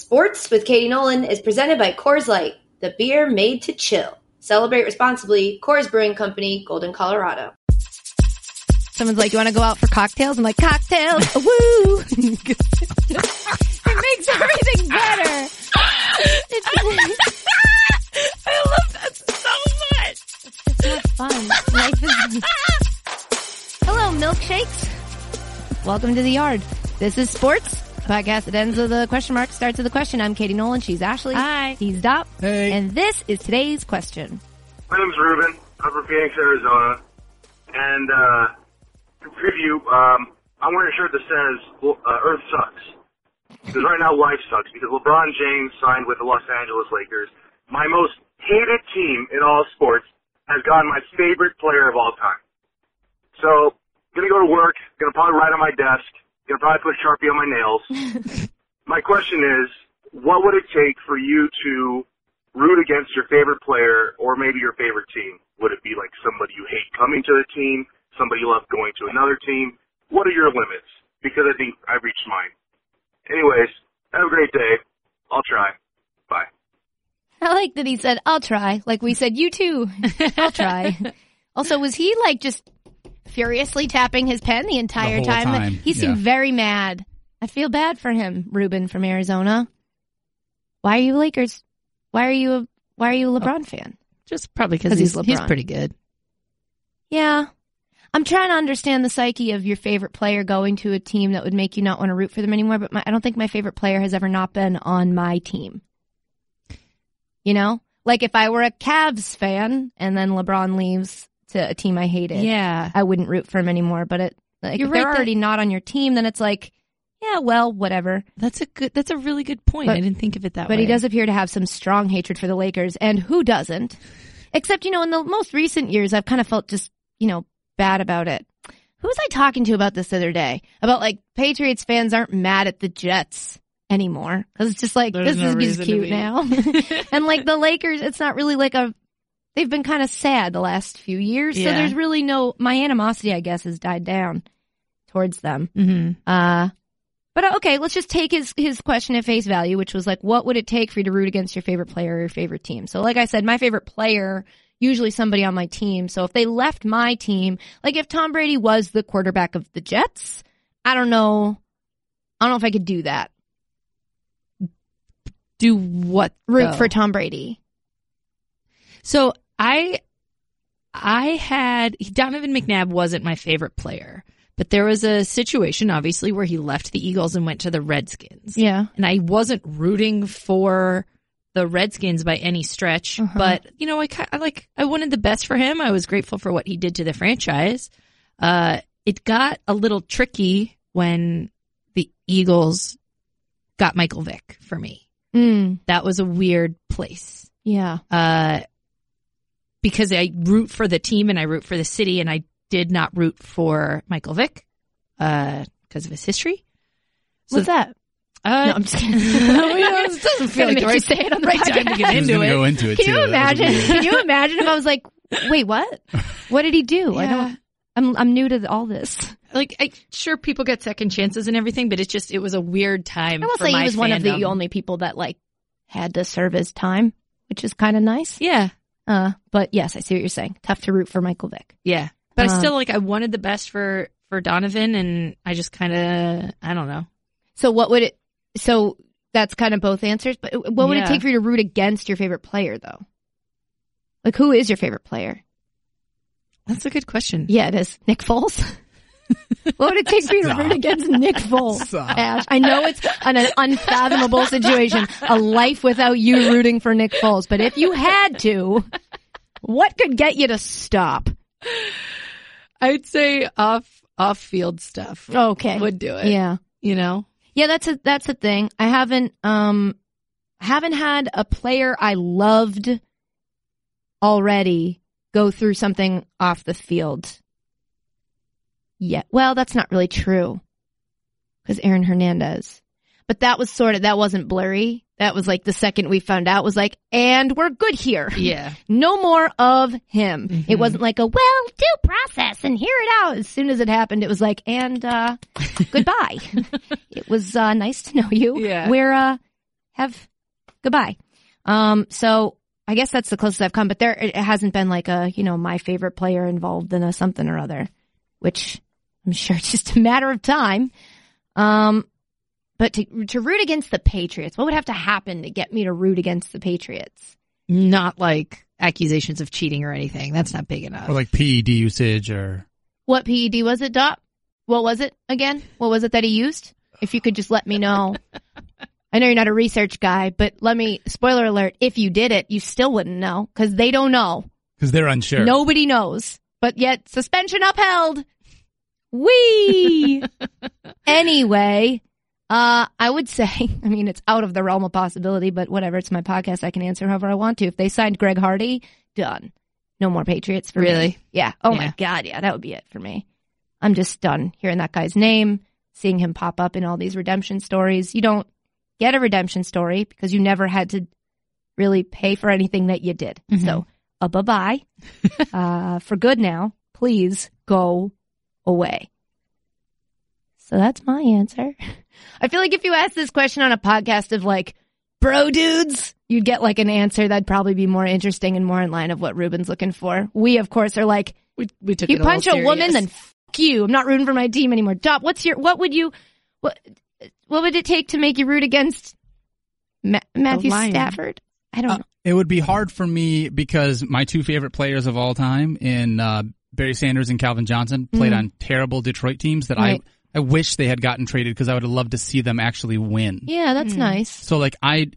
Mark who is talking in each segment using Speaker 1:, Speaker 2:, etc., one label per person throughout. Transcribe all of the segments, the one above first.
Speaker 1: Sports with Katie Nolan is presented by Coors Light, the beer made to chill. Celebrate responsibly. Coors Brewing Company, Golden, Colorado.
Speaker 2: Someone's like, "You want to go out for cocktails?" I'm like, "Cocktails, woo!" it makes everything better. It's,
Speaker 3: I love that so much.
Speaker 2: it's not fun. Life is. Hello, milkshakes. Welcome to the yard. This is sports podcast. It ends with a question mark. Starts with a question. I'm Katie Nolan. She's Ashley.
Speaker 3: Hi.
Speaker 2: He's Dop.
Speaker 4: Hey.
Speaker 2: And this is today's question.
Speaker 5: My name's Ruben, Upper Phoenix, Arizona, and uh, to preview, um, I wearing a shirt that says well, uh, "Earth sucks" because right now life sucks because LeBron James signed with the Los Angeles Lakers, my most hated team in all sports, has gotten my favorite player of all time. So, gonna go to work, gonna probably write on my desk, gonna probably put Sharpie on my nails. my question is, what would it take for you to root against your favorite player or maybe your favorite team? Would it be like somebody you hate coming to the team, somebody you love going to another team? What are your limits? Because I think I've reached mine. Anyways, have a great day. I'll try. Bye.
Speaker 2: I like that he said, I'll try. Like we said, you too. I'll try. also, was he like just furiously tapping his pen the entire
Speaker 4: whole
Speaker 2: time?
Speaker 4: time,
Speaker 2: He seemed
Speaker 4: yeah.
Speaker 2: very mad. I feel bad for him, Ruben from Arizona. Why are you Lakers? Why are you a why are you
Speaker 4: Oh.
Speaker 2: a LeBron fan?
Speaker 3: Just probably because
Speaker 2: 'Cause he's
Speaker 3: he's, he's
Speaker 2: LeBron.
Speaker 3: pretty good.
Speaker 2: Yeah. I'm trying to understand the psyche of your favorite player going to a team that would make you not want to root for them anymore, but my, I don't think my favorite player has ever not been on my team. You know? Like if I were a Cavs fan and then LeBron leaves to a team I hated,
Speaker 3: Yeah.
Speaker 2: I wouldn't root for him anymore, but it like
Speaker 3: You're
Speaker 2: if they're
Speaker 3: right, that-
Speaker 2: already not on your team, then it's like, yeah, well, whatever.
Speaker 3: That's a good. That's a really good point.
Speaker 2: But-
Speaker 3: I didn't think of it that way.
Speaker 2: But he does appear to have some strong hatred for the Lakers, and who doesn't? Except, you know, in the most recent years, I've kind of felt just, you know, bad about it. Who was I talking to about this the other day? About like Patriots fans aren't mad at the Jets anymore because it's just like
Speaker 3: There's
Speaker 2: this
Speaker 3: no
Speaker 2: is
Speaker 3: reason
Speaker 2: just
Speaker 3: to
Speaker 2: cute
Speaker 3: be.
Speaker 2: now, and like the Lakers, it's not really like a. They've been kind of sad the last few years, so
Speaker 3: Yeah.
Speaker 2: there's really no my animosity, I guess, has died down towards them.
Speaker 3: hmm
Speaker 2: Uh, but uh, okay, let's just take his, his question at face value, which was like, what would it take for you to root against your favorite player or your favorite team? So, like I said, my favorite player, usually somebody on my team. So, if they left my team, like if Tom Brady was the quarterback of the Jets, I don't know. I don't know if I could do that.
Speaker 3: Do what?
Speaker 2: Root
Speaker 3: though?
Speaker 2: for Tom Brady.
Speaker 3: So I, I had Donovan McNabb wasn't my favorite player, but there was a situation obviously where he left the Eagles and went to the Redskins.
Speaker 2: Yeah.
Speaker 3: and I wasn't rooting for the Redskins by any stretch,
Speaker 2: Uh-huh.
Speaker 3: but you know, I, ki- I like I wanted the best for him. I was grateful for what he did to the franchise. Uh, it got a little tricky when the Eagles got Michael Vick for me.
Speaker 2: Mm,
Speaker 3: That was a weird place
Speaker 2: yeah.
Speaker 3: uh, because I root for the team and I root for the city, and I did not root for Michael Vick because of his history. So-
Speaker 2: What's that?
Speaker 3: Uh,
Speaker 2: No, I'm just kidding.
Speaker 3: Well, you know, it doesn't feel like
Speaker 2: Gonna make
Speaker 3: the
Speaker 2: you
Speaker 3: right,
Speaker 2: say it on the
Speaker 3: right time to get
Speaker 2: podcast.
Speaker 4: He's
Speaker 3: into
Speaker 4: gonna
Speaker 3: it.
Speaker 4: go into it.
Speaker 2: Can
Speaker 4: too.
Speaker 2: you
Speaker 4: That was
Speaker 2: imagine?
Speaker 4: weird.
Speaker 2: Can you imagine if I was like, wait, what? What did he do? I don't. I'm I'm new to all this.
Speaker 3: like I, sure people get second chances and everything, but it's just it was a weird time.
Speaker 2: I will
Speaker 3: for
Speaker 2: say
Speaker 3: my
Speaker 2: he was one of the
Speaker 3: fandom.
Speaker 2: only people that like had to serve his time, which is kind of nice.
Speaker 3: Yeah,
Speaker 2: Uh, but yes, I see what you're saying. Tough to root for Michael Vick.
Speaker 3: yeah, but
Speaker 2: Uh,
Speaker 3: I still like I wanted the best for for Donovan, and I just kind of I don't know.
Speaker 2: So what would it? So that's kind of both answers. But what would it
Speaker 3: Yeah.
Speaker 2: take for you to root against your favorite player, though? Like who is your favorite player?
Speaker 3: That's a good question.
Speaker 2: Yeah, it is Nick Foles. what would it take for you to root
Speaker 4: Stop.
Speaker 2: against Nick Foles?
Speaker 4: Stop.
Speaker 2: Ash, I know it's an, an unfathomable situation, a life without you rooting for Nick Foles. But if you had to, what could get you to stop?
Speaker 3: I'd say off off field stuff
Speaker 2: Okay.
Speaker 3: do
Speaker 2: yeah.
Speaker 3: you know.
Speaker 2: Yeah, that's a that's a thing. I haven't um haven't had a player I loved already go through something off the field yet. Well, that's not really true. Cuz Aaron Hernandez. But that was sort of that wasn't blurry. That was like the second we found out was like and we're good here.
Speaker 3: Yeah.
Speaker 2: No more of him. It
Speaker 3: Mhm.
Speaker 2: wasn't like a well due process and hear it out. As soon as it happened, it was like, and uh, goodbye. it was uh, nice to know you.
Speaker 3: Yeah.
Speaker 2: We're uh, have goodbye. Um, so I guess that's the closest I've come, but there it hasn't been like a, you know, my favorite player involved in a something or other, which I'm sure it's just a matter of time. Um, but to, to root against the Patriots, what would have to happen to get me to root against the Patriots?
Speaker 3: Not like accusations of cheating or anything. That's not big enough.
Speaker 4: Or like PED usage or
Speaker 2: What PED was it, Dot? What was it again? What was it that he used? If you could just let me know. I know you're not a research guy, but let me, spoiler alert, if you did it, you still wouldn't know because they don't know.
Speaker 4: because they're unsure.
Speaker 2: Nobody knows. But yet, suspension upheld. Wee. anyway, uh, I would say, I mean, it's out of the realm of possibility, but whatever. It's my podcast. I can answer however I want to. If they signed Greg Hardy, done. No more Patriots for me.
Speaker 3: Really?
Speaker 2: Yeah. Oh
Speaker 3: Yeah.
Speaker 2: my God. Yeah, that would be it for me. I'm just done hearing that guy's name, seeing him pop up in all these redemption stories. You don't get a redemption story because you never had to really pay for anything that you did.
Speaker 3: Mhm.
Speaker 2: So, a bye bye. uh, for good now, please go away. So that's my answer. I feel like if you asked this question on a podcast of like, bro dudes, you'd get like an answer that'd probably be more interesting and more in line of what Ruben's looking for. We, of course, are like,
Speaker 3: We, we took
Speaker 2: you
Speaker 3: it all
Speaker 2: punch a woman,
Speaker 3: serious.
Speaker 2: then fuck you. I'm not rooting for my team anymore. Dop, what's your, what would you, what, what would it take to make you root against Ma- Matthew
Speaker 3: Lions.
Speaker 2: Stafford? I don't
Speaker 4: Uh,
Speaker 2: know.
Speaker 4: it would be hard for me because my two favorite players of all time in uh, Barry Sanders and Calvin Johnson played on terrible Detroit teams that
Speaker 2: Mm-hmm. Right.
Speaker 4: I I wish they had gotten traded because I would have loved to see them actually win.
Speaker 2: Yeah, that's nice.
Speaker 4: So like I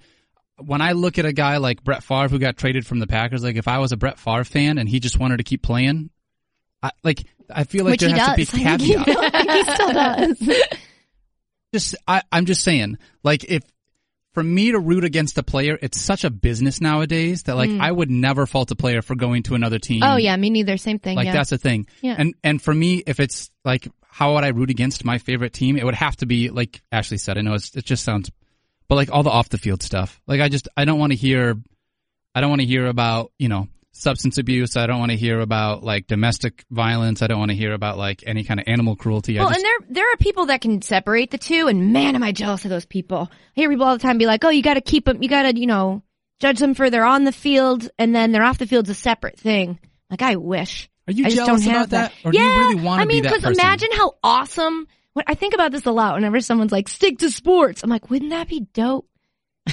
Speaker 4: when I look at a guy like Brett Favre who got traded from the Packers, like if I was a Brett Favre fan and he just wanted to keep playing, I like I feel like
Speaker 2: Which
Speaker 4: there
Speaker 2: he
Speaker 4: has
Speaker 2: does.
Speaker 4: to be
Speaker 2: I think
Speaker 4: caveats.
Speaker 2: he, he still does.
Speaker 4: just I, I'm just saying, like if for me to root against a player, it's such a business nowadays that like I would never fault a player for going to another team.
Speaker 2: Mm. Oh yeah, me neither. Same thing.
Speaker 4: Like
Speaker 2: yeah.
Speaker 4: that's the thing.
Speaker 2: Yeah.
Speaker 4: And and for me, if it's like how would I root against my favorite team? It would have to be like Ashley said. I know it's, it just sounds, but like all the off the field stuff. Like I just I don't want to hear, I don't want to hear about you know substance abuse. I don't want to hear about like domestic violence. I don't want to hear about like any kind of animal cruelty.
Speaker 2: well,
Speaker 4: I just,
Speaker 2: and there there are people that can separate the two, and man, am I jealous of those people. I hear people all the time be like, "Oh, you got to keep them. You got to, you know, judge them for they're on the field, and then they're off the field's a separate thing." Like I wish.
Speaker 4: Are you
Speaker 2: I just
Speaker 4: jealous
Speaker 2: don't
Speaker 4: about
Speaker 2: have that.
Speaker 4: that? Or do
Speaker 2: yeah,
Speaker 4: you really wanna
Speaker 2: I
Speaker 4: be
Speaker 2: mean,
Speaker 4: that person?
Speaker 2: imagine how awesome. What I think about this a lot. Whenever someone's like, "Stick to sports," I'm like, "Wouldn't that be dope?"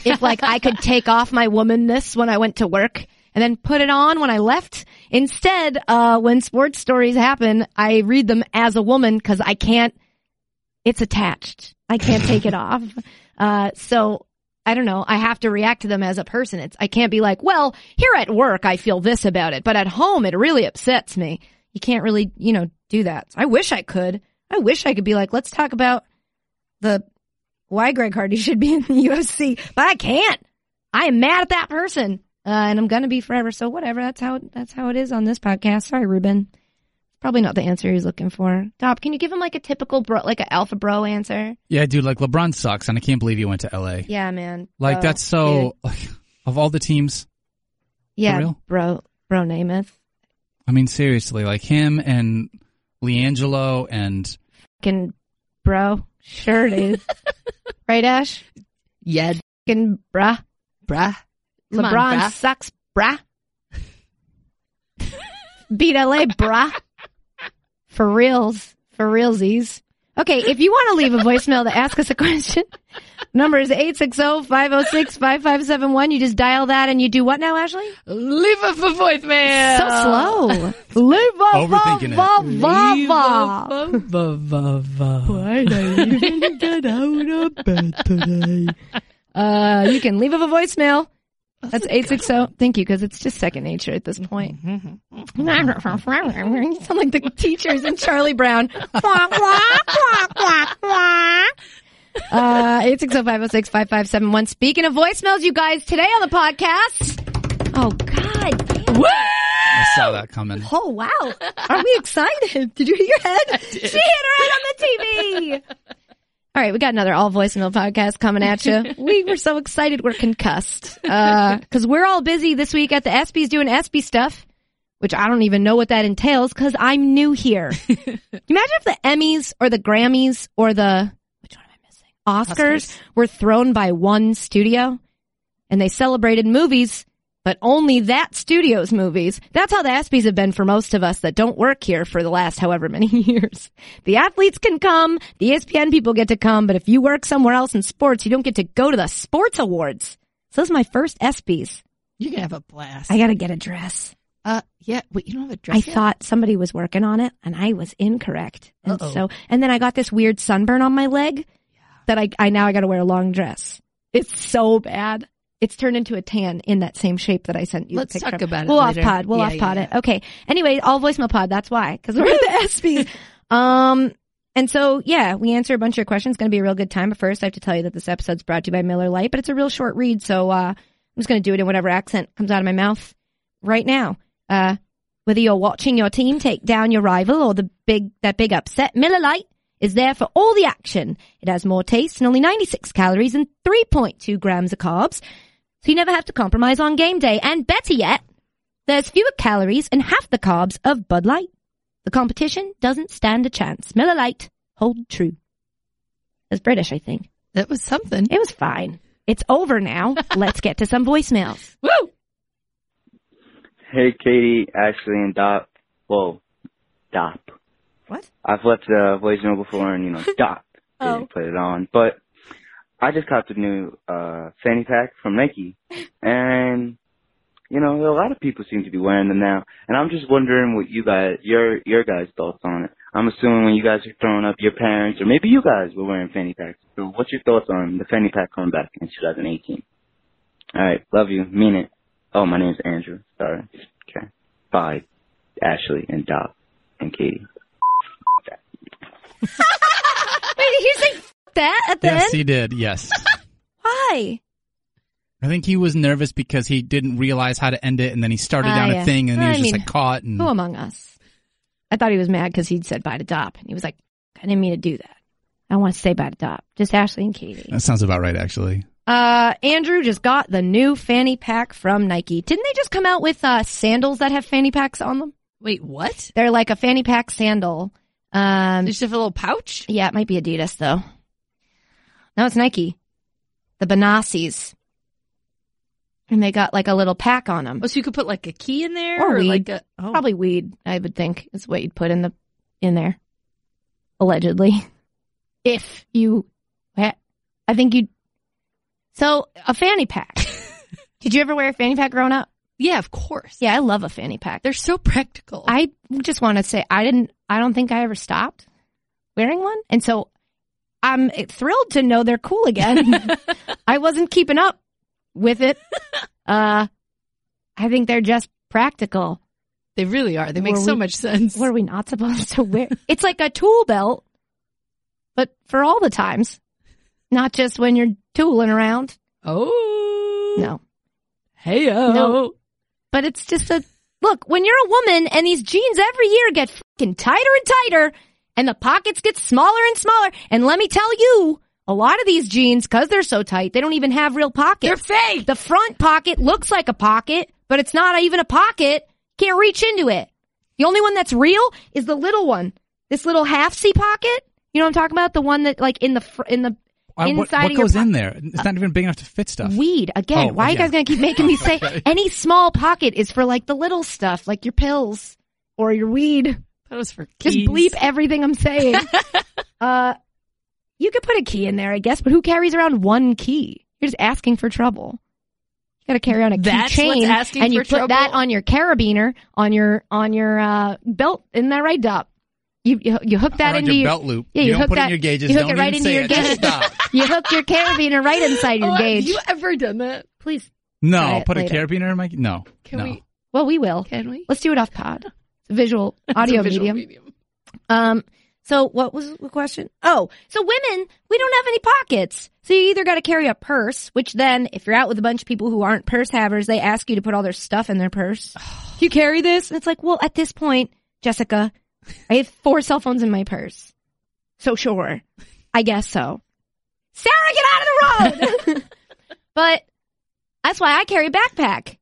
Speaker 2: If like I could take off my womanness when I went to work and then put it on when I left. Instead, uh, when sports stories happen, I read them as a woman because I can't. It's attached. I can't take it off. Uh, so I don't know. I have to react to them as a person. It's I can't be like, well, here at work I feel this about it, but at home it really upsets me. You can't really, you know, do that. I wish I could. I wish I could be like, let's talk about the why Greg Hardy should be in the UFC, but I can't. I am mad at that person, uh, and I'm gonna be forever. So whatever. That's how that's how it is on this podcast. Sorry, Ruben. Probably not the answer he's looking for. Dob, can you give him like a typical bro, like an alpha bro answer?
Speaker 4: yeah, dude, like LeBron sucks, and I can't believe he went to LA.
Speaker 2: Yeah, man. Oh,
Speaker 4: Like
Speaker 2: Bro.
Speaker 4: that's so. of all the teams,
Speaker 2: Yeah,
Speaker 4: real?
Speaker 2: bro, bro Namath.
Speaker 4: I mean, seriously, like him and Leangelo and
Speaker 2: Fucking bro, sure it is. right, Ash?
Speaker 3: Yeah,
Speaker 2: Fucking bruh.
Speaker 3: bruh. Come on,
Speaker 2: LeBron
Speaker 3: bruh.
Speaker 2: sucks, bruh. Beat LA, bruh. For reals. For realsies. Okay, if you want to leave a voicemail to ask us a question, number is oh, 860-506-5571. You just dial that and you do what now, Ashley?
Speaker 3: Leave it for voicemail.
Speaker 2: So slow. Leave a
Speaker 4: Overthinking it.
Speaker 2: va- va-
Speaker 3: Leave
Speaker 2: va-
Speaker 3: a va- va- va- va.
Speaker 2: Why did I even get out of bed today? Uh, you can leave up a voicemail. That's 860. Thank you, because it's just second nature at this point. you sound like the teachers in Charlie Brown. Quack, quack, quack, quack, quack. Uh, 860-506-5571. Speaking of voicemails, you guys, today on the podcast. Oh, God. damn.
Speaker 4: I saw that coming.
Speaker 2: Oh wow! Are we excited? Did you hit your head? She hit her head on the TV. All right, we got another all voicemail podcast coming at you. We were so excited we're concussed because we're all busy this week at the ESPYS doing ESPY stuff, which I don't even know what that entails because I'm new here. Imagine if the Emmys or the Grammys or the which one am I missing? Oscars, were thrown by one studio and they celebrated movies, but only that studio's movies. That's how the ESPYs have been for most of us that don't work here for the last however many years. The athletes can come, the E ESPN people get to come, but if you work somewhere else in sports, you don't get to go to the sports awards. So those are my first E ESPYs.
Speaker 3: You're gonna have a blast.
Speaker 2: I gotta get a dress.
Speaker 3: uh, yeah. Wait, you don't have a dress.
Speaker 2: I
Speaker 3: yet?
Speaker 2: thought somebody was working on it and I was incorrect. And
Speaker 3: Uh-oh.
Speaker 2: so, and then I got this weird sunburn on my leg that I, I now I got to wear a long dress. It's so bad. It's turned into a tan in that same shape that I sent you.
Speaker 3: Let's
Speaker 2: the picture
Speaker 3: talk
Speaker 2: of.
Speaker 3: about it
Speaker 2: We'll
Speaker 3: later.
Speaker 2: off pod. We'll
Speaker 3: Yeah,
Speaker 2: off pod
Speaker 3: yeah,
Speaker 2: it. Okay. Anyway, all voicemail pod. That's why because we're at the SB. um, and so yeah, we answer a bunch of your questions. It's going to be a real good time. But first, I have to tell you that this episode's brought to you by Miller Lite, but it's a real short read, so uh, I'm just going to do it in whatever accent comes out of my mouth right now. Uh, whether you're watching your team take down your rival or the big that big upset, Miller Lite is there for all the action. It has more taste and only 96 calories and 3.2 grams of carbs, so you never have to compromise on game day. And better yet, there's fewer calories and half the carbs of Bud Light. The competition doesn't stand a chance. Miller Lite, hold true. That's British, I think.
Speaker 3: that was something.
Speaker 2: It was fine. It's over now. Let's get to some voicemails.
Speaker 3: Woo!
Speaker 6: Hey, Katie, Ashley, and Dop. Well, Dop.
Speaker 2: What?
Speaker 6: I've left the voicemail before, and you know, Dop.
Speaker 2: Oh.
Speaker 6: didn't put it on, but I just copped a new uh fanny pack from Nike, and you know, a lot of people seem to be wearing them now, and I'm just wondering what you guys, your your guys' thoughts on it. I'm assuming when you guys are throwing up, your parents or maybe you guys were wearing fanny packs. So, what's your thoughts on the fanny pack coming back in 2018? All right, love you, mean it. Oh, my name's Andrew. Sorry. Okay. Bye, Ashley and Doc and Katie.
Speaker 2: Wait, he's saying "F- that at the
Speaker 4: Yes,
Speaker 2: end?
Speaker 4: he did. Yes.
Speaker 2: Why?
Speaker 4: I think he was nervous because he didn't realize how to end it, and then he started
Speaker 2: Ah,
Speaker 4: down
Speaker 2: yeah.
Speaker 4: a thing, and
Speaker 2: I
Speaker 4: he was just
Speaker 2: mean,
Speaker 4: like caught. And
Speaker 2: Who among us? I thought he was mad because he'd said bye to Dop, and he was like, "I didn't mean to do that. I want to say bye to Dop. Just Ashley and Katie."
Speaker 4: that sounds about right, actually.
Speaker 2: Uh, Andrew just got the new fanny pack from Nike. Didn't they just come out with uh sandals that have fanny packs on them?
Speaker 3: Wait, what?
Speaker 2: They're like a fanny pack sandal. Um,
Speaker 3: There's just a little pouch.
Speaker 2: yeah, it might be Adidas though. No, it's Nike. The Benassis. And they got like a little pack on them.
Speaker 3: Oh, so you could put like a key in there,
Speaker 2: Or
Speaker 3: or,
Speaker 2: weed.
Speaker 3: like a oh.
Speaker 2: Probably weed, I would think, is what you'd put in the in there. Allegedly. If you ha- I think you So, a fanny pack. Did you ever wear a fanny pack growing up?
Speaker 3: Yeah, of course.
Speaker 2: Yeah, I love a fanny pack.
Speaker 3: they're so practical.
Speaker 2: I just want to say I didn't. I don't think I ever stopped wearing one, and so I'm thrilled to know they're cool again. I wasn't keeping up with it. Uh, I think they're just practical.
Speaker 3: they really are. They make
Speaker 2: Were
Speaker 3: so
Speaker 2: we-
Speaker 3: much sense.
Speaker 2: What are we not supposed to wear? It's like a tool belt, but for all the times, not just when you're tooling around.
Speaker 3: oh
Speaker 2: No.
Speaker 3: Hey oh.
Speaker 2: No. but it's just a look when you're a woman and these jeans every year get fucking tighter and tighter and the pockets get smaller and smaller and let me tell you a lot of these jeans cuz they're so tight they don't even have real
Speaker 3: They're
Speaker 2: pockets
Speaker 3: fake.
Speaker 2: the front pocket looks like a pocket but it's not even a pocket can't reach into it the only one that's real is the little one this little half c pocket you know what I'm talking about the one that like in the fr- in the
Speaker 4: Why- Uh, what-
Speaker 2: Inside
Speaker 4: what
Speaker 2: of your
Speaker 4: goes
Speaker 2: po- Uh,
Speaker 4: in there? It's not even big enough to fit stuff.
Speaker 2: Weed again.
Speaker 4: Oh,
Speaker 2: Why are you
Speaker 4: yeah.
Speaker 2: guys gonna keep making me say any small pocket is for like the little stuff, like your pills or your weed?
Speaker 3: That was for
Speaker 2: Just
Speaker 3: keys.
Speaker 2: bleep everything I'm saying. uh, you could put a key in there, I guess, but who carries around one key? You're just asking for trouble. You gotta carry on a
Speaker 3: That's
Speaker 2: key chain,
Speaker 3: what's asking
Speaker 2: and you
Speaker 3: for
Speaker 2: put that
Speaker 3: trouble?
Speaker 2: on your carabiner, on your on your uh, belt. Isn't that right, Dop? You you, you hook that
Speaker 4: Around
Speaker 2: into
Speaker 4: your belt loop.
Speaker 2: Yeah, you,
Speaker 4: don't
Speaker 2: hook
Speaker 4: put
Speaker 2: that.
Speaker 4: it in your gauges.
Speaker 2: You hook
Speaker 4: don't
Speaker 2: it right
Speaker 4: even
Speaker 2: into
Speaker 4: say
Speaker 2: your
Speaker 4: it.
Speaker 2: gauge.
Speaker 4: Stop.
Speaker 2: you hook your carabiner right inside your
Speaker 3: Oh,
Speaker 2: gauge.
Speaker 3: Have you ever done that?
Speaker 2: Please Try
Speaker 4: No,
Speaker 2: it
Speaker 4: put a
Speaker 2: later.
Speaker 4: carabiner in my. No,
Speaker 3: Can
Speaker 4: no.
Speaker 3: we?
Speaker 2: Well, we will.
Speaker 3: Can we?
Speaker 2: Let's do it off pod. It's a visual
Speaker 3: It's a
Speaker 2: audio
Speaker 3: visual
Speaker 2: medium. Um, so what was the question? Oh, so women, we don't have any pockets. So you either got to carry a purse, which then if you're out with a bunch of people who aren't purse havers, they ask you to put all their stuff in their purse. you carry this? And it's like, well, at this point, Jessica, I have four cell phones in my purse. So sure. I guess so. Sarah, get out of the road! but that's why I carry a backpack.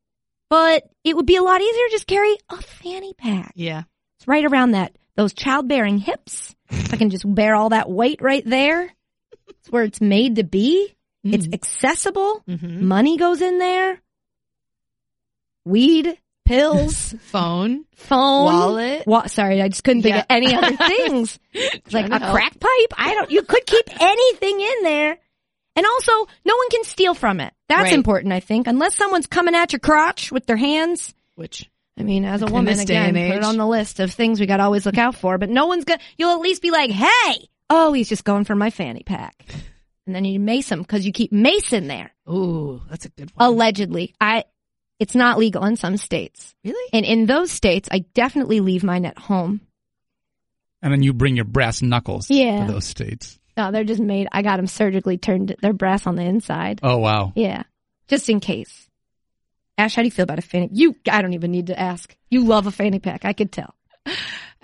Speaker 2: But it would be a lot easier to just carry a fanny pack.
Speaker 3: Yeah.
Speaker 2: It's right around that those childbearing hips. If I can just bear all that weight right there. It's That's where it's made to be. It's
Speaker 3: Mhm.
Speaker 2: accessible.
Speaker 3: Mhm.
Speaker 2: Money goes in there. Weed, pills,
Speaker 3: phone,
Speaker 2: phone,
Speaker 3: wallet.
Speaker 2: Wa- sorry, I just couldn't think
Speaker 3: Yeah.
Speaker 2: of any other things. It's like
Speaker 3: Trying to
Speaker 2: a
Speaker 3: help.
Speaker 2: crack pipe. I don't. You could keep anything in there, and also no one can steal from it. That's
Speaker 3: Right.
Speaker 2: important, I think, unless someone's coming at your crotch with their hands.
Speaker 3: Which
Speaker 2: I mean, as a
Speaker 3: In
Speaker 2: woman,
Speaker 3: this day
Speaker 2: again,
Speaker 3: and
Speaker 2: put
Speaker 3: age.
Speaker 2: it on the list of things we got to always look out for. But no one's gonna. You'll at least be like, "Hey, oh, he's just going for my fanny pack," and then you mace him because you keep mace in there.
Speaker 3: ooh, that's a good one.
Speaker 2: Allegedly, I. It's not legal in some states,
Speaker 3: really?
Speaker 2: and in those states, I definitely leave mine at home.
Speaker 4: And then you bring your brass knuckles
Speaker 2: Yeah.
Speaker 4: to those states.
Speaker 2: No, Oh, they're just made. I got them surgically turned. They're brass on the inside.
Speaker 4: Oh, wow.
Speaker 2: Yeah, just in case. Ash, how do you feel about a fanny? You, I don't even need to ask. You love a fanny pack. I could tell.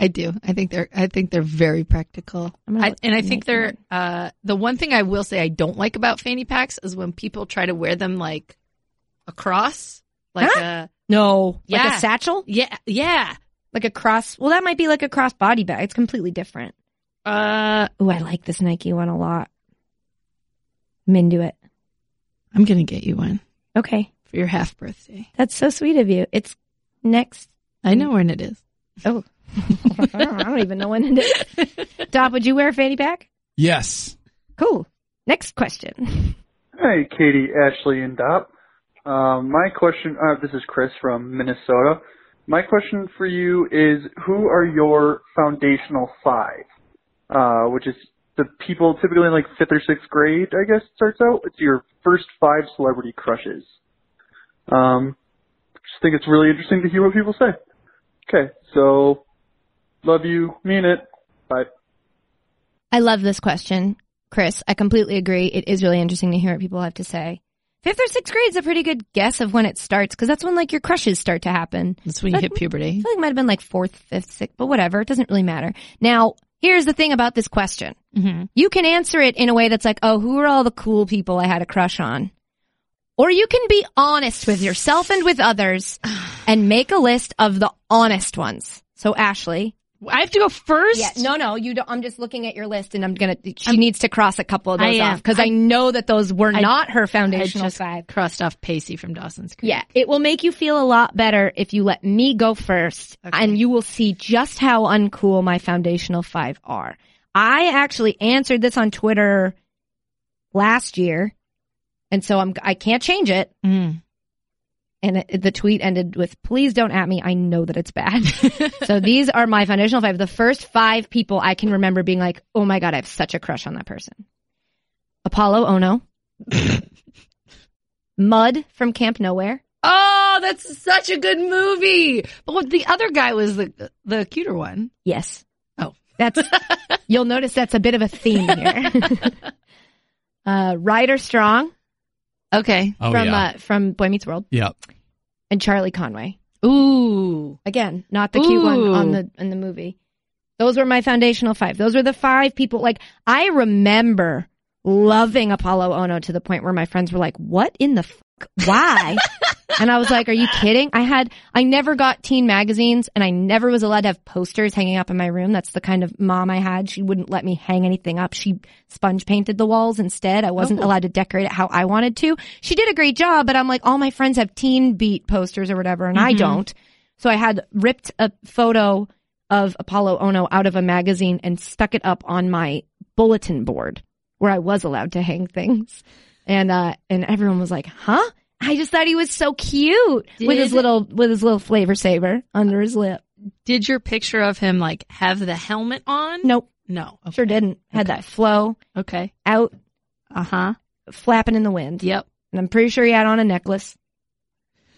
Speaker 3: I do. I think they're. I think they're very practical.
Speaker 2: I'm gonna
Speaker 3: I,
Speaker 2: look
Speaker 3: and I
Speaker 2: for
Speaker 3: think
Speaker 2: Nike
Speaker 3: they're. Uh, the one thing I will say I don't like about fanny packs is when people try to wear them like across, like
Speaker 2: Huh?
Speaker 3: a
Speaker 2: No, like
Speaker 3: Yeah.
Speaker 2: a satchel,
Speaker 3: yeah, yeah.
Speaker 2: like a cross. Well, that might be like a cross body bag. It's completely different.
Speaker 3: Uh,
Speaker 2: Oh, I like this Nike one a lot. I'm into it.
Speaker 3: I'm gonna get you one
Speaker 2: Okay,
Speaker 3: for your half birthday.
Speaker 2: that's so sweet of you. It's next.
Speaker 3: I know when it is.
Speaker 2: Oh, I don't even know when it is. Dob, would you wear a fanny pack?
Speaker 4: Yes.
Speaker 2: Cool. Next question.
Speaker 7: Hey, Katie, Ashley, and Dop. Um, my question, uh, this is Chris from Minnesota. My question for you is, who are your foundational five? Uh, which is the people typically in like fifth or sixth grade, I guess, starts out. It's your first five celebrity crushes. Um, just think it's really interesting to hear what people say. Okay, so, love you, mean it. Bye.
Speaker 2: I love this question, Chris. I completely agree. It is really interesting to hear what people have to say. Fifth or sixth grade is a pretty good guess of when it starts because that's when like your crushes start to happen.
Speaker 3: That's when you hit
Speaker 2: I
Speaker 3: puberty.
Speaker 2: feel like it might have been like fourth, fifth, sixth, but whatever. It doesn't really matter. Now, here's the thing about this question.
Speaker 3: Mm-hmm.
Speaker 2: You can answer it in a way that's like, oh, who are all the cool people I had a crush on? Or you can be honest with yourself and with others and make a list of the honest ones. So Ashley,
Speaker 3: I have to go first.
Speaker 2: yeah, no, no, you don't. I'm just looking at your list, and I'm gonna. She needs to cross a couple of
Speaker 3: I
Speaker 2: those
Speaker 3: am.
Speaker 2: off because I, know that those were
Speaker 3: I-
Speaker 2: not her
Speaker 3: I
Speaker 2: foundational
Speaker 3: just
Speaker 2: five.
Speaker 3: crossed off Pacey from Dawson's Creek.
Speaker 2: Yeah, it will make you feel a lot better if you let me go first,
Speaker 3: Okay.
Speaker 2: and you will see just how uncool my foundational five are. I actually answered this on Twitter last year, and so I'm I can't change it.
Speaker 3: Mm.
Speaker 2: And it, the tweet ended with, "Please don't at me. I know that it's bad." so these are my foundational five. The first five people I can remember being like, oh my God, I have such a crush on that person. Apollo Ono. Mud from Camp Nowhere.
Speaker 3: Oh, that's such a good movie. But what, the other guy was the the cuter one.
Speaker 2: Yes.
Speaker 3: Oh.
Speaker 2: That's, you'll notice that's a bit of a theme here. uh, Ryder Strong
Speaker 3: Okay.
Speaker 4: Oh,
Speaker 2: from,
Speaker 4: yeah.
Speaker 2: uh, from Boy Meets World
Speaker 4: yeah.
Speaker 2: and Charlie Conway.
Speaker 3: Ooh.
Speaker 2: Again, not the cute one on the in the movie. Those were my foundational five. Those were the five people like I remember loving Apollo Ono to the point where my friends were like, "What in the fuck? Why?" and I was like, "Are you kidding?" I had I never got teen magazines and I never was allowed to have posters hanging up in my room. That's the kind of mom I had. She wouldn't let me hang anything up. She sponge painted the walls instead. I wasn't
Speaker 3: Oh.
Speaker 2: allowed to decorate it how I wanted to. She did a great job, but I'm like, all my friends have teen beat posters or whatever and I
Speaker 3: Mm-hmm.
Speaker 2: don't. So I had ripped a photo of Apollo Ono out of a magazine and stuck it up on my bulletin board where I was allowed to hang things. And uh and everyone was like, "Huh?" I just thought he was so cute with his
Speaker 3: Did-
Speaker 2: little with his little flavor saver under his lip.
Speaker 3: Did your picture of him like have the helmet on?
Speaker 2: Nope,
Speaker 3: No. Okay.
Speaker 2: sure didn't. Had
Speaker 3: Okay.
Speaker 2: that flow
Speaker 3: Okay.
Speaker 2: out
Speaker 3: Uh huh.
Speaker 2: flapping in the wind.
Speaker 3: Yep.
Speaker 2: And I'm pretty sure he had on a necklace.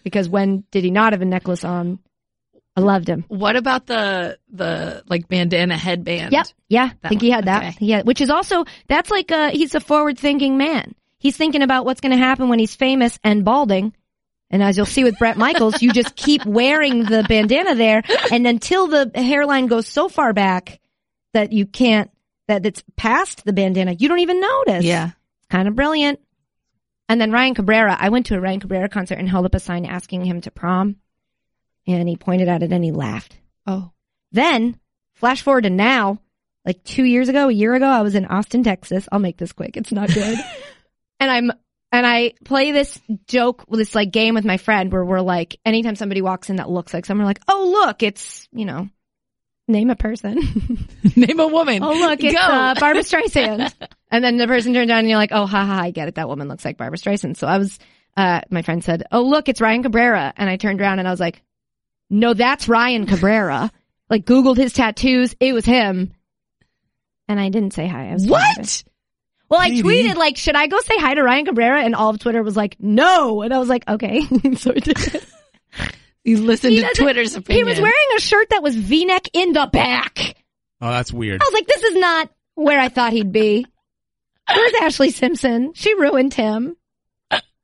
Speaker 2: Because when did he not have a necklace on? I loved him.
Speaker 3: What about the the like bandana headband?
Speaker 2: Yep. Yeah. I
Speaker 3: That
Speaker 2: think
Speaker 3: one.
Speaker 2: he had that.
Speaker 3: Okay.
Speaker 2: Yeah. Which is also, that's like a, he's a forward thinking man. He's thinking about what's going to happen when he's famous and balding. And as you'll see with Brett Michaels, you just keep wearing the bandana there. And until the hairline goes so far back that you can't, that it's past the bandana, you don't even notice.
Speaker 3: Yeah.
Speaker 2: It's kind of brilliant. And then Ryan Cabrera, I went to a Ryan Cabrera concert and held up a sign asking him to prom. And he pointed at it and he laughed.
Speaker 3: Oh.
Speaker 2: Then, flash forward to now, like two years ago, a year ago, I was in Austin, Texas. I'll make this quick. It's not good. and I'm, and I play this joke, this like game with my friend where we're like, anytime somebody walks in that looks like someone, we're like, oh, look, it's, you know, name a person.
Speaker 3: Name a woman.
Speaker 2: oh, look, it's
Speaker 3: Go.
Speaker 2: uh, Barbara Streisand. and then the person turns around and you're like, oh, ha ha, I get it. That woman looks like Barbara Streisand. So I was, uh, my friend said, oh, look, it's Ryan Cabrera. And I turned around and I was like, no, that's Ryan Cabrera. like Googled his tattoos. It was him. And I didn't say hi. I was fine with it.
Speaker 3: what?
Speaker 2: Well, I
Speaker 4: Maybe.
Speaker 2: tweeted like, should I go say hi to Ryan Cabrera? And all of Twitter was like, no. And I was like, okay. so I did. it.
Speaker 3: You listen
Speaker 2: He
Speaker 3: to
Speaker 2: doesn't-
Speaker 3: Twitter's opinion.
Speaker 2: He was wearing a shirt that was V-neck in the back.
Speaker 4: Oh, that's weird.
Speaker 2: I was like, this is not where I thought he'd be. Where's Ashley Simpson? She ruined him.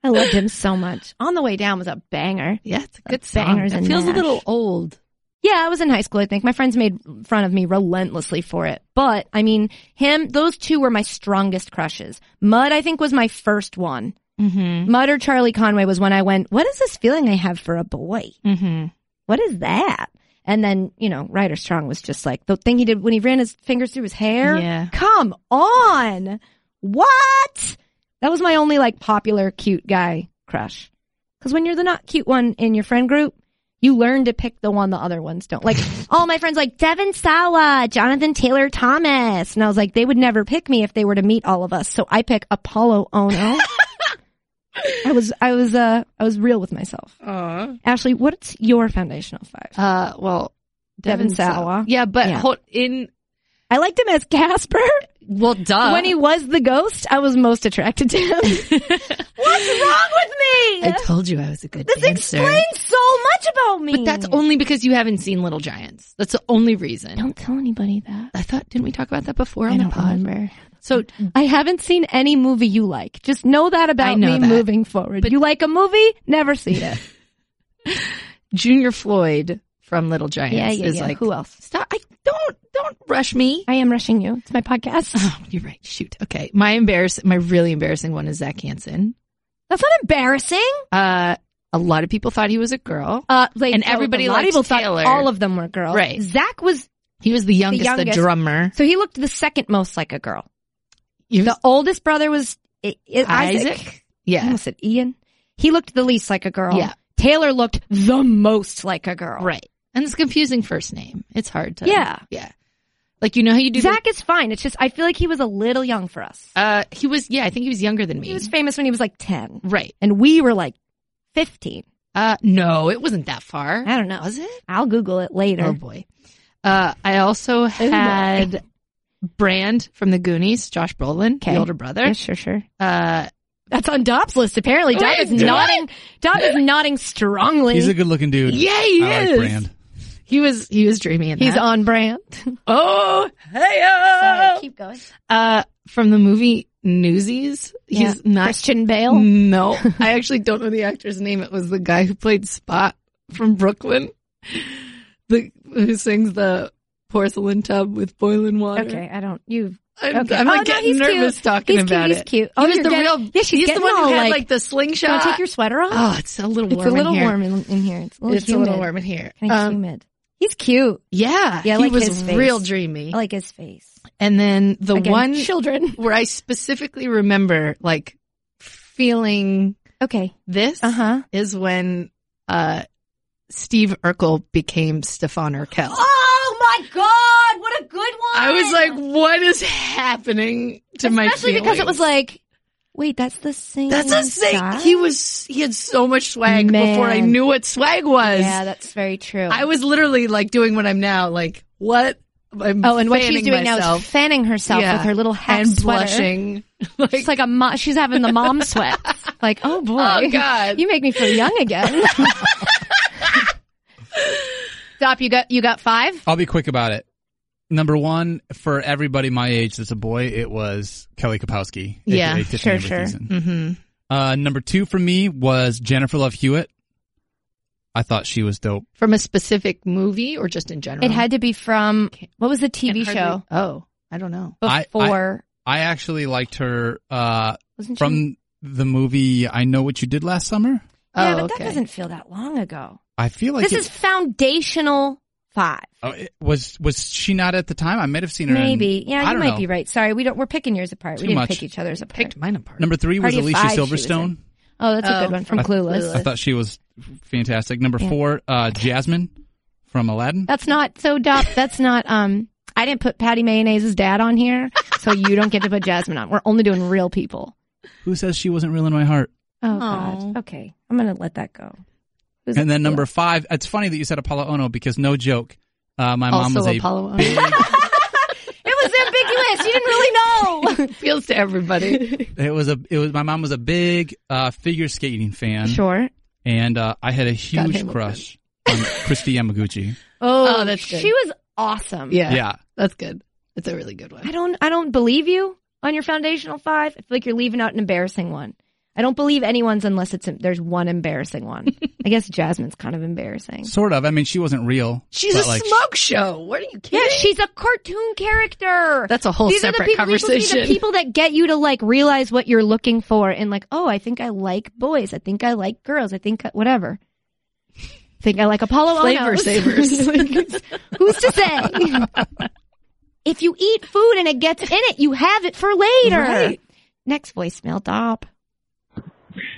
Speaker 2: I loved him so much. On the way down was a banger.
Speaker 3: Yeah, it's a good
Speaker 2: The
Speaker 3: song.
Speaker 2: bangers
Speaker 3: It
Speaker 2: and
Speaker 3: feels
Speaker 2: mash.
Speaker 3: a little old.
Speaker 2: Yeah, I was in high school, I think. My friends made fun of me relentlessly for it. But, I mean, him, those two were my strongest crushes. Mud, I think, was my first one.
Speaker 3: Mm-hmm.
Speaker 2: Mud or Charlie Conway was when I went, what is this feeling I have for a boy?
Speaker 3: Mm-hmm.
Speaker 2: What is that? And then, you know, Ryder Strong was just like the thing he did when he ran his fingers through his hair.
Speaker 3: Yeah.
Speaker 2: Come on. What? That was my only like popular cute guy crush. Cause when you're the not cute one in your friend group, you learn to pick the one the other ones don't. Like all my friends like Devin Sawa, Jonathan Taylor Thomas. And I was like, they would never pick me if they were to meet all of us. So I pick Apollo Ono. I was, I was, uh, I was real with myself.
Speaker 3: Aww.
Speaker 2: Ashley, what's your foundational five?
Speaker 3: Uh, well,
Speaker 2: Devin
Speaker 3: Devin,
Speaker 2: Sawa.
Speaker 3: Yeah, but
Speaker 2: Yeah.
Speaker 3: hold- in
Speaker 2: I liked him as Casper.
Speaker 3: well, duh.
Speaker 2: when he was the ghost, I was most attracted to him. What's wrong with me?
Speaker 3: I told you I was a good
Speaker 2: this
Speaker 3: dancer.
Speaker 2: explains so much about me.
Speaker 3: But that's only because you haven't seen Little Giants. That's the only reason.
Speaker 2: Don't tell anybody that.
Speaker 3: I thought didn't we talk about that before
Speaker 2: I
Speaker 3: on the
Speaker 2: don't
Speaker 3: pod?
Speaker 2: remember.
Speaker 3: So
Speaker 2: I haven't seen any movie you like. Just know that
Speaker 3: I
Speaker 2: about
Speaker 3: know
Speaker 2: me
Speaker 3: that.
Speaker 2: moving forward. you like a movie, never seen it.
Speaker 3: Junior Floyd from Little Giants
Speaker 2: yeah, yeah,
Speaker 3: is
Speaker 2: yeah.
Speaker 3: like
Speaker 2: Who else?
Speaker 3: stop. I don't don't rush me.
Speaker 2: I am rushing you. It's my podcast.
Speaker 3: Oh, you're right. Shoot. Okay. My embarrass my really embarrassing one is Zach Hansen.
Speaker 2: That's not embarrassing.
Speaker 3: Uh a lot of people thought he was a girl.
Speaker 2: Uh, like,
Speaker 3: And everybody
Speaker 2: a lot
Speaker 3: liked
Speaker 2: of people thought
Speaker 3: Taylor.
Speaker 2: all of them were girls.
Speaker 3: Right.
Speaker 2: Zach was,
Speaker 3: He was the youngest, the,
Speaker 2: youngest.
Speaker 3: drummer.
Speaker 2: so he looked the second most like a girl.
Speaker 3: You-
Speaker 2: The oldest brother was I- I- Isaac. I
Speaker 3: Yeah.
Speaker 2: almost said Ian. He looked the least like a girl.
Speaker 3: Yeah.
Speaker 2: Taylor looked the most like a girl.
Speaker 3: Right. And it's a confusing first name. It's hard to
Speaker 2: Yeah.
Speaker 3: Yeah. Like you know how you do the-
Speaker 2: Zach is fine. It's just I feel like he was a little young for us.
Speaker 3: uh he was yeah, I think he was younger than me.
Speaker 2: He was famous when he was like ten,
Speaker 3: right.
Speaker 2: and we were like fifteen.
Speaker 3: Uh no, it wasn't that far.
Speaker 2: I don't know.
Speaker 3: Was it?
Speaker 2: I'll Google it later.
Speaker 3: Oh boy. Uh, I also
Speaker 2: boy.
Speaker 3: had Brand from the Goonies, Josh Brolin,
Speaker 2: Okay.
Speaker 3: the older brother.
Speaker 2: Yeah, sure, sure.
Speaker 3: Uh,
Speaker 2: That's on Dob's list. Apparently, Dob
Speaker 3: Wait,
Speaker 2: is
Speaker 3: what?
Speaker 2: nodding. Dob is nodding strongly.
Speaker 4: He's a good looking dude.
Speaker 3: yeah, he
Speaker 4: I
Speaker 3: is.
Speaker 4: like Brand.
Speaker 3: He was he was dreamy in
Speaker 2: He's
Speaker 3: that.
Speaker 2: on brand.
Speaker 3: oh,
Speaker 2: Sorry,
Speaker 3: hey
Speaker 2: keep going.
Speaker 3: uh, from the movie Newsies.
Speaker 2: Yeah.
Speaker 3: He's not
Speaker 2: Christian Bale.
Speaker 3: No, I actually don't know the actor's name. It was the guy who played Spot from Brooklyn, the who sings the porcelain tub with boiling water.
Speaker 2: Okay, I don't. You.
Speaker 3: I'm,
Speaker 2: Okay.
Speaker 3: I'm
Speaker 2: Oh,
Speaker 3: like
Speaker 2: no,
Speaker 3: getting
Speaker 2: he's
Speaker 3: nervous
Speaker 2: cute.
Speaker 3: talking
Speaker 2: He's cute,
Speaker 3: about
Speaker 2: he's
Speaker 3: it.
Speaker 2: cute. Oh,
Speaker 3: he was
Speaker 2: you're
Speaker 3: the
Speaker 2: getting-
Speaker 3: real.
Speaker 2: yeah, she's
Speaker 3: he's the
Speaker 2: getting
Speaker 3: one who
Speaker 2: all,
Speaker 3: had
Speaker 2: like-
Speaker 3: like the
Speaker 2: Can
Speaker 3: slingshot.
Speaker 2: I take your sweater off?
Speaker 3: Oh, it's a little warm.
Speaker 2: it's a little
Speaker 3: in here.
Speaker 2: warm in, in here. It's a little
Speaker 3: It's a
Speaker 2: humid.
Speaker 3: little warm in here.
Speaker 2: Kind of
Speaker 3: Um,
Speaker 2: humid. He's cute.
Speaker 3: yeah,
Speaker 2: Yeah, I
Speaker 3: he
Speaker 2: like
Speaker 3: was
Speaker 2: his face.
Speaker 3: real dreamy.
Speaker 2: I like his face.
Speaker 3: and then the
Speaker 2: Again,
Speaker 3: one
Speaker 2: children.
Speaker 3: where I specifically remember like feeling
Speaker 2: Okay.
Speaker 3: this
Speaker 2: Uh huh.
Speaker 3: is when uh Steve Urkel became Stefan Urkel.
Speaker 2: Oh my god! What a good one.
Speaker 3: I was like, what is happening to my
Speaker 2: especially because it
Speaker 3: feelings?
Speaker 2: was like, wait, that's the same.
Speaker 3: that's the thing.
Speaker 2: guy?
Speaker 3: He was he had so much swag
Speaker 2: Man.
Speaker 3: before I knew what swag was.
Speaker 2: Yeah, that's very true.
Speaker 3: I was literally like doing what I'm now, like what I'm
Speaker 2: oh, and what she's
Speaker 3: fanning
Speaker 2: doing now is
Speaker 3: myself
Speaker 2: fanning herself
Speaker 3: Yeah.
Speaker 2: with her little half
Speaker 3: and
Speaker 2: sweater.
Speaker 3: blushing. like,
Speaker 2: She's like a mo- she's having the mom sweat. like, oh boy,
Speaker 3: oh god.
Speaker 2: you make me feel young again. Stop. You got you got five.
Speaker 4: I'll be quick about it. Number one, for everybody my age that's a boy, it was Kelly Kapowski. aka
Speaker 3: Yeah,
Speaker 4: Tiffany
Speaker 2: sure,
Speaker 4: Amber
Speaker 2: sure.
Speaker 4: Thiessen.
Speaker 3: mm-hmm.
Speaker 4: Uh, number two for me was Jennifer Love Hewitt. I thought she was dope.
Speaker 3: From a specific movie or just in general?
Speaker 2: It had to be from what was the TV
Speaker 3: Hardly-
Speaker 2: show
Speaker 3: Oh, I don't know.
Speaker 4: I- I-
Speaker 2: before?
Speaker 4: I actually liked her uh,
Speaker 2: wasn't she-
Speaker 4: from the movie I Know What You Did Last Summer.
Speaker 2: yeah,
Speaker 3: oh,
Speaker 2: but
Speaker 3: okay.
Speaker 2: that doesn't feel that long ago.
Speaker 4: I feel like
Speaker 2: this
Speaker 4: it-
Speaker 2: is foundational five.
Speaker 4: Oh, it- was was she not at the time? I might have seen her. in-
Speaker 2: Maybe. Yeah,
Speaker 4: I
Speaker 2: you
Speaker 4: don't
Speaker 2: might
Speaker 4: know.
Speaker 2: be right. Sorry, we don't. We're picking yours apart.
Speaker 4: Too
Speaker 2: we didn't
Speaker 4: much.
Speaker 2: pick each other's apart.
Speaker 3: Picked mine apart.
Speaker 4: Number three was
Speaker 2: Party of
Speaker 4: Alicia
Speaker 2: Five she was
Speaker 4: Silverstone.
Speaker 2: in. oh, that's a
Speaker 3: Oh,
Speaker 2: good one from
Speaker 4: I-
Speaker 2: Clueless.
Speaker 4: I thought she was fantastic. Number four, uh, Jasmine from Aladdin.
Speaker 2: That's not so dumb. That's not. Um, I didn't put Patty Mayonnaise's dad on here, so you don't get to put Jasmine on. We're only doing real people.
Speaker 4: Who says she wasn't real in my heart?
Speaker 2: Oh
Speaker 3: Aw.
Speaker 2: God. Okay, I'm gonna let that go. Who's
Speaker 4: And then
Speaker 2: it?
Speaker 4: number five. It's funny that you said Apollo Ono because no joke, uh, my mom
Speaker 3: also
Speaker 4: was a
Speaker 3: Apollo Ono.
Speaker 4: big.
Speaker 2: It was ambiguous. You didn't really know.
Speaker 3: Feels to everybody.
Speaker 4: it was a. It was my mom was a big uh, figure skating fan,
Speaker 2: Sure.
Speaker 4: and uh, I had a huge
Speaker 3: Hamilton.
Speaker 4: crush on Christy Yamaguchi.
Speaker 2: Oh,
Speaker 3: Oh, that's good.
Speaker 2: She was awesome.
Speaker 3: yeah,
Speaker 4: yeah.
Speaker 3: that's good. That's a really good one.
Speaker 2: I don't. I don't believe you on your foundational five. I feel like you're leaving out an embarrassing one. I don't believe anyone's unless it's there's one embarrassing one. I guess Jasmine's kind of embarrassing.
Speaker 4: Sort of. I mean, she wasn't real.
Speaker 3: She's
Speaker 4: but,
Speaker 3: a
Speaker 4: like,
Speaker 3: smoke show. What are you
Speaker 2: Yeah,
Speaker 3: kidding?
Speaker 2: she's a cartoon character.
Speaker 3: that's a whole
Speaker 2: These
Speaker 3: separate
Speaker 2: are the people, these must be
Speaker 3: conversation.
Speaker 2: the people that get you to like realize what you're looking for and like, oh, I think I like boys. I think I like girls. I think I- whatever. I think I like Apollo
Speaker 3: Flavor
Speaker 2: Onos.
Speaker 3: savers.
Speaker 2: Who's to say? if you eat food and it gets in it, you have it for later.
Speaker 3: Right.
Speaker 2: Next voicemail, Dop.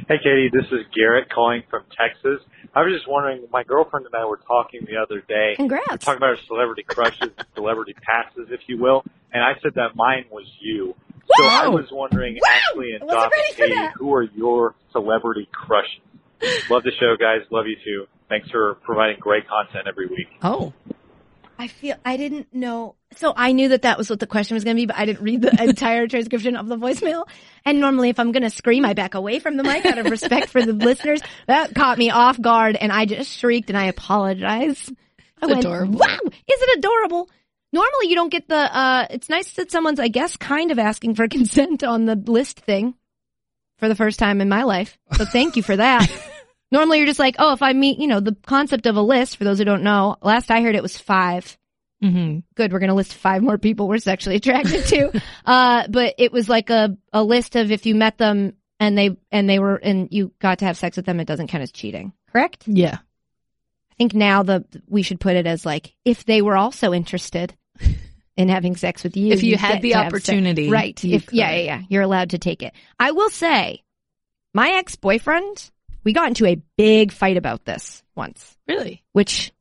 Speaker 8: Hey, Katie, this is Garrett calling from Texas. I was just wondering, my girlfriend and I were talking the other day,
Speaker 2: Congrats.
Speaker 8: talking about our celebrity crushes, celebrity passes, if you will, and I said that mine was you. So I was wondering, Ashley and Doc and Katie, who are your celebrity crushes? Love the show, guys. Love you too. Thanks for providing great content every week.
Speaker 3: oh,
Speaker 2: I feel I didn't know. So I knew that that was what the question was going to be, but I didn't read the entire transcription of the voicemail. And normally, if I'm going to scream, I back away from the mic out of respect for the listeners. That caught me off guard, and I just shrieked and I apologize. I
Speaker 3: It's adorable.
Speaker 2: Wow, is it adorable? Normally, you don't get the. uh It's nice that someone's, I guess, kind of asking for consent on the list thing for the first time in my life. So thank you for that. Normally, you're just like, oh, if I meet, you know, the concept of a list. For those who don't know, last I heard, it was five
Speaker 3: mm-hmm.
Speaker 2: good we're going to list five more people we're sexually attracted to uh but it was like a a list of if you met them and they and they were and you got to have sex with them it doesn't count as cheating correct
Speaker 3: yeah.
Speaker 2: i think now the we should put it as like if they were also interested in having sex with you
Speaker 3: If you had
Speaker 2: get
Speaker 3: the
Speaker 2: to have sex.
Speaker 3: opportunity,
Speaker 2: right
Speaker 3: you
Speaker 2: if, yeah
Speaker 3: could.
Speaker 2: yeah yeah you're allowed to take it i will say my ex-boyfriend we got into a big fight about this once
Speaker 3: Really?
Speaker 2: which,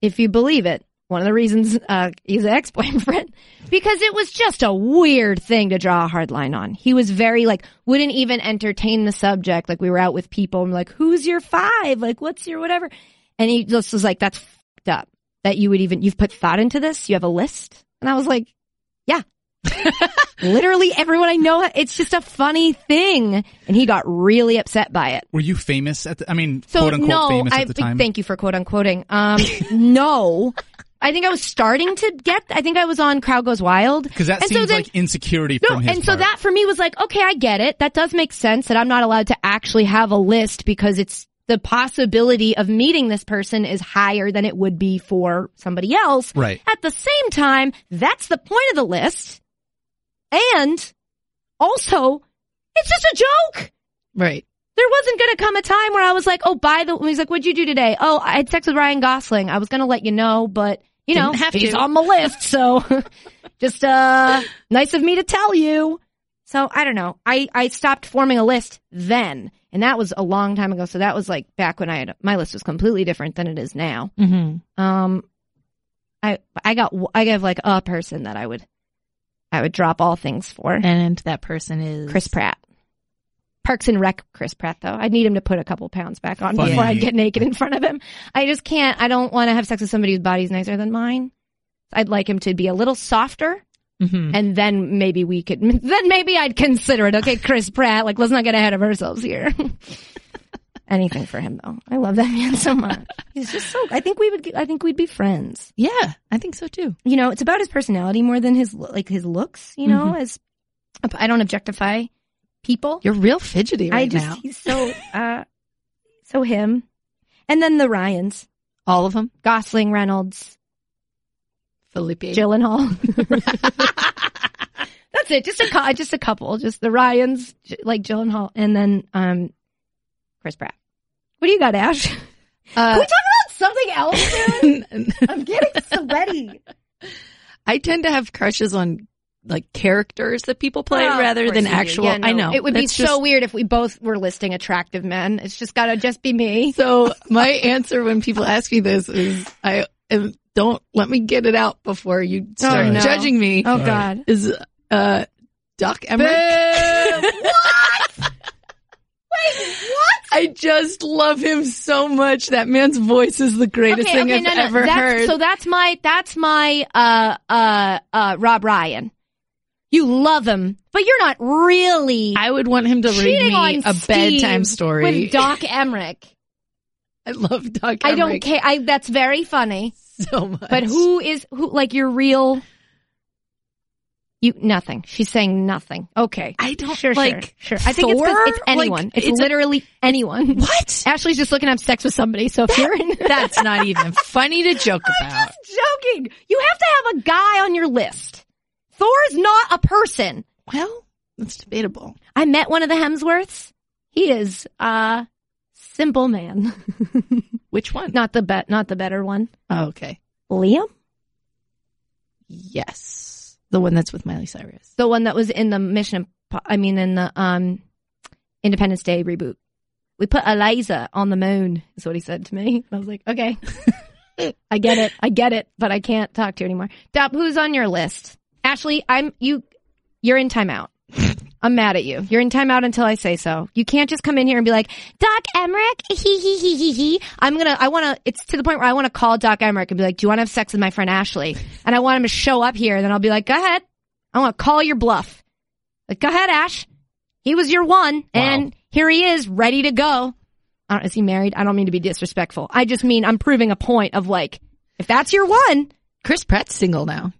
Speaker 2: if you believe it, one of the reasons uh, he's an ex-boyfriend because it was just a weird thing to draw a hard line on. He was very like wouldn't even entertain the subject. Like we were out with people and we're like, "Who's your five? Like what's your whatever?" And he just was like, "That's fucked up that you would even you've put thought into this. You have a list." And I was like, "Yeah." Literally everyone I know, it's just a funny thing. And he got really upset by it.
Speaker 4: Were you famous at the, I mean,
Speaker 2: So
Speaker 4: quote unquote
Speaker 2: no,
Speaker 4: famous
Speaker 2: I
Speaker 4: at the time?
Speaker 2: thank you for quote unquoting. Um, no, I think I was starting to get. I think I was on Crowd Goes Wild
Speaker 4: Because that
Speaker 2: And so
Speaker 4: seems
Speaker 2: then-
Speaker 4: like insecurity
Speaker 2: no,
Speaker 4: from his
Speaker 2: and so
Speaker 4: part.
Speaker 2: that for me was like, okay, I get it. That does make sense that I'm not allowed to actually have a list because it's the possibility of meeting this person is higher than it would be for somebody else.
Speaker 4: Right.
Speaker 2: At the same time, that's the point of the list. And also, it's just a joke
Speaker 3: Right.
Speaker 2: there wasn't going to come a time where I was like, oh, by the, he's like, what'd you do today? Oh, I had sex with Ryan Gosling. I was going to let you know, but you know,
Speaker 3: Didn't have
Speaker 2: he's
Speaker 3: to.
Speaker 2: on the list. So just, uh, nice of me to tell you. So I don't know. I, I stopped forming a list then. And that was a long time ago. So that was like back when I had, my list was completely different than it is now.
Speaker 3: Mm-hmm.
Speaker 2: Um, I, I got, I have like a person that I would, I would drop all things for.
Speaker 3: And that person is
Speaker 2: Chris Pratt. Parks and Rec Chris Pratt though. I'd need him to put a couple pounds back on
Speaker 4: Funny.
Speaker 2: before I'd get naked in front of him. I just can't I don't want to have sex with somebody whose body's nicer than mine. I'd like him to be a little softer
Speaker 3: Mm-hmm.
Speaker 2: and then maybe we could then maybe I'd consider it. Okay, Chris Pratt, like let's not get ahead of ourselves here. Anything for him though. I love that man so much. He's just so I think we would I think we'd be friends
Speaker 3: Yeah, I think so too.
Speaker 2: you know, it's about his personality more than his like his looks. You know, as I don't objectify people.
Speaker 3: Mm-hmm. You're real fidgety right
Speaker 2: I just
Speaker 3: now.
Speaker 2: he's so uh, so him, and then the Ryan's,
Speaker 3: All of them.
Speaker 2: Gosling, Reynolds,
Speaker 3: Felipe.
Speaker 2: Gyllenhaal. That's it. Just a cou- just a couple. Just the Ryan's, J- like Gyllenhaal, and then um, Chris Pratt. What do you got, Ash? Can we
Speaker 3: Uh,
Speaker 2: talk about
Speaker 9: something else soon? I'm getting sweaty.
Speaker 3: I tend to have crushes on like characters that people play
Speaker 9: Oh, of
Speaker 3: rather
Speaker 9: course
Speaker 3: than
Speaker 9: you do.
Speaker 3: actual.
Speaker 9: Yeah, no.
Speaker 3: I know
Speaker 2: It would be
Speaker 3: That's
Speaker 2: so
Speaker 3: just-
Speaker 2: weird if we both were listing attractive men. It's just gotta just be me.
Speaker 3: So my answer when people ask me this is I am- don't let me get it out before you start
Speaker 2: Oh, no.
Speaker 3: judging me.
Speaker 2: Oh
Speaker 4: Sorry.
Speaker 2: God.
Speaker 3: Is uh Doc Emmerich? I just love him so much. That man's voice is the greatest thing I've ever
Speaker 2: that's,
Speaker 3: heard.
Speaker 2: So that's my that's my uh uh uh Rob Ryan. You love him, but you're not really
Speaker 3: I would want him to read
Speaker 2: cheating
Speaker 3: me
Speaker 2: on
Speaker 3: a
Speaker 2: Steve
Speaker 3: bedtime story.
Speaker 2: with Doc Emmerich.
Speaker 3: I love Doc.
Speaker 2: I don't
Speaker 3: Emmerich
Speaker 2: care. I that's very funny.
Speaker 3: so much.
Speaker 2: But who is who? Like your real? You nothing. She's saying nothing. Okay.
Speaker 3: I don't
Speaker 2: sure,
Speaker 3: like.
Speaker 2: sure, sure. I think it's,
Speaker 3: Thor?
Speaker 2: 'cause it's
Speaker 3: Like,
Speaker 2: anyone. it's,
Speaker 3: it's a-
Speaker 2: literally anyone.
Speaker 3: What?
Speaker 2: Ashley's just looking up sex with somebody. So if you're in,
Speaker 3: That's not even funny to joke about.
Speaker 2: joking. You have to have a guy on your list. Thor is not a person.
Speaker 3: Well, that's debatable.
Speaker 2: I met one of the Hemsworths. He is a simple man.
Speaker 3: Which one?
Speaker 2: not the bet, not the better one.
Speaker 3: Oh, okay.
Speaker 2: Liam,
Speaker 3: Yes. The one that's with Miley Cyrus.
Speaker 2: the one that was in the Mission, Imp- I mean, in the um, Independence Day reboot. We put Eliza on the moon. Is what he said to me. I was like, okay, I get it, I get it, but I can't talk to you anymore. Dop, who's on your list? Ashley, I'm you. You're in timeout. I'm mad at you. You're in timeout until I say so. You can't just come in here and be like, Doc Emmerich, he he he he he. I'm gonna, I wanna, it's to the point where I wanna call Doc Emmerich and be like, do you wanna have sex with my friend Ashley? And I want him to show up here and then I'll be like, go ahead. I wanna call your bluff. Like, go ahead, Ash. He was your one and here he is, ready to go. I don't, is he married? I don't mean to be disrespectful. I just mean I'm proving a point of like, if that's your one,
Speaker 3: Chris Pratt's single now.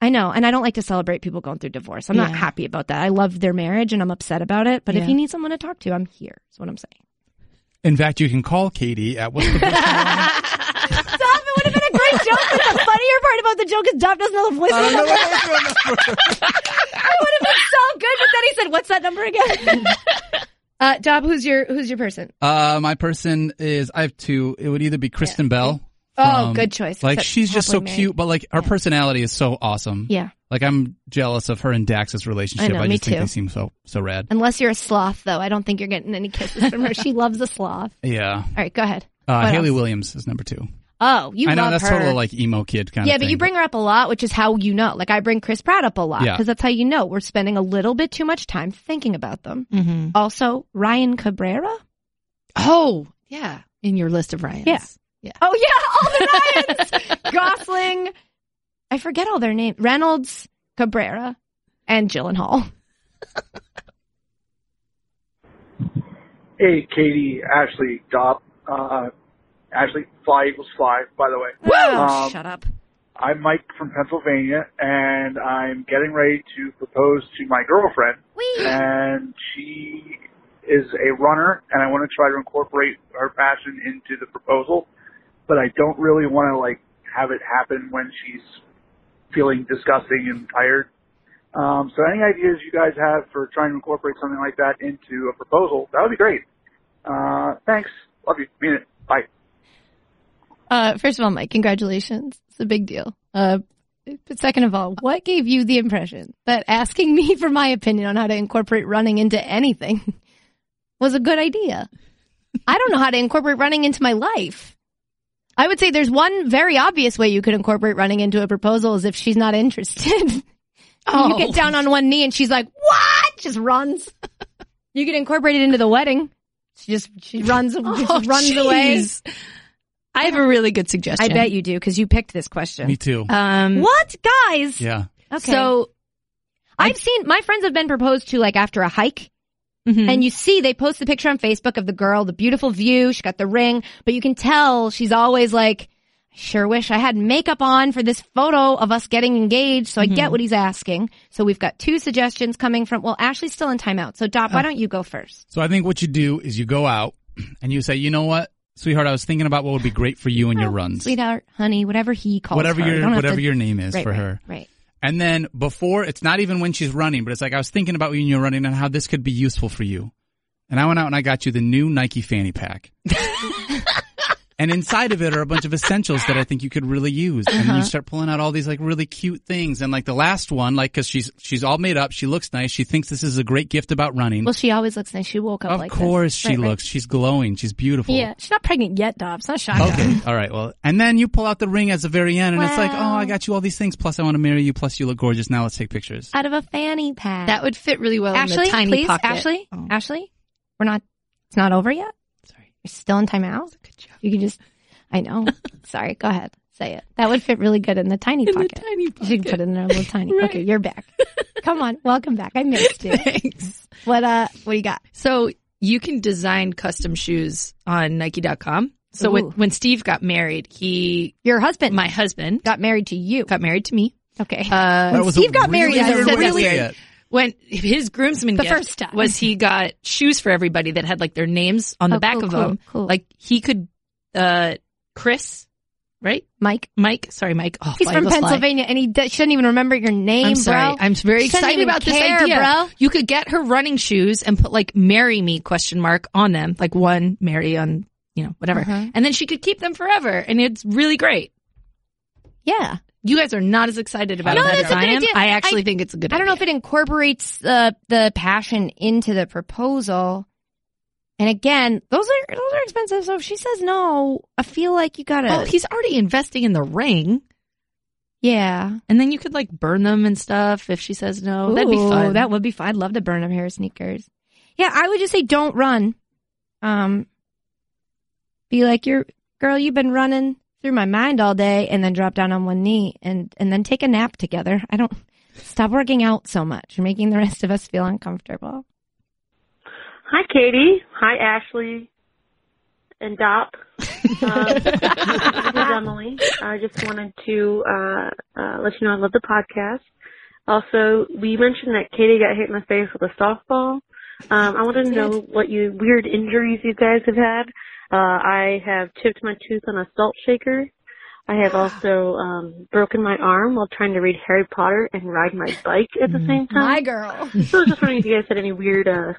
Speaker 2: I know, and I don't like to celebrate people going through divorce. I'm not
Speaker 3: Yeah.
Speaker 2: happy about that. I love their marriage and I'm upset about it. But
Speaker 3: Yeah.
Speaker 2: if you need someone to talk to, I'm here. Is what I'm saying.
Speaker 4: In fact, you can call Katie at what's the best time?
Speaker 2: Stop! It would have been a great joke. But the funnier part about the joke is Dom doesn't know the voice.
Speaker 4: I don't
Speaker 2: It
Speaker 4: know what that's for.
Speaker 2: would have been so good, but then he said, "What's that number again?" uh, Dob, who's your who's your person?
Speaker 4: Uh, my person is I have two. It would either be Kristen Bell.
Speaker 2: Oh,
Speaker 4: from-
Speaker 2: good choice.
Speaker 4: Um, Like
Speaker 2: Except
Speaker 4: she's just so
Speaker 2: happily married.
Speaker 4: cute, but like her
Speaker 2: Yeah.
Speaker 4: personality is so awesome.
Speaker 2: Yeah,
Speaker 4: Like I'm jealous of her and Dax's relationship.
Speaker 2: I know,
Speaker 4: I
Speaker 2: me
Speaker 4: just think
Speaker 2: too.
Speaker 4: they seem so so rad.
Speaker 2: unless you're a sloth, though. I don't think you're getting any kisses from her. She loves a sloth.
Speaker 4: Yeah.
Speaker 2: All right, go ahead.
Speaker 4: Uh,
Speaker 2: What
Speaker 4: Haley
Speaker 2: else?
Speaker 4: Williams is number two.
Speaker 2: Oh, you
Speaker 4: I know
Speaker 2: love
Speaker 4: that's
Speaker 2: her.
Speaker 4: total like emo kid kind
Speaker 2: yeah,
Speaker 4: of.
Speaker 2: but you bring her up a lot, which is how you know. Like I bring Chris Pratt up a lot
Speaker 4: Yeah.
Speaker 2: because that's how you know we're spending a little bit too much time thinking about them.
Speaker 3: Mm-hmm.
Speaker 2: Also, Ryan Cabrera.
Speaker 3: Oh, yeah. In your list of Ryan's.
Speaker 2: Yeah. Oh yeah, all the Ryans. Gosling. I forget all their names. Reynolds, Cabrera, and Gyllenhaal.
Speaker 7: Hey, Katie, Ashley, Dop, uh, Ashley, fly equals fly, by the way.
Speaker 2: Oh,
Speaker 7: Um,
Speaker 2: shut up.
Speaker 7: I'm Mike from Pennsylvania, and I'm getting ready to propose to my girlfriend,
Speaker 2: Whee!
Speaker 7: and she is a runner, and I want to try to incorporate her passion into the proposal, but I don't really want to like have it happen when she's feeling disgusting and tired. Um, so any ideas you guys have for trying to incorporate something like that into a proposal? That would be great. Uh, thanks. Love you. Mean it. Bye.
Speaker 2: Uh, first of all, Mike, congratulations. It's a big deal. Uh, but second of all, what gave you the impression that asking me for my opinion on how to incorporate running into anything was a good idea? I don't know how to incorporate running into my life. I would say there's one very obvious way you could incorporate running into a proposal is if she's not interested.
Speaker 3: Oh.
Speaker 2: You get down on one knee and she's like, "What?" Just runs. you could incorporate it into the wedding. She just she runs
Speaker 3: Oh,
Speaker 2: runs away.
Speaker 3: jeez. I have a really good
Speaker 2: I
Speaker 3: suggestion.
Speaker 2: bet you do because you picked this question.
Speaker 4: Me too.
Speaker 3: Um,
Speaker 2: What guys?
Speaker 4: yeah.
Speaker 2: Okay. So
Speaker 3: So,
Speaker 2: I've seen my friends have been proposed to like after a hike,
Speaker 3: mhm.
Speaker 2: and you see they post the picture on Facebook of the girl, the beautiful view. She got the ring, but you can tell she's always like, "I "Sure wish I had makeup on for this photo of us getting engaged." So I get what he's asking. So we've got two suggestions coming from. Well, Ashley's still in timeout, so Dop,
Speaker 4: Oh.
Speaker 2: why don't you go first?
Speaker 4: So I think what you do is you go out and you say, you know what, sweetheart, I was thinking about what would be great for you and
Speaker 2: Oh,
Speaker 4: your runs,
Speaker 2: sweetheart, honey, whatever he calls
Speaker 4: whatever
Speaker 2: her. You
Speaker 4: your
Speaker 2: don't have
Speaker 4: whatever
Speaker 2: to-
Speaker 4: your name is
Speaker 2: right,
Speaker 4: for
Speaker 2: right,
Speaker 4: her.
Speaker 2: right.
Speaker 4: And then before, it's not even when she's running, but it's like I was thinking about you and you're running and how this could be useful for you. And I went out and I got you the new Nike fanny pack. and inside of it are a bunch of essentials that I think you could really use. And then
Speaker 2: Uh-huh.
Speaker 4: you start pulling out all these like really cute things. And like the last one, like cause she's, she's all made up. She looks nice. She thinks this is a great gift about running.
Speaker 2: Well, she always looks nice. She woke up
Speaker 4: of
Speaker 2: like this.
Speaker 4: course she
Speaker 2: Right, right.
Speaker 4: looks. She's glowing. She's beautiful.
Speaker 2: Yeah, she's not pregnant yet, Dobbs. Not shocking.
Speaker 4: Okay. All right. Well, and then you pull out the ring at the very end and it's like, oh,
Speaker 2: Wow.
Speaker 4: I got you all these things. Plus I want to marry you. Plus you look gorgeous. Now let's take pictures.
Speaker 2: Out of a fanny pack.
Speaker 3: That would fit really well in
Speaker 2: Ashley,
Speaker 3: the tiny
Speaker 2: please,
Speaker 3: pocket.
Speaker 2: Ashley,
Speaker 3: Oh.
Speaker 2: Ashley, we're not. It's not over yet.
Speaker 3: Sorry.
Speaker 2: You're still in timeout.
Speaker 3: Good job.
Speaker 2: You can just. I know. Sorry. Go ahead. Say it. That would fit really good in the tiny
Speaker 3: In
Speaker 2: pocket.
Speaker 3: the tiny pocket.
Speaker 2: You should put it in there a little tiny.
Speaker 3: Right.
Speaker 2: Okay, you're back. Come on, welcome back. I missed you.
Speaker 3: Thanks.
Speaker 2: What uh? What do you got?
Speaker 3: So you can design custom shoes on Nike.com. So when,
Speaker 2: Ooh.
Speaker 3: when Steve got married, he,
Speaker 2: Your husband
Speaker 3: my husband,
Speaker 2: got married to you.
Speaker 3: got married to me.
Speaker 2: Okay.
Speaker 3: Uh,
Speaker 4: That was
Speaker 2: Steve
Speaker 4: a
Speaker 2: got married,
Speaker 4: really
Speaker 3: I
Speaker 4: weird
Speaker 3: said
Speaker 4: way
Speaker 3: that
Speaker 4: to say
Speaker 3: weird.
Speaker 4: it.
Speaker 3: when his groomsman
Speaker 2: The
Speaker 3: gift
Speaker 2: first time.
Speaker 3: was he got shoes for everybody that had like their names on the
Speaker 2: Oh,
Speaker 3: back
Speaker 2: cool,
Speaker 3: of
Speaker 2: cool,
Speaker 3: them.
Speaker 2: cool.
Speaker 3: Like he could, uh, Chris, right?
Speaker 2: Mike.
Speaker 3: Mike, sorry, Mike. Oh,
Speaker 2: He's
Speaker 3: why
Speaker 2: from
Speaker 3: I go sly.
Speaker 2: Pennsylvania, and he d- shouldn't even remember your name,
Speaker 3: I'm sorry.
Speaker 2: bro.
Speaker 3: I'm very
Speaker 2: Shouldn't
Speaker 3: excited
Speaker 2: even
Speaker 3: about
Speaker 2: care,
Speaker 3: this idea.
Speaker 2: bro.
Speaker 3: You could get her running shoes and put like "marry me" question mark on them, like one Mary on you know whatever,
Speaker 2: Uh-huh.
Speaker 3: and then she could keep them forever, and it's really great.
Speaker 2: yeah.
Speaker 3: You guys are not as excited about
Speaker 4: No,
Speaker 3: it
Speaker 4: that's
Speaker 3: as
Speaker 4: a
Speaker 3: I
Speaker 2: good
Speaker 3: am.
Speaker 2: idea.
Speaker 3: I actually think it's a good.
Speaker 2: I don't know if
Speaker 3: idea.
Speaker 2: it incorporates the the passion into the proposal. And again, those are those are expensive. So if she says no, I feel like you gotta.
Speaker 3: Well, Oh, he's already investing in the ring,
Speaker 2: yeah,
Speaker 3: and then you could like burn them and stuff if she says no. That'd be
Speaker 2: Ooh,
Speaker 3: fun.
Speaker 2: That would be fun. I'd love to burn a pair of sneakers. Yeah, I would just say don't run. Um, be like your girl. You've been running through my mind all day, and then drop down on one knee, and and then take a nap together. I don't stop working out so much. You're making the rest of us feel uncomfortable.
Speaker 10: Hi, Katie. Hi, Ashley and Dop. Um, this is Emily. I just wanted to uh, uh, let you know I love the podcast. Also, we mentioned that Katie got hit in the face with a softball. Um, I wanted to know what you weird injuries you guys have had. Uh, I have chipped my tooth on a salt shaker. I have also um, broken my arm while trying to read Harry Potter and ride my bike at the same time.
Speaker 2: girl.
Speaker 10: So I was just wondering if you guys had any weird, uh,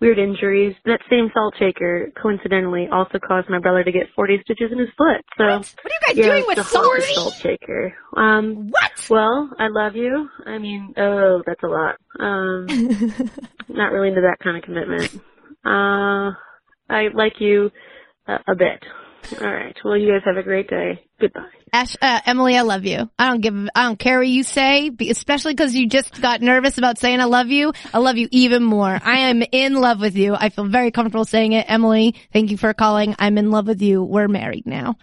Speaker 10: weird injuries. That same salt shaker, coincidentally, also caused my brother to get 40 stitches in his foot. So,
Speaker 2: What are you guys
Speaker 10: yeah,
Speaker 2: doing
Speaker 10: it's
Speaker 2: with
Speaker 10: the whole
Speaker 2: salt?
Speaker 10: salt shaker. Um,
Speaker 2: What?
Speaker 10: well, I love you. I mean, oh, that's a lot. Um, not really into that kind of commitment. Uh, I like you a, a bit. All right. Well, you guys have a great day. Goodbye.
Speaker 2: Ash, uh, Emily, I love you. I don't give, I don't care what you say, be- especially because you just got nervous about saying I love you. I love you even more. I am in love with you. I feel very comfortable saying it. Emily, thank you for calling. I'm in love with you. We're married now.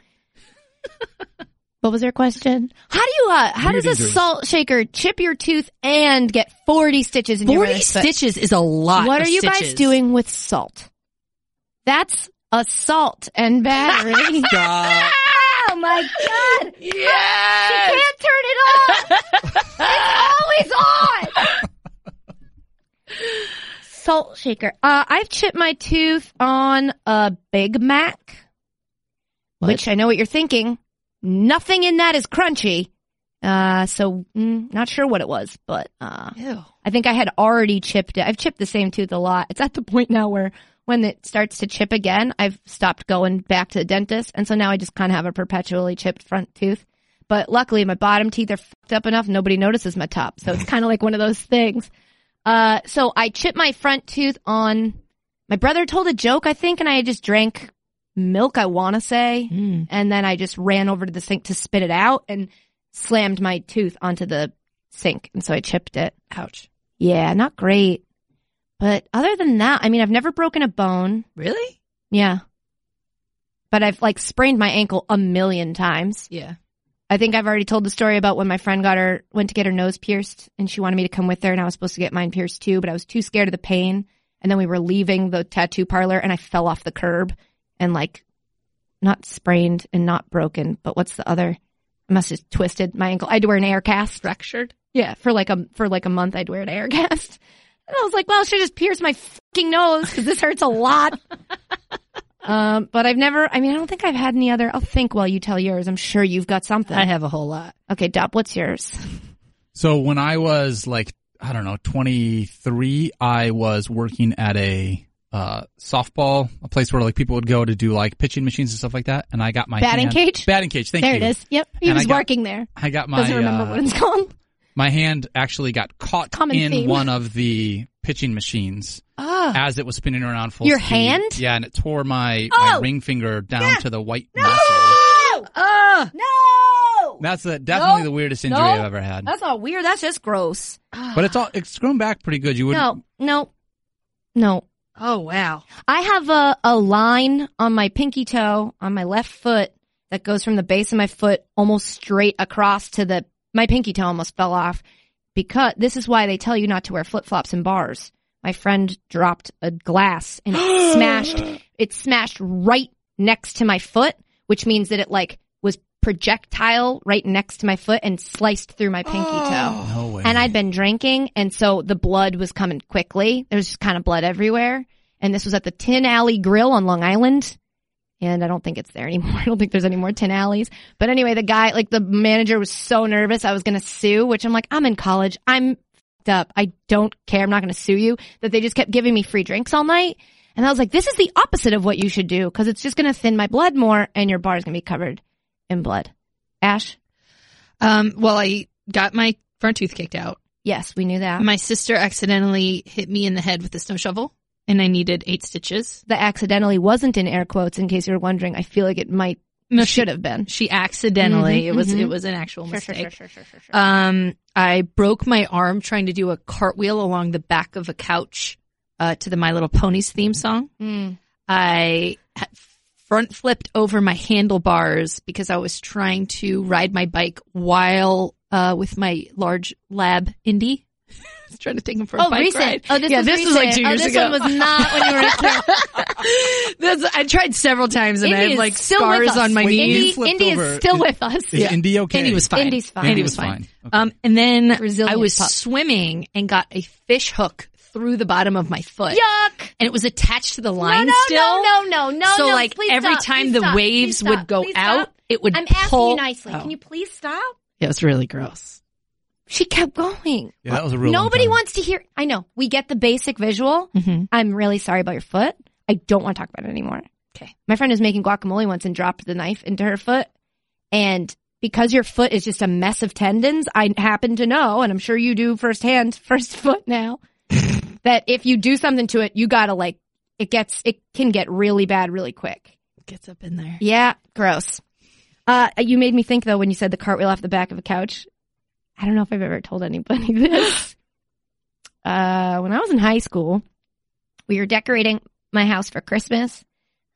Speaker 2: what was her question? How do you, uh, how
Speaker 4: Weird
Speaker 2: does a
Speaker 4: injuries.
Speaker 2: salt shaker chip your tooth and get 40 stitches in your
Speaker 3: Forty
Speaker 2: wrist?
Speaker 3: stitches is a lot.
Speaker 2: What
Speaker 3: of
Speaker 2: are you guys
Speaker 3: stitches.
Speaker 2: doing with salt? That's assault and battery.
Speaker 4: Stop.
Speaker 2: oh my god! She
Speaker 3: Yeah.
Speaker 2: can't turn it off. it's always on. Salt shaker. Uh, I've chipped my tooth on a Big Mac, which I know what you're thinking. Nothing in that is crunchy. Uh, so mm, not sure what it was, but uh,
Speaker 3: Ew.
Speaker 2: I think I had already chipped it. I've chipped the same tooth a lot. It's at the point now where when it starts to chip again, I've stopped going back to the dentist. And so now I just kind of have a perpetually chipped front tooth. But luckily my bottom teeth are fucked up enough. Nobody notices my top. So it's kind of like one of those things. Uh, so I chipped my front tooth on my brother told a joke, I think, and I just drank milk, I want to say.
Speaker 3: Mm.
Speaker 2: And then I just ran over to the sink to spit it out and slammed my tooth onto the sink. And so I chipped it.
Speaker 3: Ouch.
Speaker 2: Yeah, not great. But other than that, I mean, I've never broken a bone.
Speaker 3: Really?
Speaker 2: Yeah. But I've like sprained my ankle a million times.
Speaker 3: Yeah.
Speaker 2: I think I've already told the story about when my friend got her, went to get her nose pierced and she wanted me to come with her and I was supposed to get mine pierced too, but I was too scared of the pain. And then we were leaving the tattoo parlor and I fell off the curb and like not sprained and not broken, but what's the other? I must have twisted my ankle. I had to wear an air cast.
Speaker 3: Fractured.
Speaker 2: Yeah, for like a for like a month, I'd wear an air cast. And I was like, well, I should just pierce my fucking nose because this hurts a lot. um, but I've never. I mean, I don't think I've had any other. I'll think while you tell yours. I'm sure you've got something.
Speaker 3: I have a whole lot.
Speaker 2: Okay, Dop, what's yours?
Speaker 4: So when I was like, I don't know, 23, I was working at a uh, softball, a place where like people would go to do like pitching machines and stuff like that. And I got my
Speaker 2: Batting
Speaker 4: hand-
Speaker 2: cage?
Speaker 4: batting cage. Thank
Speaker 2: there
Speaker 4: you.
Speaker 2: it is. Yep. He
Speaker 4: And
Speaker 2: was
Speaker 4: I got-
Speaker 2: working there.
Speaker 4: I got my
Speaker 2: Doesn't remember
Speaker 4: uh,
Speaker 2: what it's called.
Speaker 4: my hand actually got caught
Speaker 2: Common
Speaker 4: in
Speaker 2: theme.
Speaker 4: one of the pitching machines
Speaker 2: Oh.
Speaker 4: as it was spinning around full
Speaker 2: Your
Speaker 4: speed.
Speaker 2: hand?
Speaker 4: Yeah, and it tore my, my
Speaker 2: Oh!
Speaker 4: ring finger down
Speaker 2: Yeah.
Speaker 4: to the white
Speaker 2: No!
Speaker 4: muscle.
Speaker 2: Uh, no.
Speaker 4: That's the, Oh! definitely
Speaker 2: No.
Speaker 4: the weirdest injury
Speaker 2: No. Ah.
Speaker 4: I've ever had. Ah.
Speaker 2: That's not weird. That's just gross.
Speaker 4: But it's all it's grown back pretty good. You would
Speaker 2: No, no, no.
Speaker 3: Oh wow.
Speaker 2: I have a, a line on my pinky toe on my left foot that goes from the base of my foot almost straight across to the my pinky toe almost fell off because this is why they tell you not to wear flip flops in bars. My friend dropped a glass and it smashed it smashed right next to my foot, which means that it like was projectile right next to my foot and sliced through my pinky toe.
Speaker 4: no way.
Speaker 2: And I'd been drinking, and so the blood was coming quickly. There was just kind of blood everywhere. And this was at the Tin Alley Grill on Long Island. And I don't think it's there anymore. I don't think there's any more Tin Alleys. But anyway, the guy, like the manager was so nervous I was going to sue, which I'm like, I'm in college. I'm fucked up. I don't care. I'm not going to sue you. That they just kept giving me free drinks all night. And I was like, this is the opposite of what you should do because it's just going to thin my blood more and your bar is going to be covered in blood. Ash?
Speaker 3: Um, well, I got my front tooth kicked out.
Speaker 2: Yes, we knew that.
Speaker 3: My sister accidentally hit me in the head with a snow shovel, and I needed eight stitches.
Speaker 2: that accidentally wasn't in air quotes in case you were wondering. I feel like it might
Speaker 3: No, she-
Speaker 2: should have been.
Speaker 3: She accidentally.
Speaker 2: Mhm,
Speaker 3: it was.
Speaker 2: mhm.
Speaker 3: It was an actual mistake.
Speaker 2: sure, sure, sure, sure.
Speaker 3: Um, I broke my arm trying to do a cartwheel along the back of a couch uh, to the My Little Ponies theme song.
Speaker 2: Mm.
Speaker 3: I had front flipped over my handlebars because I was trying to ride my bike while uh, with my large lab indie. I was trying to take him for a
Speaker 2: Oh,
Speaker 3: bike
Speaker 2: recent.
Speaker 3: ride.
Speaker 2: Oh, this
Speaker 3: yeah,
Speaker 2: was
Speaker 3: this was like
Speaker 2: recent.
Speaker 3: two
Speaker 2: Oh,
Speaker 3: years
Speaker 2: this
Speaker 3: ago.
Speaker 2: one was not when you were a
Speaker 3: kid. That's, I tried several times and
Speaker 2: Indy
Speaker 3: I have
Speaker 2: is
Speaker 3: like
Speaker 2: still with
Speaker 3: scars
Speaker 2: us.
Speaker 3: on my
Speaker 4: Wait,
Speaker 3: knees.
Speaker 2: Indy,
Speaker 4: you flipped
Speaker 2: Indy is
Speaker 4: over-
Speaker 2: still with us.
Speaker 4: is Indy okay?
Speaker 3: Indy was fine.
Speaker 2: Indy's fine.
Speaker 3: Indy
Speaker 4: Andy
Speaker 3: was fine.
Speaker 4: Okay.
Speaker 3: Um, and then
Speaker 2: Resilient
Speaker 3: I was
Speaker 2: pup.
Speaker 3: swimming and got a fish hook through the bottom of my foot.
Speaker 2: Yuck!
Speaker 3: And it was attached to the
Speaker 2: No,
Speaker 3: line
Speaker 2: no,
Speaker 3: still.
Speaker 2: no, no, no, Oh, no.
Speaker 3: so
Speaker 2: no,
Speaker 3: like
Speaker 2: please
Speaker 3: every
Speaker 2: stop,
Speaker 3: time
Speaker 2: please
Speaker 3: the
Speaker 2: stop,
Speaker 3: waves
Speaker 2: please
Speaker 3: would
Speaker 2: stop,
Speaker 3: go
Speaker 2: please
Speaker 3: out,
Speaker 2: stop.
Speaker 3: it would
Speaker 2: I'm asking
Speaker 3: pull.
Speaker 2: you nicely.
Speaker 3: oh.
Speaker 2: Can you please stop?
Speaker 3: It was really gross.
Speaker 2: She kept going.
Speaker 4: Yeah, that was a real long
Speaker 2: Nobody
Speaker 4: time.
Speaker 2: wants to hear. I know. We get the basic visual.
Speaker 3: Mhm.
Speaker 2: I'm really sorry about your foot. I don't want to talk about it anymore.
Speaker 3: Okay.
Speaker 2: My friend was making guacamole once and dropped the knife into her foot. And because your foot is just a mess of tendons, I happen to know, and I'm sure you do firsthand, first foot now, that if you do something to it, you gotta like, it gets, it can get really bad really quick.
Speaker 3: Gets up in there.
Speaker 2: Yeah, gross. Uh, you made me think though when you said the cartwheel off the back of a couch. I don't know if I've ever told anybody this. uh, when I was in high school, we were decorating my house for Christmas,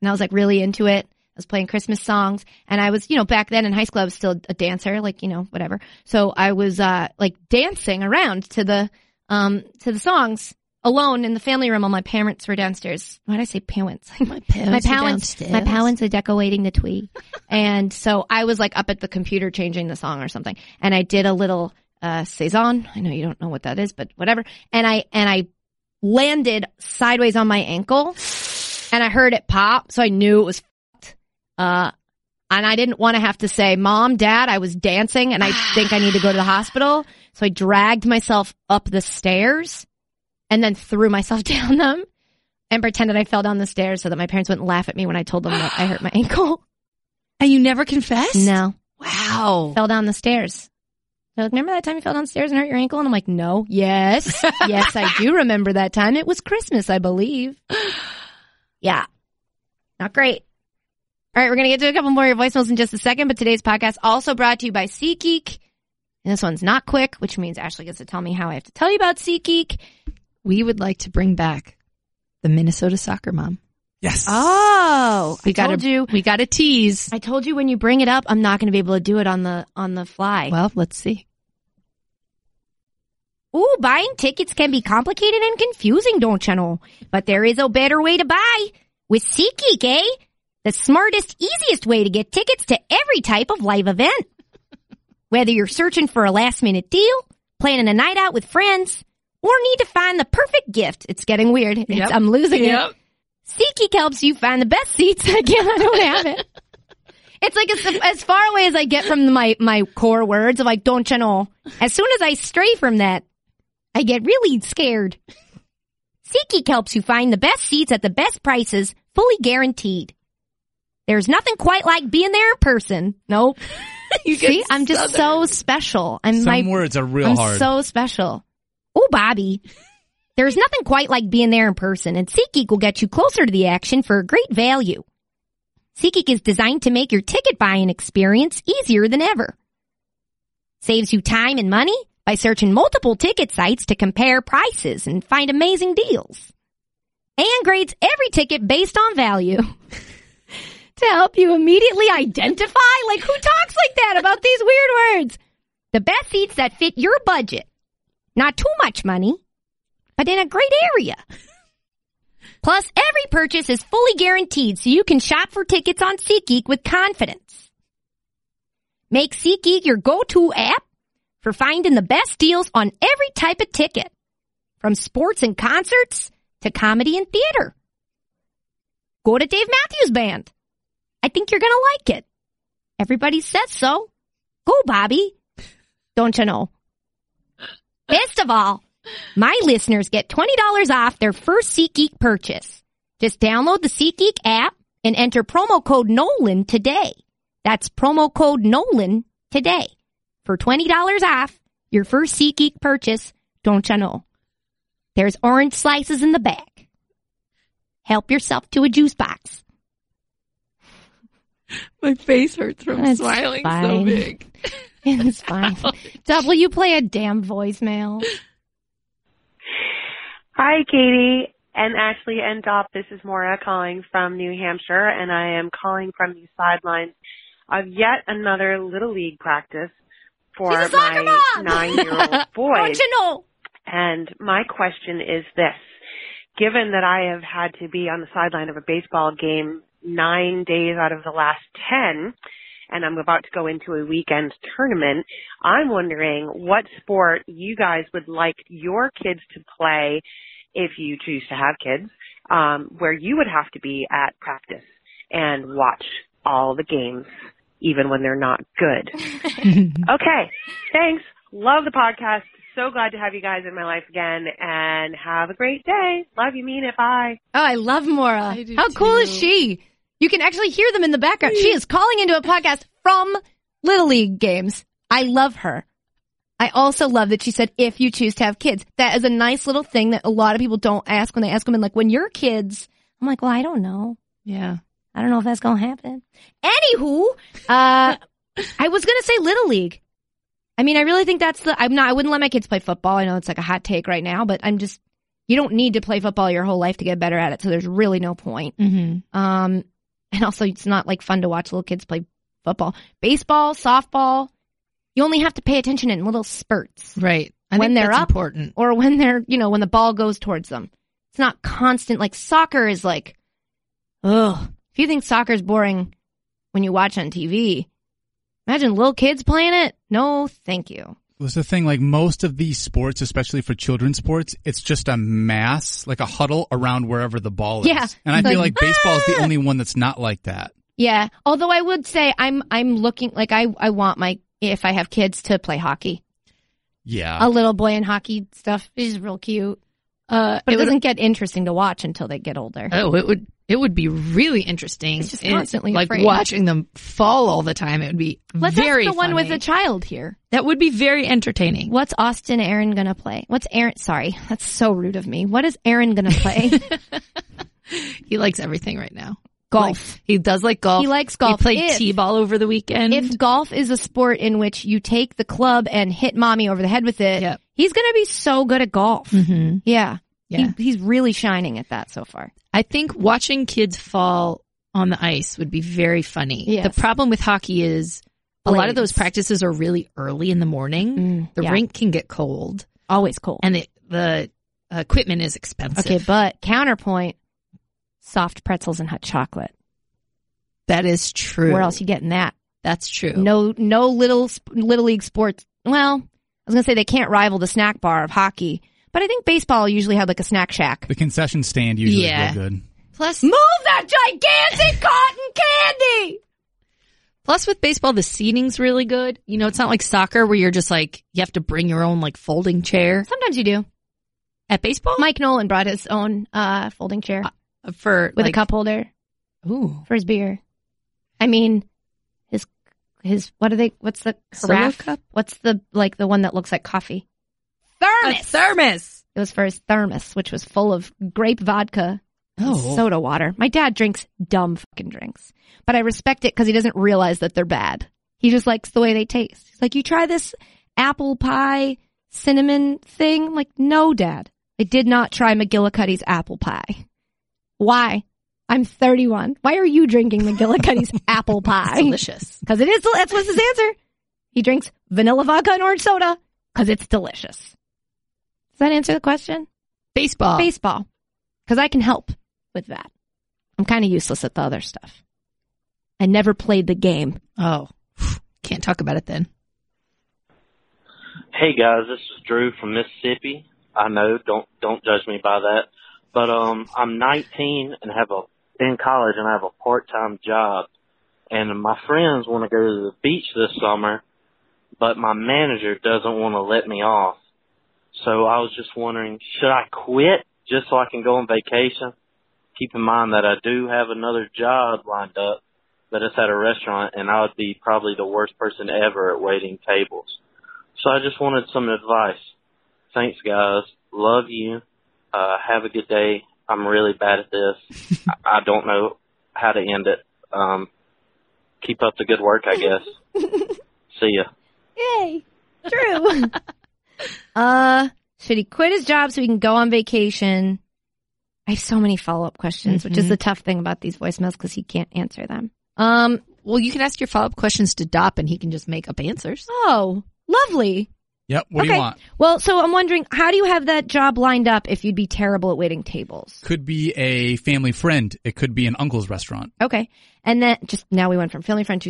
Speaker 2: and I was like really into it. I was playing Christmas songs, and I was, you know, back then in high school, I was still a dancer, like you know, whatever. So I was uh, like dancing around to the um to the songs alone in the family room. All my parents were downstairs. Why did I say parents?
Speaker 3: My parents.
Speaker 2: my parents, my parents were decorating the tree, and so I was like up at the computer changing the song or something, and I did a little uh, saison. I know you don't know what that is, but whatever. And I and I landed sideways on my ankle, and I heard it pop, so I knew it was. Fucked. Uh, and I didn't want to have to say, "Mom, Dad, I was dancing, and I think I need to go to the hospital." So I dragged myself up the stairs, and then threw myself down them and pretended I fell down the stairs so that my parents wouldn't laugh at me when I told them that I hurt my ankle.
Speaker 3: And you never confessed?
Speaker 2: No,
Speaker 3: Wow.
Speaker 2: fell down the stairs. They're like, remember that time you fell downstairs and hurt your ankle? And I'm like, no, yes, yes, I do remember that time. It was Christmas, I believe. Yeah, not great. All right, we're gonna get to a couple more of your voicemails in just a second, but today's podcast also brought to you by SeatGeek. And this one's not quick, which means Ashley gets to tell me how I have to tell you about SeatGeek.
Speaker 3: We would like to bring back the Minnesota soccer mom.
Speaker 4: Yes.
Speaker 2: Ah, Oh,
Speaker 3: We
Speaker 2: I
Speaker 3: got
Speaker 2: told
Speaker 3: to
Speaker 2: you.
Speaker 3: We got to tease.
Speaker 2: I told you when you bring it up, I'm not going to be able to do it on the on the fly.
Speaker 3: Well, let's see.
Speaker 2: Ooh, buying tickets can be complicated and confusing, don't you know? But there is a better way to buy with SeatGeek, eh? The smartest, easiest way to get tickets to every type of live event. Whether you're searching for a last minute deal, planning a night out with friends, or need to find the perfect gift, it's getting weird. It's-
Speaker 3: Yep.
Speaker 2: I'm losing it. SeatGeek helps you find the best seats. Again, I don't have it. It's like as, as far away as I get from my, my core words of like, don't you know? As soon as I stray from that, I get really scared. SeatGeek helps you find the best seats at the best prices, fully guaranteed. There's nothing quite like being there in person. Nope. See, I'm just so special. I'm
Speaker 4: Some
Speaker 2: my
Speaker 4: words are real
Speaker 2: I'm
Speaker 4: hard.
Speaker 2: so special. Oh, Bobby. There's nothing quite like being there in person, and SeatGeek will get you closer to the action for a great value. SeatGeek is designed to make your ticket buying experience easier than ever. Saves you time and money by searching multiple ticket sites to compare prices and find amazing deals. And grades every ticket based on value to help you immediately identify. Like, who talks like that about these weird words? The best seats that fit your budget. Not too much money, but in a great area. Plus, every purchase is fully guaranteed so you can shop for tickets on SeatGeek with confidence. Make SeatGeek your go-to app for finding the best deals on every type of ticket, from sports and concerts to comedy and theater. Go to Dave Matthews Band. I think you're going to like it. Everybody says so. Go, Bobby. Don't you know? Best of all, my listeners get $20 off their first SeatGeek purchase. Just download the SeatGeek app and enter promo code Nolan today. That's promo code Nolan today for $20 off your first SeatGeek purchase. Don't you know? There's orange slices in the back. Help yourself to a juice box.
Speaker 3: My face hurts from
Speaker 2: That's
Speaker 3: smiling so
Speaker 2: fine.
Speaker 3: big.
Speaker 2: It's fine. Dub, will you play a damn voicemail?
Speaker 10: Hi, Katie and Ashley and Dop. This is Maura calling from New Hampshire, and I am calling from the sidelines of yet another Little League practice for
Speaker 2: She's a soccer
Speaker 10: my
Speaker 2: mom!
Speaker 10: nine-year-old boy.
Speaker 2: Don't you know?
Speaker 10: And my question is this. Given that I have had to be on the sideline of a baseball game nine days out of the last ten, and I'm about to go into a weekend tournament, I'm wondering what sport you guys would like your kids to play if you choose to have kids, um, where you would have to be at practice and watch all the games, even when they're not good. Okay. Thanks. Love the podcast. So glad to have you guys in my life again and have a great day. Love you, mean it. Bye.
Speaker 2: Oh, I love Mora.
Speaker 3: I do
Speaker 2: How cool is
Speaker 3: too.
Speaker 2: she? You can actually hear them in the background. She is calling into a podcast from Little League games. I love her. I also love that she said, if you choose to have kids, that is a nice little thing that a lot of people don't ask when they ask women, like, when you're kids, I'm like, well, I don't know.
Speaker 3: Yeah.
Speaker 2: I don't know if that's going to happen. Anywho, uh, I was going to say Little League. I mean, I really think that's the, I'm not, I wouldn't let my kids play football. I know it's like a hot take right now, but I'm just, you don't need to play football your whole life to get better at it. So there's really no point.
Speaker 3: Mm-hmm.
Speaker 2: Um, and also it's not like fun to watch little kids play football, baseball, softball. You only have to pay attention in little spurts
Speaker 3: Right. I
Speaker 2: When
Speaker 3: think
Speaker 2: they're
Speaker 3: that's
Speaker 2: up.
Speaker 3: important.
Speaker 2: or when they're, you know, when the ball goes towards them. It's not constant. Like soccer is like, ugh. If you think soccer's boring when you watch on TV, imagine little kids playing it. No, thank you.
Speaker 4: was the thing like most of these sports, especially for children's sports, it's just a mass, like a huddle around wherever the ball is.
Speaker 2: Yeah.
Speaker 4: And I feel
Speaker 2: Like, "Ah!"
Speaker 4: like baseball is the only one that's not like that.
Speaker 2: Yeah. Although I would say I'm, I'm looking like I, I want my, if I have kids to play hockey,
Speaker 4: Yeah.
Speaker 2: a little boy in hockey stuff is real cute,
Speaker 3: Uh,
Speaker 2: but it,
Speaker 3: it would-
Speaker 2: doesn't get interesting to watch until they get older.
Speaker 3: Oh, it would it would be really interesting.
Speaker 2: It's just
Speaker 3: And,
Speaker 2: constantly
Speaker 3: like
Speaker 2: afraid.
Speaker 3: watching them fall all the time. It would be
Speaker 2: Let's
Speaker 3: very
Speaker 2: ask the one with
Speaker 3: funny.
Speaker 2: the child here.
Speaker 3: that would be very entertaining.
Speaker 2: What's Austin Aaron gonna play? What's Aaron? Sorry, that's so rude of me. What is Aaron gonna play?
Speaker 3: He likes everything right now.
Speaker 2: Golf.
Speaker 3: Like, he does like golf.
Speaker 2: He likes golf.
Speaker 3: He played
Speaker 2: If-
Speaker 3: t-ball over the weekend.
Speaker 2: if golf is a sport in which you take the club and hit mommy over the head with it,
Speaker 3: Yep.
Speaker 2: he's gonna be so good at golf.
Speaker 3: Mhm.
Speaker 2: Yeah,
Speaker 3: Yeah.
Speaker 2: He, he's really shining at that so far.
Speaker 3: I think watching kids fall on the ice would be very funny.
Speaker 2: Yes.
Speaker 3: The problem with hockey is a lot of those
Speaker 2: Blades.
Speaker 3: practices are really early in the morning.
Speaker 2: Mm,
Speaker 3: the
Speaker 2: yeah.
Speaker 3: rink can get cold,
Speaker 2: always cool.
Speaker 3: and the the equipment is expensive.
Speaker 2: okay, but counterpoint: soft pretzels and hot chocolate.
Speaker 3: that is true.
Speaker 2: Where else you getting that?
Speaker 3: That's true.
Speaker 2: No, no little sp- little league sports. Well, I was gonna say they can't rival the snack bar of hockey, but I think baseball usually had like a snack shack.
Speaker 4: The concession stand usually
Speaker 3: Yeah.
Speaker 4: is real good.
Speaker 3: Plus,
Speaker 2: Move that gigantic cotton candy.
Speaker 3: Plus, with baseball, the seating's really good. You know, it's not like soccer where you're just like, you have to bring your own like folding chair.
Speaker 2: Sometimes you do.
Speaker 3: At baseball?
Speaker 2: Mike Nolan brought his own uh, folding chair
Speaker 3: For
Speaker 2: with
Speaker 3: like,
Speaker 2: a cup holder
Speaker 3: Ooh.
Speaker 2: for his beer. I mean, his his what are they? What's the
Speaker 3: Solo
Speaker 2: carafe?
Speaker 3: cup?
Speaker 2: What's the like the one that looks like coffee?
Speaker 3: A thermos.
Speaker 2: It was for his thermos, which was full of grape vodka and
Speaker 3: Oh.
Speaker 2: soda water. My dad drinks dumb fucking drinks, but I respect it because he doesn't realize that they're bad. He just likes the way they taste. He's like, you try this apple pie cinnamon thing? I'm like, no, dad. I did not try McGillicuddy's apple pie. Why? I'm 31. Why are you drinking McGillicuddy's apple pie?
Speaker 3: Delicious.
Speaker 2: Because it is, del- that's what's his answer. He drinks vanilla vodka and orange soda because it's delicious. Does that answer the question?
Speaker 3: Baseball.
Speaker 2: Baseball. Because I can help with that. I'm kind of useless at the other stuff. I never played the game.
Speaker 3: oh. Can't talk about it then.
Speaker 11: Hey guys, this is Drew from Mississippi. I know, don't don't judge me by that. But um I'm 19 and have a in college and I have a part-time job and my friends want to go to the beach this summer, but my manager doesn't want to let me off. So I was just wondering, should I quit just so I can go on vacation? Keep in mind that I do have another job lined up, but it's at a restaurant and I would be probably the worst person ever at waiting tables. So I just wanted some advice. Thanks, guys. Love you. Uh, have a good day. I'm really bad at this. I I don't know how to end it. Um, keep up the good work, I guess. See ya.
Speaker 2: Yay. True. uh, should he quit his job so he can go on vacation? I have so many follow up questions, which is
Speaker 3: Mhm.
Speaker 2: the tough thing about these voicemails because he can't answer them. Um,
Speaker 3: Well, you can ask your follow up questions to Dop and he can just make up answers.
Speaker 2: oh, lovely.
Speaker 4: Yep. What
Speaker 2: okay.
Speaker 4: do you want?
Speaker 2: Well, so I'm wondering, how do you have that job lined up if you'd be terrible at waiting tables?
Speaker 4: Could be a family friend. It could be an uncle's restaurant.
Speaker 2: Okay. And then just now we went from family friend to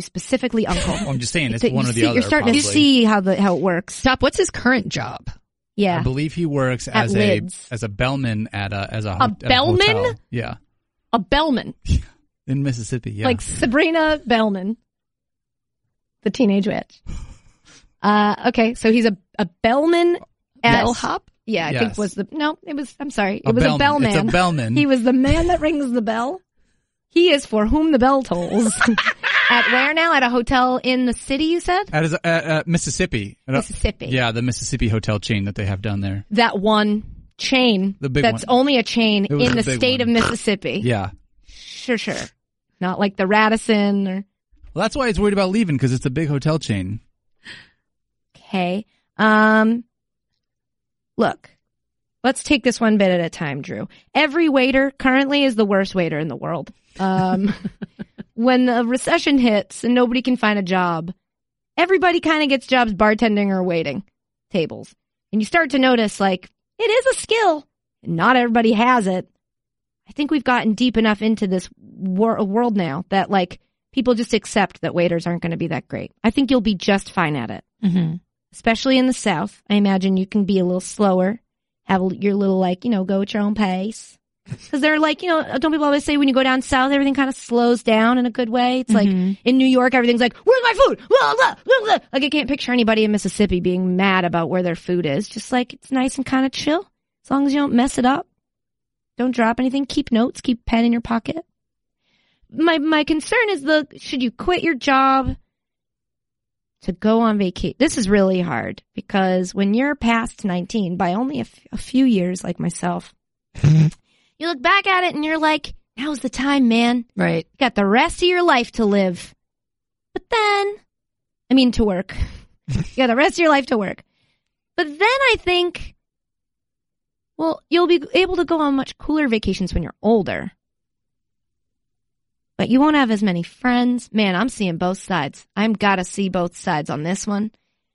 Speaker 2: specifically uncle.
Speaker 4: I'm just saying, it's
Speaker 2: So you
Speaker 4: one or the
Speaker 2: see-
Speaker 4: other.
Speaker 2: You're starting to
Speaker 4: probably.
Speaker 2: see how the how it works.
Speaker 3: Dop, what's his current job?
Speaker 4: I
Speaker 2: Yeah.
Speaker 4: believe he works as
Speaker 2: Lids.
Speaker 4: a as a bellman at a as a, ho-
Speaker 2: A
Speaker 4: at
Speaker 2: bellman?
Speaker 4: hotel. Yeah,
Speaker 2: A bellman.
Speaker 4: in Mississippi. Yeah,
Speaker 2: Like Sabrina Bellman. The teenage witch. Uh okay, so he's a a bellman at
Speaker 3: Bellhop?
Speaker 2: Yeah, I think
Speaker 4: Yes.
Speaker 2: was the no, it was I'm sorry. It
Speaker 4: A
Speaker 2: was a
Speaker 4: bellman.
Speaker 2: bellman.
Speaker 4: It's a bellman.
Speaker 2: He was the man that rings the bell. He is for whom the bell tolls. at where now? At a hotel in the city, you said?
Speaker 4: at, his- at, at Mississippi. At a-
Speaker 2: Mississippi.
Speaker 4: yeah, the Mississippi hotel chain that they have down there.
Speaker 2: that one chain
Speaker 4: The big
Speaker 2: that's
Speaker 4: one.
Speaker 2: only a chain
Speaker 4: It was
Speaker 2: in the
Speaker 4: the big
Speaker 2: state of
Speaker 4: one.
Speaker 2: Mississippi.
Speaker 4: Yeah,
Speaker 2: Sure, sure. Not like the Radisson or
Speaker 4: well, that's why he's worried about leaving because it's a big hotel chain.
Speaker 2: okay. Um look. Let's take this one bit at a time, Drew. Every waiter currently is the worst waiter in the world. Um when the recession hits and nobody can find a job, everybody kind of gets jobs bartending or waiting tables. And you start to notice like it is a skill and not everybody has it. I think we've gotten deep enough into this wor- world now that like people just accept that waiters aren't going to be that great. I think you'll be just fine at it,
Speaker 3: Mm-hmm.
Speaker 2: especially in the South. I imagine you can be a little slower, have a- your little like you know go at your own pace. Because they're like, you know, don't people always say when you go down south, everything kind of slows down in a good way? It's like in New York, everything's like, where's my food? Blah, blah, blah, blah. Like, I can't picture anybody in Mississippi being mad about where their food is. Just like, it's nice and kind of chill. As long as you don't mess it up, don't drop anything. Keep notes, keep pen in your pocket. My, my concern is the, should you quit your job to go on vacation? This is really hard because when you're past 19 by only a, f- a few years, like myself, you look back at it and you're like, now's the time, man.
Speaker 3: Right.
Speaker 2: You got the rest of your life to live. But then, I mean, to work. you got the rest of your life to work. But then I think, well, you'll be able to go on much cooler vacations when you're older. But you won't have as many friends. Man, I'm seeing both sides. I'm gotta see both sides on this one.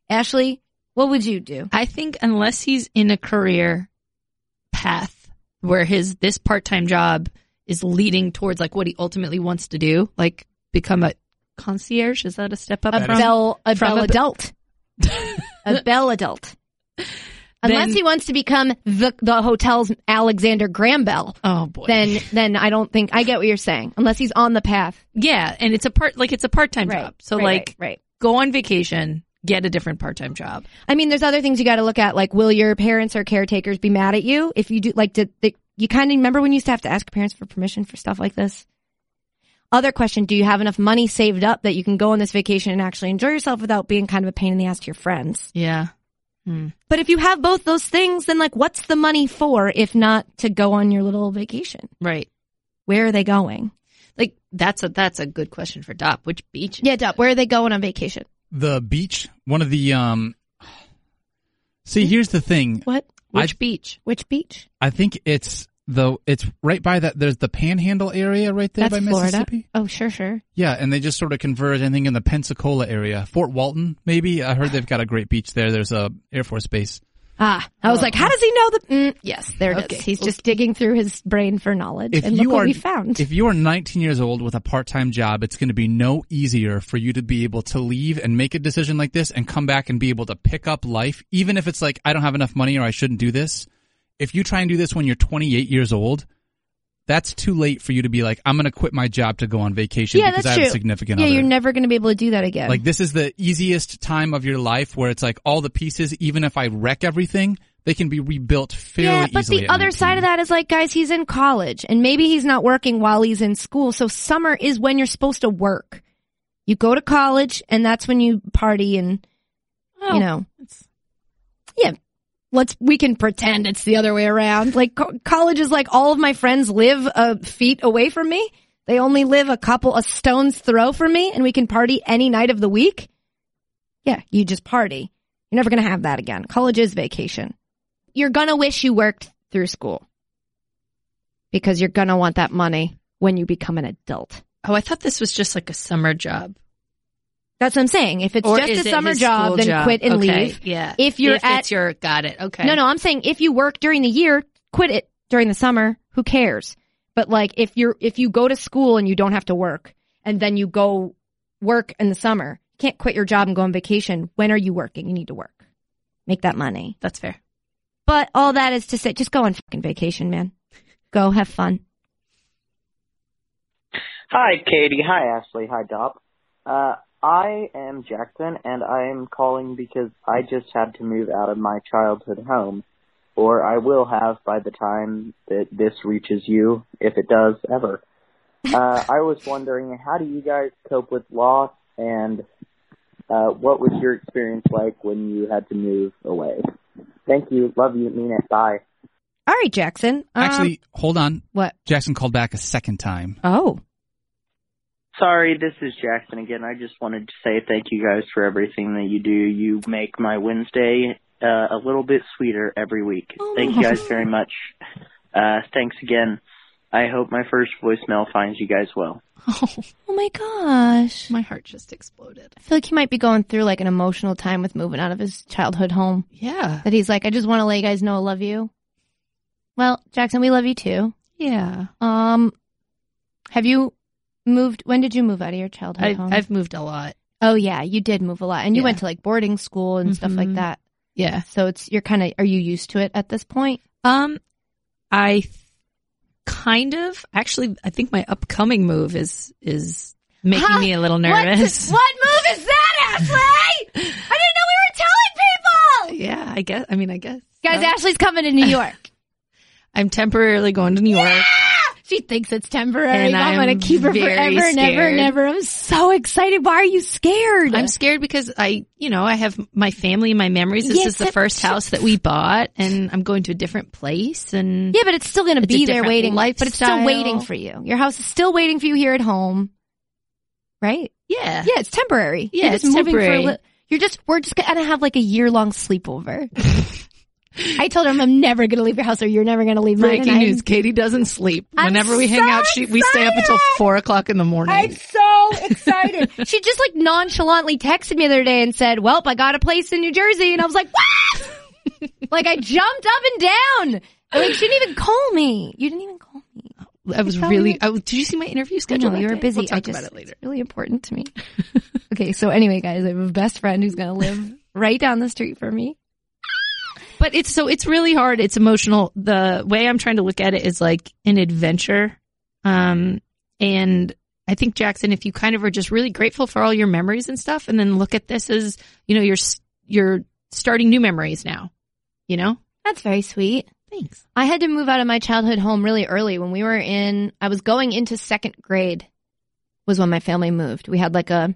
Speaker 2: Ashley, what would you do?
Speaker 3: I think unless he's in a career path where his this part time job is leading towards like what he ultimately wants to do, like become a concierge, is that a step up
Speaker 2: A
Speaker 3: from?
Speaker 2: bell, a
Speaker 3: from
Speaker 2: bell
Speaker 3: a-
Speaker 2: adult. a bell adult. Unless
Speaker 3: Then-
Speaker 2: he wants to become the the hotel's Alexander Graham Bell,
Speaker 3: Oh boy.
Speaker 2: then then I don't think I get what you're saying. Unless he's on the path,
Speaker 3: yeah, and it's a part like it's a part time
Speaker 2: right?
Speaker 3: job. So
Speaker 2: right,
Speaker 3: like
Speaker 2: right,
Speaker 3: go on vacation, get a different part time job.
Speaker 2: I mean, there's other things you got to look at, like will your parents or caretakers be mad at you if you do? Like, did they, you kind of remember when you used to have to ask your parents for permission for stuff like this? Other question: Do you have enough money saved up that you can go on this vacation and actually enjoy yourself without being kind of a pain in the ass to your friends?
Speaker 3: Yeah. Hmm.
Speaker 2: But if you have both those things, then like, what's the money for if not to go on your little vacation?
Speaker 3: Right.
Speaker 2: Where are they going?
Speaker 3: Like that's a that's a good question for Dop. Which beach?
Speaker 2: Yeah, Dop. Where are they going on vacation?
Speaker 4: The beach, one of the um. See, here's the thing.
Speaker 2: What?
Speaker 4: Which
Speaker 3: beach?
Speaker 2: Which beach?
Speaker 4: I think it's the it's right by that. There's the Panhandle area right there
Speaker 2: That's
Speaker 4: by
Speaker 2: Florida.
Speaker 4: Mississippi.
Speaker 2: Oh, sure, sure.
Speaker 4: Yeah, and they just sort of converge. I think in the Pensacola area, Fort Walton, maybe. I heard they've got a great beach there. There's a Air Force base.
Speaker 2: Ah, I was like, how does he know the? Mm, yes, there it is.
Speaker 3: Okay.
Speaker 2: He's just digging through his brain for knowledge,
Speaker 4: If
Speaker 2: and
Speaker 4: you
Speaker 2: look what
Speaker 4: are
Speaker 2: we found.
Speaker 4: if you are 19 years old with a part-time job, it's going to be no easier for you to be able to leave and make a decision like this and come back and be able to pick up life, even if it's like I don't have enough money or I shouldn't do this. If you try and do this when you're 28 years old, that's too late for you to be like I'm going to quit my job to go on vacation
Speaker 2: yeah,
Speaker 4: because
Speaker 2: that's
Speaker 4: I have
Speaker 2: true.
Speaker 4: a significant
Speaker 2: yeah,
Speaker 4: other.
Speaker 2: you're never going to be able to do that again.
Speaker 4: Like this is the easiest time of your life where it's like all the pieces, even if I wreck everything, they can be rebuilt fairly
Speaker 2: yeah, but
Speaker 4: easily.
Speaker 2: the
Speaker 4: at
Speaker 2: other
Speaker 4: 19.
Speaker 2: side of that is like, guys, he's in college, and maybe he's not working while he's in school. So summer is when you're supposed to work. You go to college, and that's when you party and
Speaker 3: Oh,
Speaker 2: you know, yeah. Let's we can pretend it's the other way around. Like co- college is like all of my friends live a feet away from me. They only live a couple a stone's throw from me, and we can party any night of the week. Yeah, you just party. You're never gonna have that again. College is vacation. You're gonna wish you worked through school because you're gonna want that money when you become an adult.
Speaker 3: Oh, I thought this was just like a summer job.
Speaker 2: That's what I'm saying. If it's
Speaker 3: Or is
Speaker 2: just a
Speaker 3: it
Speaker 2: summer
Speaker 3: his
Speaker 2: job,
Speaker 3: school
Speaker 2: then
Speaker 3: job?
Speaker 2: quit and
Speaker 3: Okay,
Speaker 2: leave.
Speaker 3: yeah.
Speaker 2: If you're
Speaker 3: If
Speaker 2: at
Speaker 3: it's your got it. Okay.
Speaker 2: No, no, I'm saying if you work during the year, quit it during the summer. Who cares? But like if you're if you go to school and you don't have to work, and then you go work in the summer, you can't quit your job and go on vacation. When are you working? You need to work, make that money.
Speaker 3: That's fair.
Speaker 2: But all that is to say, just go on fucking vacation, man. Go have fun.
Speaker 12: Hi, Katie. Hi, Ashley. Hi, Dob. Uh, I am Jackson, and I am calling because I just had to move out of my childhood home, or I will have by the time that this reaches you, if it does ever. Uh, I was wondering, how do you guys cope with loss, and uh, what was your experience like when you had to move away? Thank you. Love you. Mean it. Bye.
Speaker 2: All right, Jackson. Um,
Speaker 4: Actually, hold on.
Speaker 2: What?
Speaker 4: Jackson called back a second time.
Speaker 2: Oh.
Speaker 12: Sorry, this is Jackson again. I just wanted to say thank you guys for everything that you do. You make my Wednesday uh, a little bit sweeter every week. Thank you guys very much. Uh, thanks again. I hope my first voicemail finds you guys well.
Speaker 2: Oh my gosh.
Speaker 3: My heart just exploded.
Speaker 2: I feel like he might be going through like an emotional time with moving out of his childhood home.
Speaker 3: Yeah.
Speaker 2: That he's like, I just want to let you guys know I love you. Well, Jackson, we love you too.
Speaker 3: Yeah.
Speaker 2: Um, have you moved? When did you move out of your childhood
Speaker 3: I,
Speaker 2: home?
Speaker 3: I've moved a lot.
Speaker 2: oh yeah, you did move a lot, and you went to like boarding school and stuff like
Speaker 3: Mhm.
Speaker 2: that.
Speaker 3: Yeah.
Speaker 2: So it's you're kind of are you used to it at this point?
Speaker 3: Um, I th- kind of actually. I think my upcoming move is is making
Speaker 2: Huh?
Speaker 3: me a little nervous.
Speaker 2: What, what move is that, Ashley? I didn't know we were telling people.
Speaker 3: Yeah, I guess. I mean, I guess.
Speaker 2: Guys, Ashley's coming to New York.
Speaker 3: I'm temporarily going to New York.
Speaker 2: She thinks it's temporary.
Speaker 3: And
Speaker 2: I'm, going
Speaker 3: I'm
Speaker 2: to keep her
Speaker 3: very
Speaker 2: forever and ever
Speaker 3: scared.
Speaker 2: and ever. I'm so excited. Why are you scared?
Speaker 3: I'm scared because I, you know, I have my family and my memories. This
Speaker 2: Yes,
Speaker 3: is the
Speaker 2: that-
Speaker 3: first house that we bought, and I'm going to a different place. And
Speaker 2: Yeah, but it's still going to
Speaker 3: It's
Speaker 2: be
Speaker 3: a
Speaker 2: there
Speaker 3: different
Speaker 2: waiting. But it's still
Speaker 3: lifestyle.
Speaker 2: waiting for you. Your house is still waiting for you here at home, right?
Speaker 3: yeah,
Speaker 2: Yeah, it's temporary.
Speaker 3: Yeah,
Speaker 2: You're just
Speaker 3: it's
Speaker 2: moving For
Speaker 3: temporary.
Speaker 2: a li- you're just we're just gonna have like a year long sleepover. I told him I'm never gonna leave your house, or you're never gonna leave mine.
Speaker 3: Breaking
Speaker 2: and I'm-
Speaker 3: news: Katie doesn't sleep.
Speaker 2: I'm
Speaker 3: Whenever we
Speaker 2: so
Speaker 3: hang out, she, we stay up until four o'clock in the morning.
Speaker 2: I'm so excited. she just like nonchalantly texted me the other day and said, "Welp, I got a place in New Jersey," and I was like, "What?" like I jumped up and down. And like she didn't even call me. You didn't even call me.
Speaker 3: I was
Speaker 2: It's so
Speaker 3: really.
Speaker 2: weird.
Speaker 3: I, did you see my interview schedule?
Speaker 2: No,
Speaker 3: that
Speaker 2: you were
Speaker 3: day?
Speaker 2: busy.
Speaker 3: We'll talk
Speaker 2: I just,
Speaker 3: about it later.
Speaker 2: It's really important to me. okay, so anyway, guys, I have a best friend who's gonna live right down the street from me.
Speaker 3: But it's so it's really hard. It's emotional. The way I'm trying to look at it is like an adventure, um, and I think Jackson, if you kind of are just really grateful for all your memories and stuff, and then look at this as you know you're s- you're starting new memories now. You know,
Speaker 2: That's very sweet.
Speaker 3: Thanks.
Speaker 2: I had to move out of my childhood home really early when we were in I was going into second grade was when my family moved. We had like a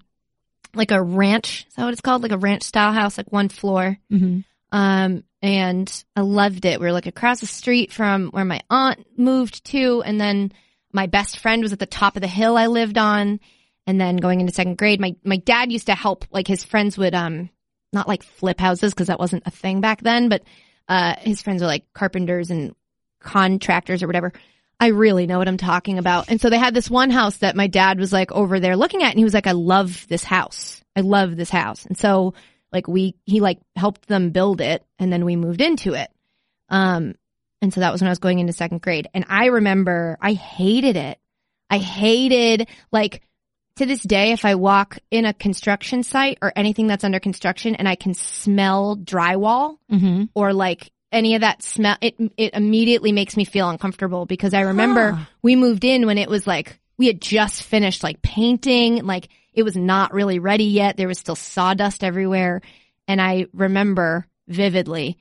Speaker 2: like a ranch, is that what it's called? Like a ranch style house, like one floor.
Speaker 3: Mm-hmm.
Speaker 2: Um and I loved it. We were like across the street from where my aunt moved to and then my best friend was at the top of the hill I lived on and then going into second grade my my dad used to help like his friends would um not like flip houses because that wasn't a thing back then, but uh, his friends were like carpenters and contractors or whatever. I really know what I'm talking about. And so they had this one house that my dad was like over there looking at, and he was like, I love this house. I love this house. And so like we, he like helped them build it, and then we moved into it. Um, and so that was when I was going into second grade. And I remember I hated it. I hated like to this day, if I walk in a construction site or anything that's under construction and I can smell drywall
Speaker 3: Mm-hmm.
Speaker 2: or like any of that smell, it, it immediately makes me feel uncomfortable because I remember
Speaker 3: Huh.
Speaker 2: we moved in when it was like, we had just finished like painting, like it was not really ready yet. There was still sawdust everywhere. And I remember vividly,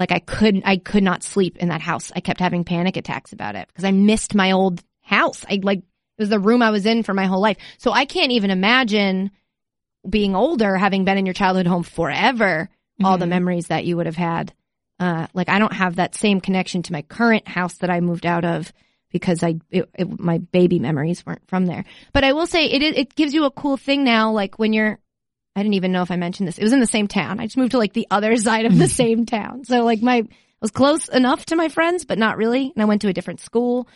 Speaker 2: like I couldn't, I could not sleep in that house. I kept having panic attacks about it because I missed my old house. I like, it was the room I was in for my whole life. So I can't even imagine being older, having been in your childhood home forever, all the memories that you would have had. Uh, like I don't have that same connection to my current house that I moved out of because I it, it, my baby memories weren't from there. But I will say it it gives you a cool thing now. Like when you're, I didn't even know if I mentioned this. It was in the same town. I just moved to like the other side of the same town. So like my I was close enough to my friends, but not really. And I went to a different school.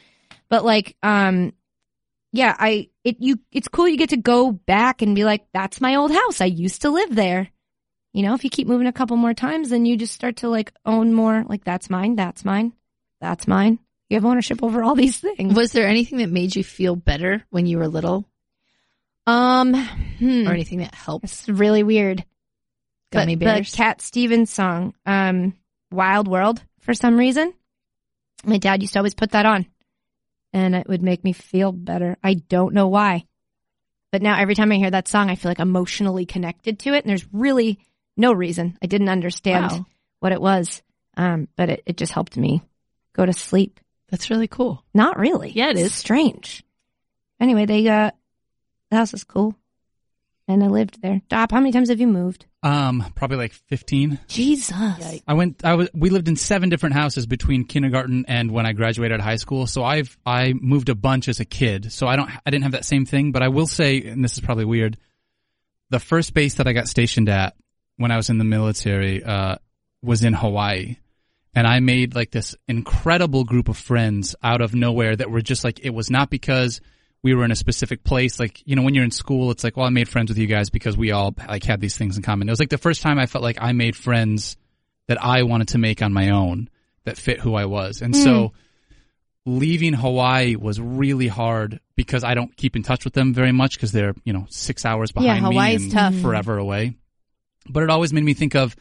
Speaker 2: But like um yeah, I it you it's cool you get to go back and be like, that's my old house. I used to live there. You know, if you keep moving a couple more times, then you just start to like own more. Like that's mine, that's mine, that's mine. You have ownership over all these things.
Speaker 3: Was there anything that made you feel better when you were little,
Speaker 2: Um, hmm.
Speaker 3: or anything that helped?
Speaker 2: It's really weird.
Speaker 3: Gummy
Speaker 2: but
Speaker 3: bears.
Speaker 2: The Cat Stevens song, um, "Wild World," for some reason, my dad used to always put that on, and it would make me feel better. I don't know why, but now every time I hear that song, I feel like emotionally connected to it. And there's really no reason. I didn't understand
Speaker 3: Wow.
Speaker 2: what it was, um, but it, it just helped me go to sleep.
Speaker 3: That's really cool.
Speaker 2: Not really.
Speaker 3: Yeah, it
Speaker 2: It's
Speaker 3: is.
Speaker 2: strange. Anyway, they uh, the house is cool, and I lived there. Dop, how many times have you moved?
Speaker 4: Um, probably like fifteen.
Speaker 2: Jesus.
Speaker 4: I went. I was. We lived in seven different houses between kindergarten and when I graduated high school. So I've I moved a bunch as a kid. So I don't. I didn't have that same thing. But I will say, and this is probably weird, the first base that I got stationed at when I was in the military uh, was in Hawaii, and I made like this incredible group of friends out of nowhere that were just like it was not because we were in a specific place. Like you know, when you're in school, it's like, well, I made friends with you guys because we all like had these things in common. It was like the first time I felt like I made friends that I wanted to make on my own that fit who I was. And
Speaker 2: Mm.
Speaker 4: so leaving Hawaii was really hard because I don't keep in touch with them very much because they're, you know, six hours
Speaker 2: Yeah,
Speaker 4: behind me
Speaker 2: Hawaii's
Speaker 4: and
Speaker 2: tough.
Speaker 4: forever away. But it always made me think of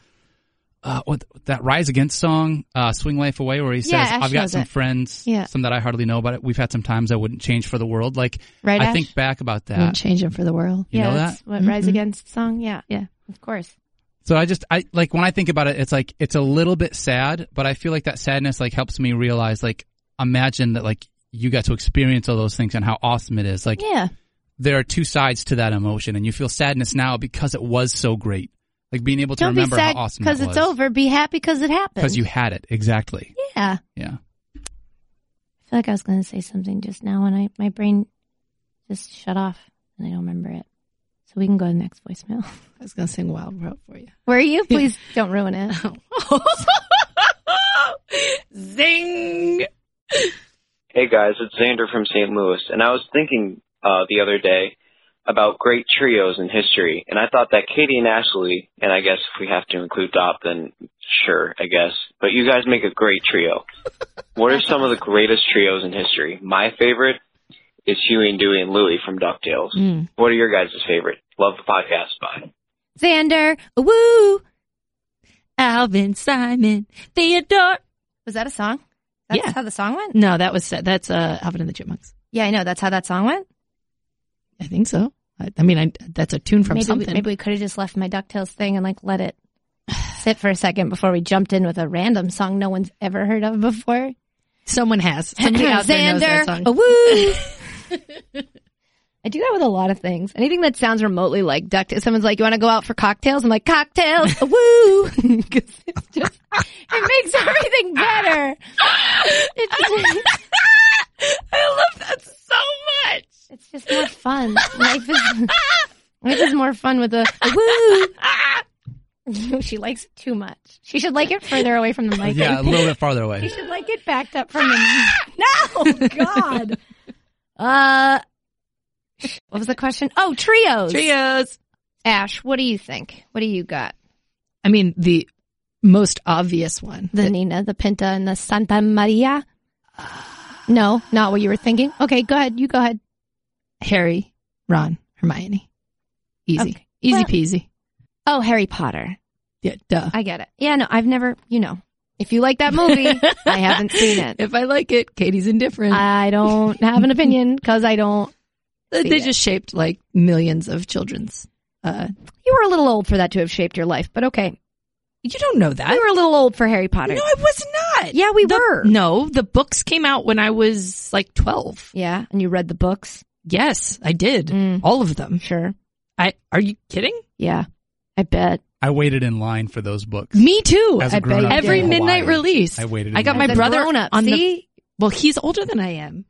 Speaker 4: uh, what that Rise Against song, uh, Swing Life Away, where he says,
Speaker 2: Yeah, Ash
Speaker 4: I've got
Speaker 2: knows
Speaker 4: some
Speaker 2: it.
Speaker 4: friends,
Speaker 2: Yeah.
Speaker 4: some that I hardly know, but we've had some times I wouldn't change for the world. Like,
Speaker 2: Right,
Speaker 4: I
Speaker 2: Ash?
Speaker 4: think back about that.
Speaker 3: Won't change them for the world.
Speaker 4: You
Speaker 2: yeah,
Speaker 4: know
Speaker 2: that's
Speaker 4: that? Mm-hmm.
Speaker 2: what Rise
Speaker 3: Mhm.
Speaker 2: Against song. Yeah,
Speaker 3: Yeah.
Speaker 2: of course.
Speaker 4: So I just I like when I think about it, it's like it's a little bit sad, but I feel like that sadness like helps me realize like imagine that like you got to experience all those things and how awesome it is. Like
Speaker 2: Yeah,
Speaker 4: there are two sides to that emotion, and you feel sadness now because it was so great. Like being able to
Speaker 2: don't be
Speaker 4: remember
Speaker 2: sad
Speaker 4: how awesome
Speaker 2: because
Speaker 4: it
Speaker 2: it's over. Be happy because it happened.
Speaker 4: because you had it exactly.
Speaker 2: yeah.
Speaker 4: Yeah.
Speaker 2: I feel like I was going to say something just now, and I my brain just shut off, and I don't remember it. So we can go to the next voicemail.
Speaker 3: I was gonna sing Wild World for you.
Speaker 2: Where are you? Please don't ruin it.
Speaker 3: Zing.
Speaker 11: Hey guys, it's Xander from St. Louis, and I was thinking uh, the other day about great trios in history, and I thought that Katie and Ashley, and I guess if we have to include Dop, then sure, I guess, but you guys make a great trio. what are some of the greatest trios in humanity? history? My favorite is Huey and Dewey and Louie from DuckTales.
Speaker 3: Mm.
Speaker 11: What are your guys' favorite? Love the podcast. Bye.
Speaker 2: Xander, woo.
Speaker 3: Alvin, Simon, Theodore.
Speaker 2: Was that a song? That's
Speaker 3: Yeah.
Speaker 2: how the song went.
Speaker 3: No, that was that's uh, Alvin and the Chipmunks.
Speaker 2: Yeah, I know. That's how that song went.
Speaker 3: think so. I, I mean, I, that's a tune from
Speaker 2: maybe
Speaker 3: something.
Speaker 2: We, maybe we could have just left my Ducktales thing and like let it sit for a second before we jumped in with a random song no one's ever heard of before.
Speaker 3: Someone has. Somebody out there knows that
Speaker 2: Xander,
Speaker 3: song.
Speaker 2: awoo. I do that with a lot of things. Anything that sounds remotely like duck. Someone's like, "You want to go out for cocktails?" I'm like, "Cocktails, woo!" Because it's just it makes everything better. It's,
Speaker 3: I love that so much.
Speaker 2: it's just more fun. Life is life is more fun with a, woo. she likes it too much. She should like it further away from the mic.
Speaker 4: yeah, a little bit farther away.
Speaker 2: You should like get backed up from the. no, God. Uh, what was the question? Oh, trios.
Speaker 3: Trios.
Speaker 2: Ash, what do you think? What do you got?
Speaker 3: I mean, the most obvious one.
Speaker 2: The Nina, the Pinta, and the Santa Maria. No, not what you were thinking. Okay, go ahead. You go ahead.
Speaker 3: Harry, Ron, Hermione. Easy.
Speaker 2: Okay.
Speaker 3: Easy
Speaker 2: Well-
Speaker 3: peasy.
Speaker 2: Oh, Harry Potter.
Speaker 3: Yeah, duh.
Speaker 2: I get it. Yeah, no, I've never. You know, if you like that movie, I haven't seen it.
Speaker 3: If I like it, Katie's indifferent.
Speaker 2: I don't have an opinion because I don't.
Speaker 3: Uh, they
Speaker 2: see
Speaker 3: they
Speaker 2: it.
Speaker 3: just shaped like millions of children's. Uh,
Speaker 2: You were a little old for that to have shaped your life, but okay.
Speaker 3: you don't know that.
Speaker 2: You were a little old for Harry Potter.
Speaker 3: No, I was not.
Speaker 2: yeah, we
Speaker 3: The-
Speaker 2: were.
Speaker 3: No, Oh, the books came out when I was like 12.
Speaker 2: Yeah, and you read the books.
Speaker 3: Yes, I did.
Speaker 2: Mm.
Speaker 3: All of them.
Speaker 2: Sure.
Speaker 3: I are you kidding?
Speaker 2: Yeah, I bet.
Speaker 4: I waited in line for those books.
Speaker 3: Me too.
Speaker 4: As
Speaker 2: I
Speaker 4: a
Speaker 2: bet you
Speaker 4: grown-up
Speaker 2: did.
Speaker 4: in
Speaker 3: Every midnight
Speaker 4: Hawaii,
Speaker 3: release.
Speaker 4: I waited.
Speaker 3: I
Speaker 4: in
Speaker 3: got
Speaker 4: line.
Speaker 3: my
Speaker 2: As a
Speaker 3: brother
Speaker 2: grown-up,
Speaker 3: on the-
Speaker 2: see?
Speaker 3: Well, he's older than I am.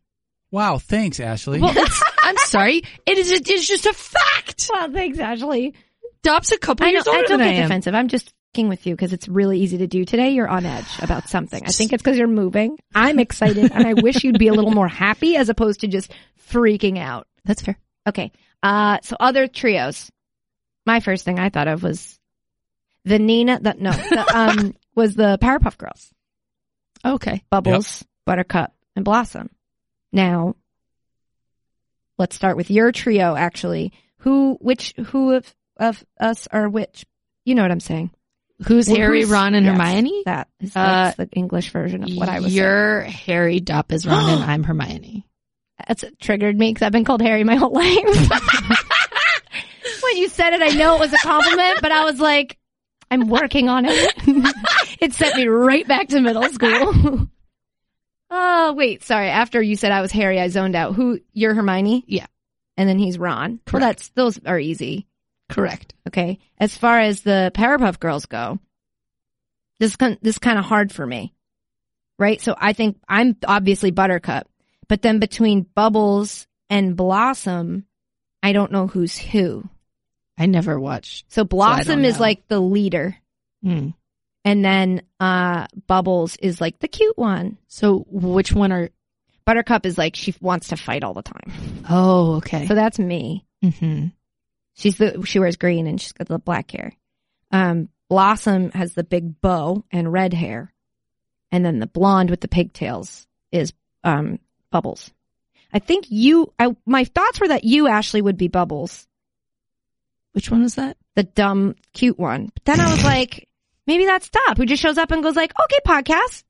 Speaker 4: Wow, thanks, Ashley.
Speaker 3: Well, it's, I'm sorry. It is it is just a fact.
Speaker 2: Well, thanks, Ashley.
Speaker 3: Dop's a couple
Speaker 2: I, know,
Speaker 3: years older
Speaker 2: I don't
Speaker 3: than
Speaker 2: get
Speaker 3: I am.
Speaker 2: defensive. I'm just fucking with you because it's really easy to do today. You're on edge about something. I think it's because you're moving. I'm excited, and I wish you'd be a little more happy as opposed to just freaking out.
Speaker 3: That's fair.
Speaker 2: Okay. Uh, so other trios. My first thing I thought of was the Nina. That no, the, um, was the Powerpuff Girls.
Speaker 3: Okay.
Speaker 2: Bubbles, Buttercup, and Blossom. Now, let's start with your trio. Actually, who, which, who of of us are which? You know what I'm saying?
Speaker 3: Who's
Speaker 2: Well,
Speaker 3: Harry,
Speaker 2: who's-
Speaker 3: Ron, and
Speaker 2: yes,
Speaker 3: Hermione?
Speaker 2: That is
Speaker 3: Uh,
Speaker 2: that's the English version of what I was. saying.
Speaker 3: You're Harry, Dop is Ron, and I'm Hermione.
Speaker 2: That's it triggered me because I've been called Harry my whole life. when you said it, I know it was a compliment, but I was like, I'm working on it. it sent me right back to middle school. oh wait, sorry. After you said I was Harry, I zoned out. Who you're Hermione?
Speaker 3: Yeah.
Speaker 2: and then he's Ron. Well, that's those are easy.
Speaker 3: Correct.
Speaker 2: Okay. As far as the Powerpuff Girls go, this con- this kind of hard for me, right? So I think I'm obviously Buttercup, but then between Bubbles and Blossom, I don't know who's who.
Speaker 3: I never watched.
Speaker 2: So Blossom is
Speaker 3: know.
Speaker 2: like the leader,
Speaker 3: Hmm.
Speaker 2: and then uh Bubbles is like the cute one.
Speaker 3: So which one are?
Speaker 2: Buttercup is like she wants to fight all the time.
Speaker 3: Oh, okay.
Speaker 2: So that's me.
Speaker 3: hmm
Speaker 2: She's the she wears green and she's got the black hair. Um, Blossom has the big bow and red hair, and then the blonde with the pigtails is um, Bubbles. I think you. I my thoughts were that you Ashley would be Bubbles,
Speaker 3: Which one was that?
Speaker 2: the dumb cute one. But then I was like, maybe that's Top who just shows up and goes like, okay, podcast,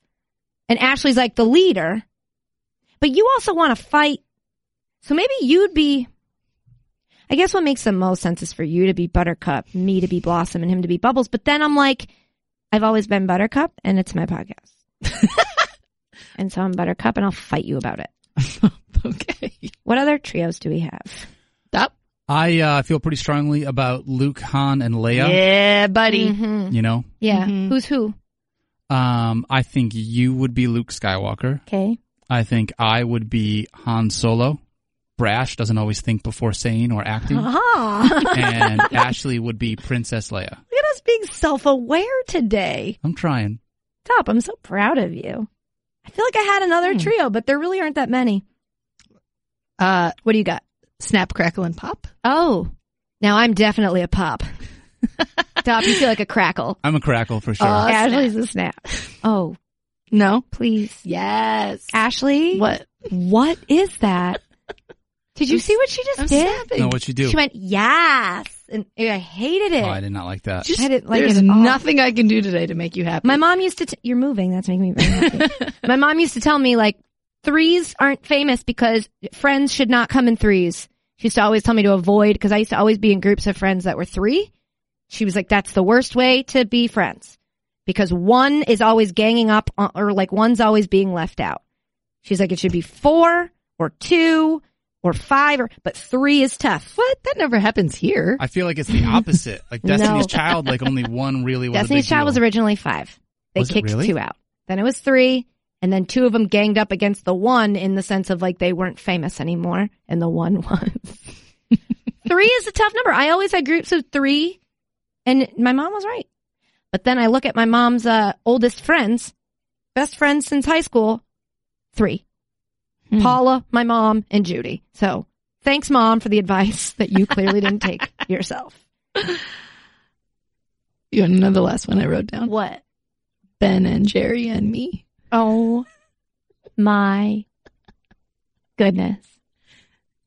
Speaker 2: and Ashley's like the leader, but you also want to fight, so maybe you'd be I guess what makes the most sense is for you to be Buttercup, me to be Blossom, and him to be Bubbles. But then I'm like, I've always been Buttercup, and it's my podcast. and so I'm Buttercup, and I'll fight you about it.
Speaker 3: okay.
Speaker 2: What other trios do we have?
Speaker 3: Dop.
Speaker 4: I uh, feel pretty strongly about Luke, Han, and Leia.
Speaker 3: Yeah, buddy.
Speaker 2: Mhm.
Speaker 4: You know,
Speaker 2: Yeah.
Speaker 3: Mhm.
Speaker 2: Mm-hmm. Who's who?
Speaker 4: um, I think you would be Luke Skywalker.
Speaker 2: Okay.
Speaker 4: I think I would be Han Solo. Brash doesn't always think before saying or acting.
Speaker 2: Ah,
Speaker 4: and Ashley would be Princess Leia.
Speaker 2: look at us being self-aware today.
Speaker 4: I'm trying.
Speaker 2: Top, I'm so proud of you. I feel like I had
Speaker 3: Hmm.
Speaker 2: another trio, but there really aren't that many.
Speaker 3: Uh,
Speaker 2: What do you got?
Speaker 3: snap, crackle, and pop.
Speaker 2: Oh, now I'm definitely a pop. Top, you feel like a crackle.
Speaker 4: I'm a crackle for sure.
Speaker 3: Uh, A
Speaker 2: Ashley's a snap. Oh,
Speaker 3: No.
Speaker 2: please.
Speaker 3: Yes.
Speaker 2: Ashley,
Speaker 3: What?
Speaker 2: what is that? Did you see what she just
Speaker 3: I'm
Speaker 2: did?
Speaker 3: snapping.
Speaker 4: no, what you do?
Speaker 2: She went, yes. And I hated it.
Speaker 4: Oh, I did not like that.
Speaker 3: Just-
Speaker 2: I didn't like
Speaker 3: there's
Speaker 2: it at all.
Speaker 3: nothing I can do today to make you happy.
Speaker 2: My mom used to, t- you're moving. That's making me very happy. My mom used to tell me like threes aren't famous because friends should not come in threes. She used to always tell me to avoid because I used to always be in groups of friends that were three. She was like, that's the worst way to be friends because one is always ganging up on, or like one's always being left out. She's like, it should be four or two or five or, but three is tough. What? That never happens here.
Speaker 4: I feel like it's the opposite. Like Destiny's
Speaker 2: No.
Speaker 4: Child, like only one really was. a
Speaker 2: Destiny's
Speaker 4: big
Speaker 2: Child was
Speaker 4: deal.
Speaker 2: originally five. They
Speaker 4: Was it
Speaker 2: kicked
Speaker 4: really?
Speaker 2: two out. Then it was three, and then two of them ganged up against the one in the sense of like they weren't famous anymore, and the one was. three is a tough number. I always had groups of three, and my mom was right. But then I look at my mom's uh, oldest friends, best friends since high school, three. Paula, my mom, and Judy. So thanks, mom, for the advice that you clearly didn't take yourself.
Speaker 3: You want to know the last one I wrote down?
Speaker 2: What?
Speaker 3: Ben and Jerry and me.
Speaker 2: Oh my goodness.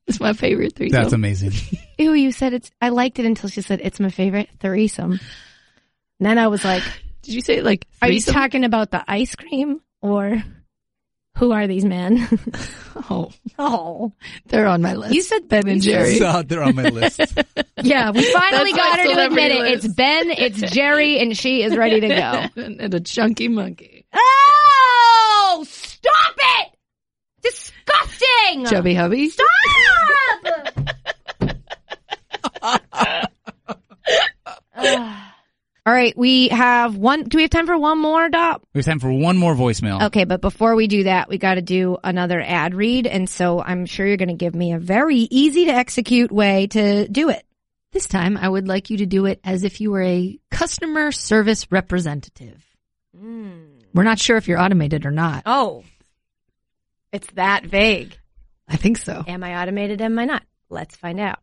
Speaker 3: It's my favorite three.
Speaker 4: That's amazing.
Speaker 2: Ew, you said it's, I liked it until she said it's my favorite threesome. And then I was like,
Speaker 3: Did you say like
Speaker 2: are you
Speaker 3: threesome?
Speaker 2: talking about the ice cream or who are these men?
Speaker 3: oh,
Speaker 2: oh,
Speaker 3: they're on my list.
Speaker 2: You said
Speaker 3: Ben and
Speaker 2: you said-
Speaker 3: Jerry.
Speaker 2: So
Speaker 4: uh, they're on my list.
Speaker 2: yeah, we
Speaker 3: That's
Speaker 2: finally
Speaker 3: my
Speaker 2: got her to
Speaker 3: celebrity
Speaker 2: admit it.
Speaker 3: list.
Speaker 2: It's Ben, it's Jerry, and she is ready to go.
Speaker 3: and a chunky monkey.
Speaker 2: Oh, stop it! Disgusting!
Speaker 3: Chubby hubby.
Speaker 2: Stop! All right, we have one. Do we have time for one more, Dop?
Speaker 4: We have time for one more voicemail.
Speaker 2: Okay, but before we do that, we got to do another ad read. And so I'm sure you're going to give me a very easy to execute way to do it.
Speaker 3: This time, I would like you to do it as if you were a customer service representative.
Speaker 2: Hmm.
Speaker 3: We're not sure if you're automated or not.
Speaker 2: Oh, it's that vague.
Speaker 3: I think so.
Speaker 2: Am I automated? Am I not? Let's find out.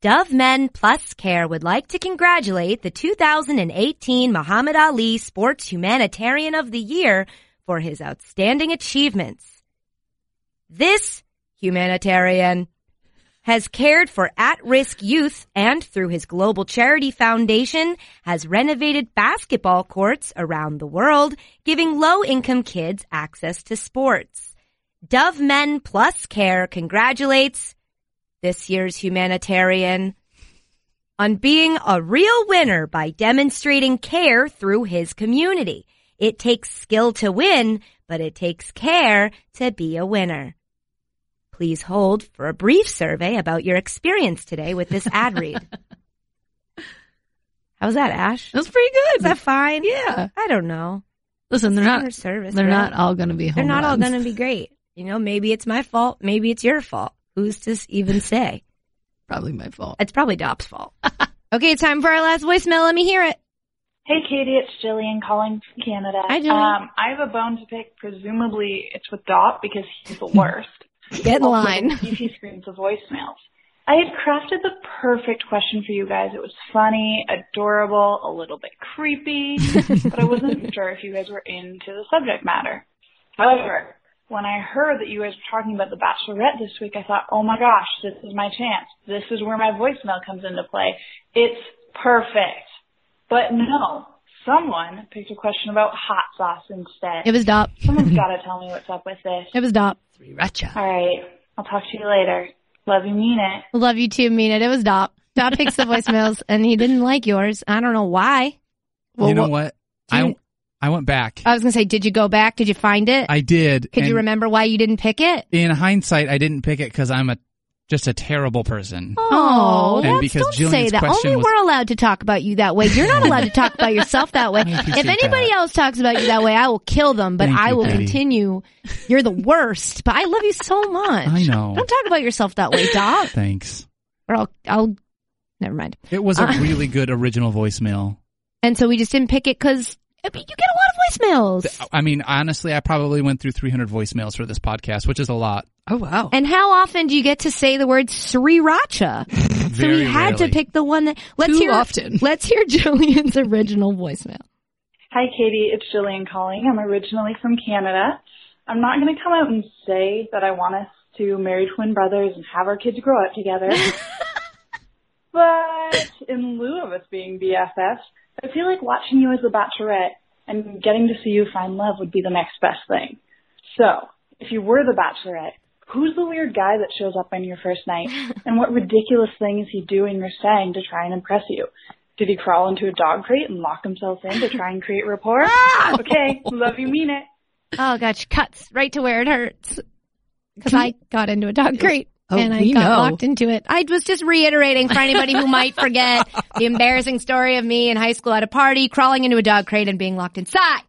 Speaker 2: Dove Men Plus Care would like to congratulate the 2018 Muhammad Ali Sports Humanitarian of the Year for his outstanding achievements. This humanitarian has cared for at-risk youth and through his global charity foundation has renovated basketball courts around the world, giving low-income kids access to sports. Dove Men Plus Care congratulates this year's humanitarian on being a real winner by demonstrating care through his community. It takes skill to win, but it takes care to be a winner. Please hold for a brief survey about your experience today with this ad read. How's that, Ash?
Speaker 3: That's pretty good.
Speaker 2: Is that fine?
Speaker 3: Yeah.
Speaker 2: I don't know.
Speaker 3: Listen, they're
Speaker 2: Customer
Speaker 3: not.
Speaker 2: service,
Speaker 3: they're
Speaker 2: right?
Speaker 3: not all going to be. Home
Speaker 2: They're not all
Speaker 3: runs.
Speaker 2: going to be great. You know, maybe it's my fault. Maybe it's your fault. Who's to s- even say?
Speaker 3: Probably my fault.
Speaker 2: It's probably Dop's fault. okay, it's time for our last voicemail. Let me hear it.
Speaker 13: Hey, Katie, it's Jillian calling from Canada.
Speaker 2: Hi, Jillian.
Speaker 13: Um, I have a bone to pick. Presumably, it's with Dot because he's the worst.
Speaker 2: Get in
Speaker 13: Also,
Speaker 2: line.
Speaker 13: if he screams the voicemails. I had crafted the perfect question for you guys. It was funny, adorable, a little bit creepy, but I wasn't sure if you guys were into the subject matter. However, when I heard that you guys were talking about The Bachelorette this week, I thought, oh my gosh, this is my chance. This is where my voicemail comes into play. It's perfect. But no, someone picked a question about hot sauce instead.
Speaker 2: It was Dop.
Speaker 13: Someone's got to tell me what's up with this.
Speaker 2: It was Dop.
Speaker 3: Sriracha.
Speaker 13: All right, I'll talk to you later. Love you, mean it.
Speaker 2: Love you too, mean it. It was Dop. Dop picks the voicemails and he didn't like yours. I don't know why.
Speaker 4: you know what? I I went back.
Speaker 2: I was going to say, did you go back? Did you find it?
Speaker 4: I did.
Speaker 2: Could you
Speaker 4: and
Speaker 2: remember why you didn't pick it?
Speaker 4: In hindsight, I didn't pick it because I'm a just a terrible person.
Speaker 2: Oh,
Speaker 4: And
Speaker 2: that's-
Speaker 4: because
Speaker 2: don't
Speaker 4: Jillian's
Speaker 2: say that.
Speaker 4: question
Speaker 2: Only
Speaker 4: was-
Speaker 2: we're allowed to talk about you that way. You're not allowed to talk about yourself that way.
Speaker 4: appreciate
Speaker 2: If anybody else talks about you that way, I will kill them, but
Speaker 4: Thank
Speaker 2: I
Speaker 4: you,
Speaker 2: will
Speaker 4: Katie.
Speaker 2: continue. You're the worst, but I love you so much.
Speaker 4: I know.
Speaker 2: Don't talk about yourself that way, Doc.
Speaker 4: Thanks.
Speaker 2: Or I'll, I'll, never mind.
Speaker 4: It was a
Speaker 2: Uh,
Speaker 4: really good original voicemail.
Speaker 2: And so we just didn't pick it because you get a lot of voicemails.
Speaker 4: I mean, honestly, I probably went through 300 voicemails for this podcast, which is a lot.
Speaker 3: Oh wow!
Speaker 2: And how often do you get to say the word sriracha? so we
Speaker 4: Very
Speaker 2: had to
Speaker 4: rarely.
Speaker 2: pick the one that. Let's
Speaker 3: Too
Speaker 2: hear,
Speaker 3: often.
Speaker 2: Let's hear Jillian's original voicemail.
Speaker 13: Hi, Katie. It's Jillian calling. I'm originally from Canada. I'm not going to come out and say that I want us to marry twin brothers and have our kids grow up together. but in lieu of us being BFFs, I feel like watching you as a bachelorette and getting to see you find love would be the next best thing. So, if you were the bachelorette, who's the weird guy that shows up on your first night? And what ridiculous thing is he doing or saying to try and impress you? Did he crawl into a dog crate and lock himself in to try and create rapport? Ah, okay, love you, mean it.
Speaker 2: Oh, gosh, cuts right to where it hurts. Because I got into a dog crate
Speaker 3: Oh,
Speaker 2: and I
Speaker 3: we
Speaker 2: got
Speaker 3: know.
Speaker 2: locked into it. I was just reiterating for anybody who might forget the embarrassing story of me in high school at a party, crawling into a dog crate and being locked inside.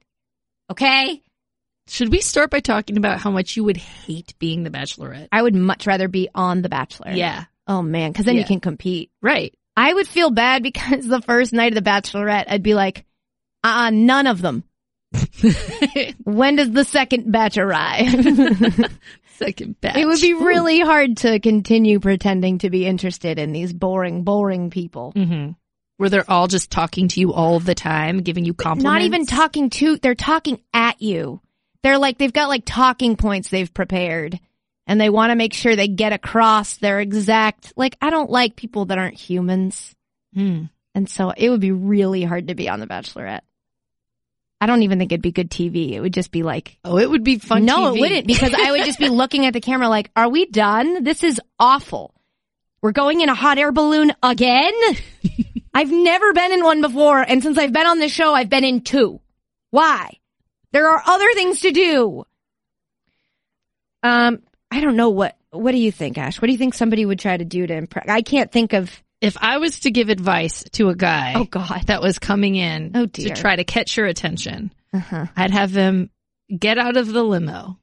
Speaker 2: Okay?
Speaker 3: Should we start by talking about how much you would hate being the bachelorette?
Speaker 2: I would much rather be on The Bachelor.
Speaker 3: Yeah.
Speaker 2: Oh, man, because then
Speaker 3: Yeah.
Speaker 2: you can compete.
Speaker 3: Right.
Speaker 2: I would feel bad because the first night of The Bachelorette, I'd be like, uh uh none of them. when does the second batch arrive?
Speaker 3: Second batch.
Speaker 2: It would be really hard to continue pretending to be interested in these boring, boring people.
Speaker 3: Mm-hmm. where they're all just talking to you all the time, giving you compliments.
Speaker 2: Not even talking to, they're talking at you. They're like, they've got like talking points they've prepared and they want to make sure they get across their exact, like, I don't like people that aren't humans.
Speaker 3: Hmm.
Speaker 2: And so it would be really hard to be on The Bachelorette. I don't even think it'd be good TV. It would just be like,
Speaker 3: Oh, it would be fun.
Speaker 2: No,
Speaker 3: TV.
Speaker 2: it wouldn't because I would just be looking at the camera like, are we done? This is awful. We're going in a hot air balloon again? I've never been in one before. And since I've been on this show, I've been in two. Why? There are other things to do. Um, I don't know what, what do you think, Ash? What do you think somebody would try to do to impress? I can't think of,
Speaker 3: If I was to give advice to a guy, oh
Speaker 2: god,
Speaker 3: that was coming in,
Speaker 2: Oh,
Speaker 3: to
Speaker 2: dear.
Speaker 3: try to catch your attention,
Speaker 2: uh-huh.
Speaker 3: I'd have him get out of the limo,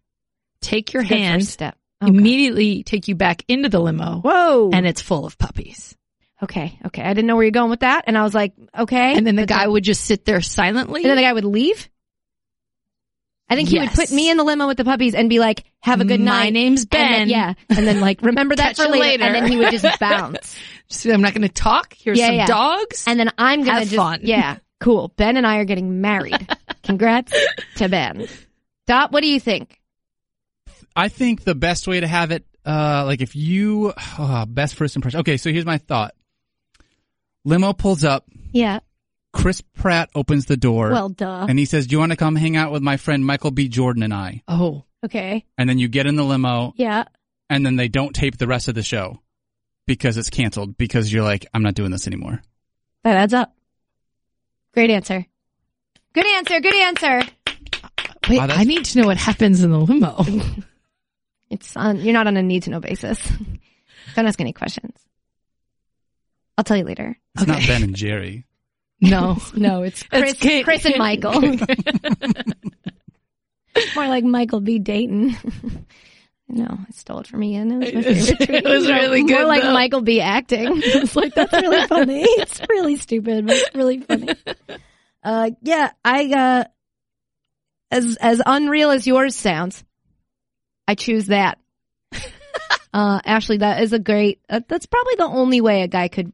Speaker 3: take your
Speaker 2: It's a good
Speaker 3: hand,
Speaker 2: first step.
Speaker 3: immediately take you back into the limo.
Speaker 2: Whoa.
Speaker 3: And it's full of puppies.
Speaker 2: Okay. Okay. I didn't know where you're going with that. And I was like, okay.
Speaker 3: And then the guy would just sit there silently.
Speaker 2: And then the guy would leave? I think he
Speaker 3: Yes.
Speaker 2: would put me in the limo with the puppies and be like, have a good
Speaker 3: My
Speaker 2: night.
Speaker 3: name's
Speaker 2: And then-
Speaker 3: Ben.
Speaker 2: yeah. And then like, remember
Speaker 3: Catch
Speaker 2: that for
Speaker 3: you
Speaker 2: later.
Speaker 3: later.
Speaker 2: And then he would just bounce.
Speaker 3: Just, I'm not going to talk. Here's
Speaker 2: Yeah,
Speaker 3: some
Speaker 2: yeah.
Speaker 3: dogs.
Speaker 2: And then I'm going to
Speaker 3: Have
Speaker 2: just,
Speaker 3: fun.
Speaker 2: yeah, cool. Ben and I are getting married. Congrats to Ben. Dot, what do you think?
Speaker 4: I think the best way to have it, uh, like if you ah, best first impression. Okay, so here's my thought. Limo pulls up.
Speaker 2: Yeah.
Speaker 4: Chris Pratt opens the door.
Speaker 2: Well, duh.
Speaker 4: And he says, "Do you want to come hang out with my friend Michael B. Jordan and I?"
Speaker 3: Oh.
Speaker 2: Okay.
Speaker 4: And then you get in the limo,
Speaker 2: Yeah.
Speaker 4: and then they don't tape the rest of the show because it's canceled because you're like, "I'm not doing this anymore."
Speaker 2: That adds up. Great answer. Good answer. Good answer.
Speaker 3: Wait,
Speaker 4: Wow, that's-
Speaker 3: I need to know what happens in the limo.
Speaker 2: It's on, you're not on a need to know basis. Don't ask any questions. I'll tell you later.
Speaker 4: It's not Ben and Jerry.
Speaker 3: no.
Speaker 2: No, it's Chris,
Speaker 3: Kate.
Speaker 2: Chris and Michael. More like Michael B. Dayton. no, I stole it from Ian. It was my favorite tweet.
Speaker 3: It was really good,
Speaker 2: More like
Speaker 3: though.
Speaker 2: Michael B. acting. It's like that's really funny. It's really stupid, but it's really funny. Uh, yeah, I uh, as as unreal as yours sounds, I choose that. uh, Ashley, that is a great. Uh, that's probably the only way a guy could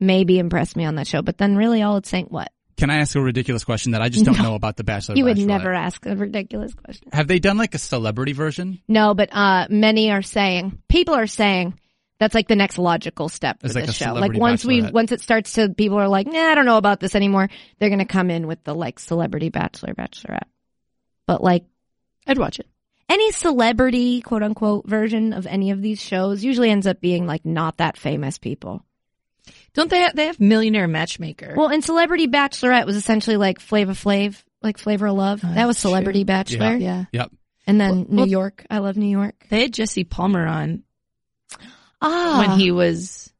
Speaker 2: maybe impress me on that show. But then, really, all it's saying what
Speaker 4: Can I ask a ridiculous question that I just don't
Speaker 2: No.
Speaker 4: know about the Bachelor?
Speaker 2: you would
Speaker 4: Bachelorette?
Speaker 2: never ask a ridiculous question.
Speaker 4: Have they done like a celebrity version?
Speaker 2: No, but uh, many are saying people are saying that's like the next logical step for
Speaker 4: It's like
Speaker 2: this
Speaker 4: a
Speaker 2: show. Like
Speaker 4: celebrity
Speaker 2: once we
Speaker 4: bachelorette.
Speaker 2: once it starts to people are like, nah, I don't know about this anymore. They're gonna come in with the like celebrity bachelor bachelorette, but like
Speaker 3: I'd watch it.
Speaker 2: any celebrity quote unquote version of any of these shows usually ends up being like not that famous people.
Speaker 3: Don't they? Have, they have Millionaire Matchmaker.
Speaker 2: Well, and Celebrity Bachelorette was essentially like Flava Flav, like Flavor of Love. that was Celebrity Bachelor.
Speaker 3: Oh, Yeah.
Speaker 4: Yep.
Speaker 2: And then New
Speaker 3: well-
Speaker 2: York. I love New York.
Speaker 3: they had Jesse Palmer on
Speaker 2: Ah,
Speaker 3: when he was,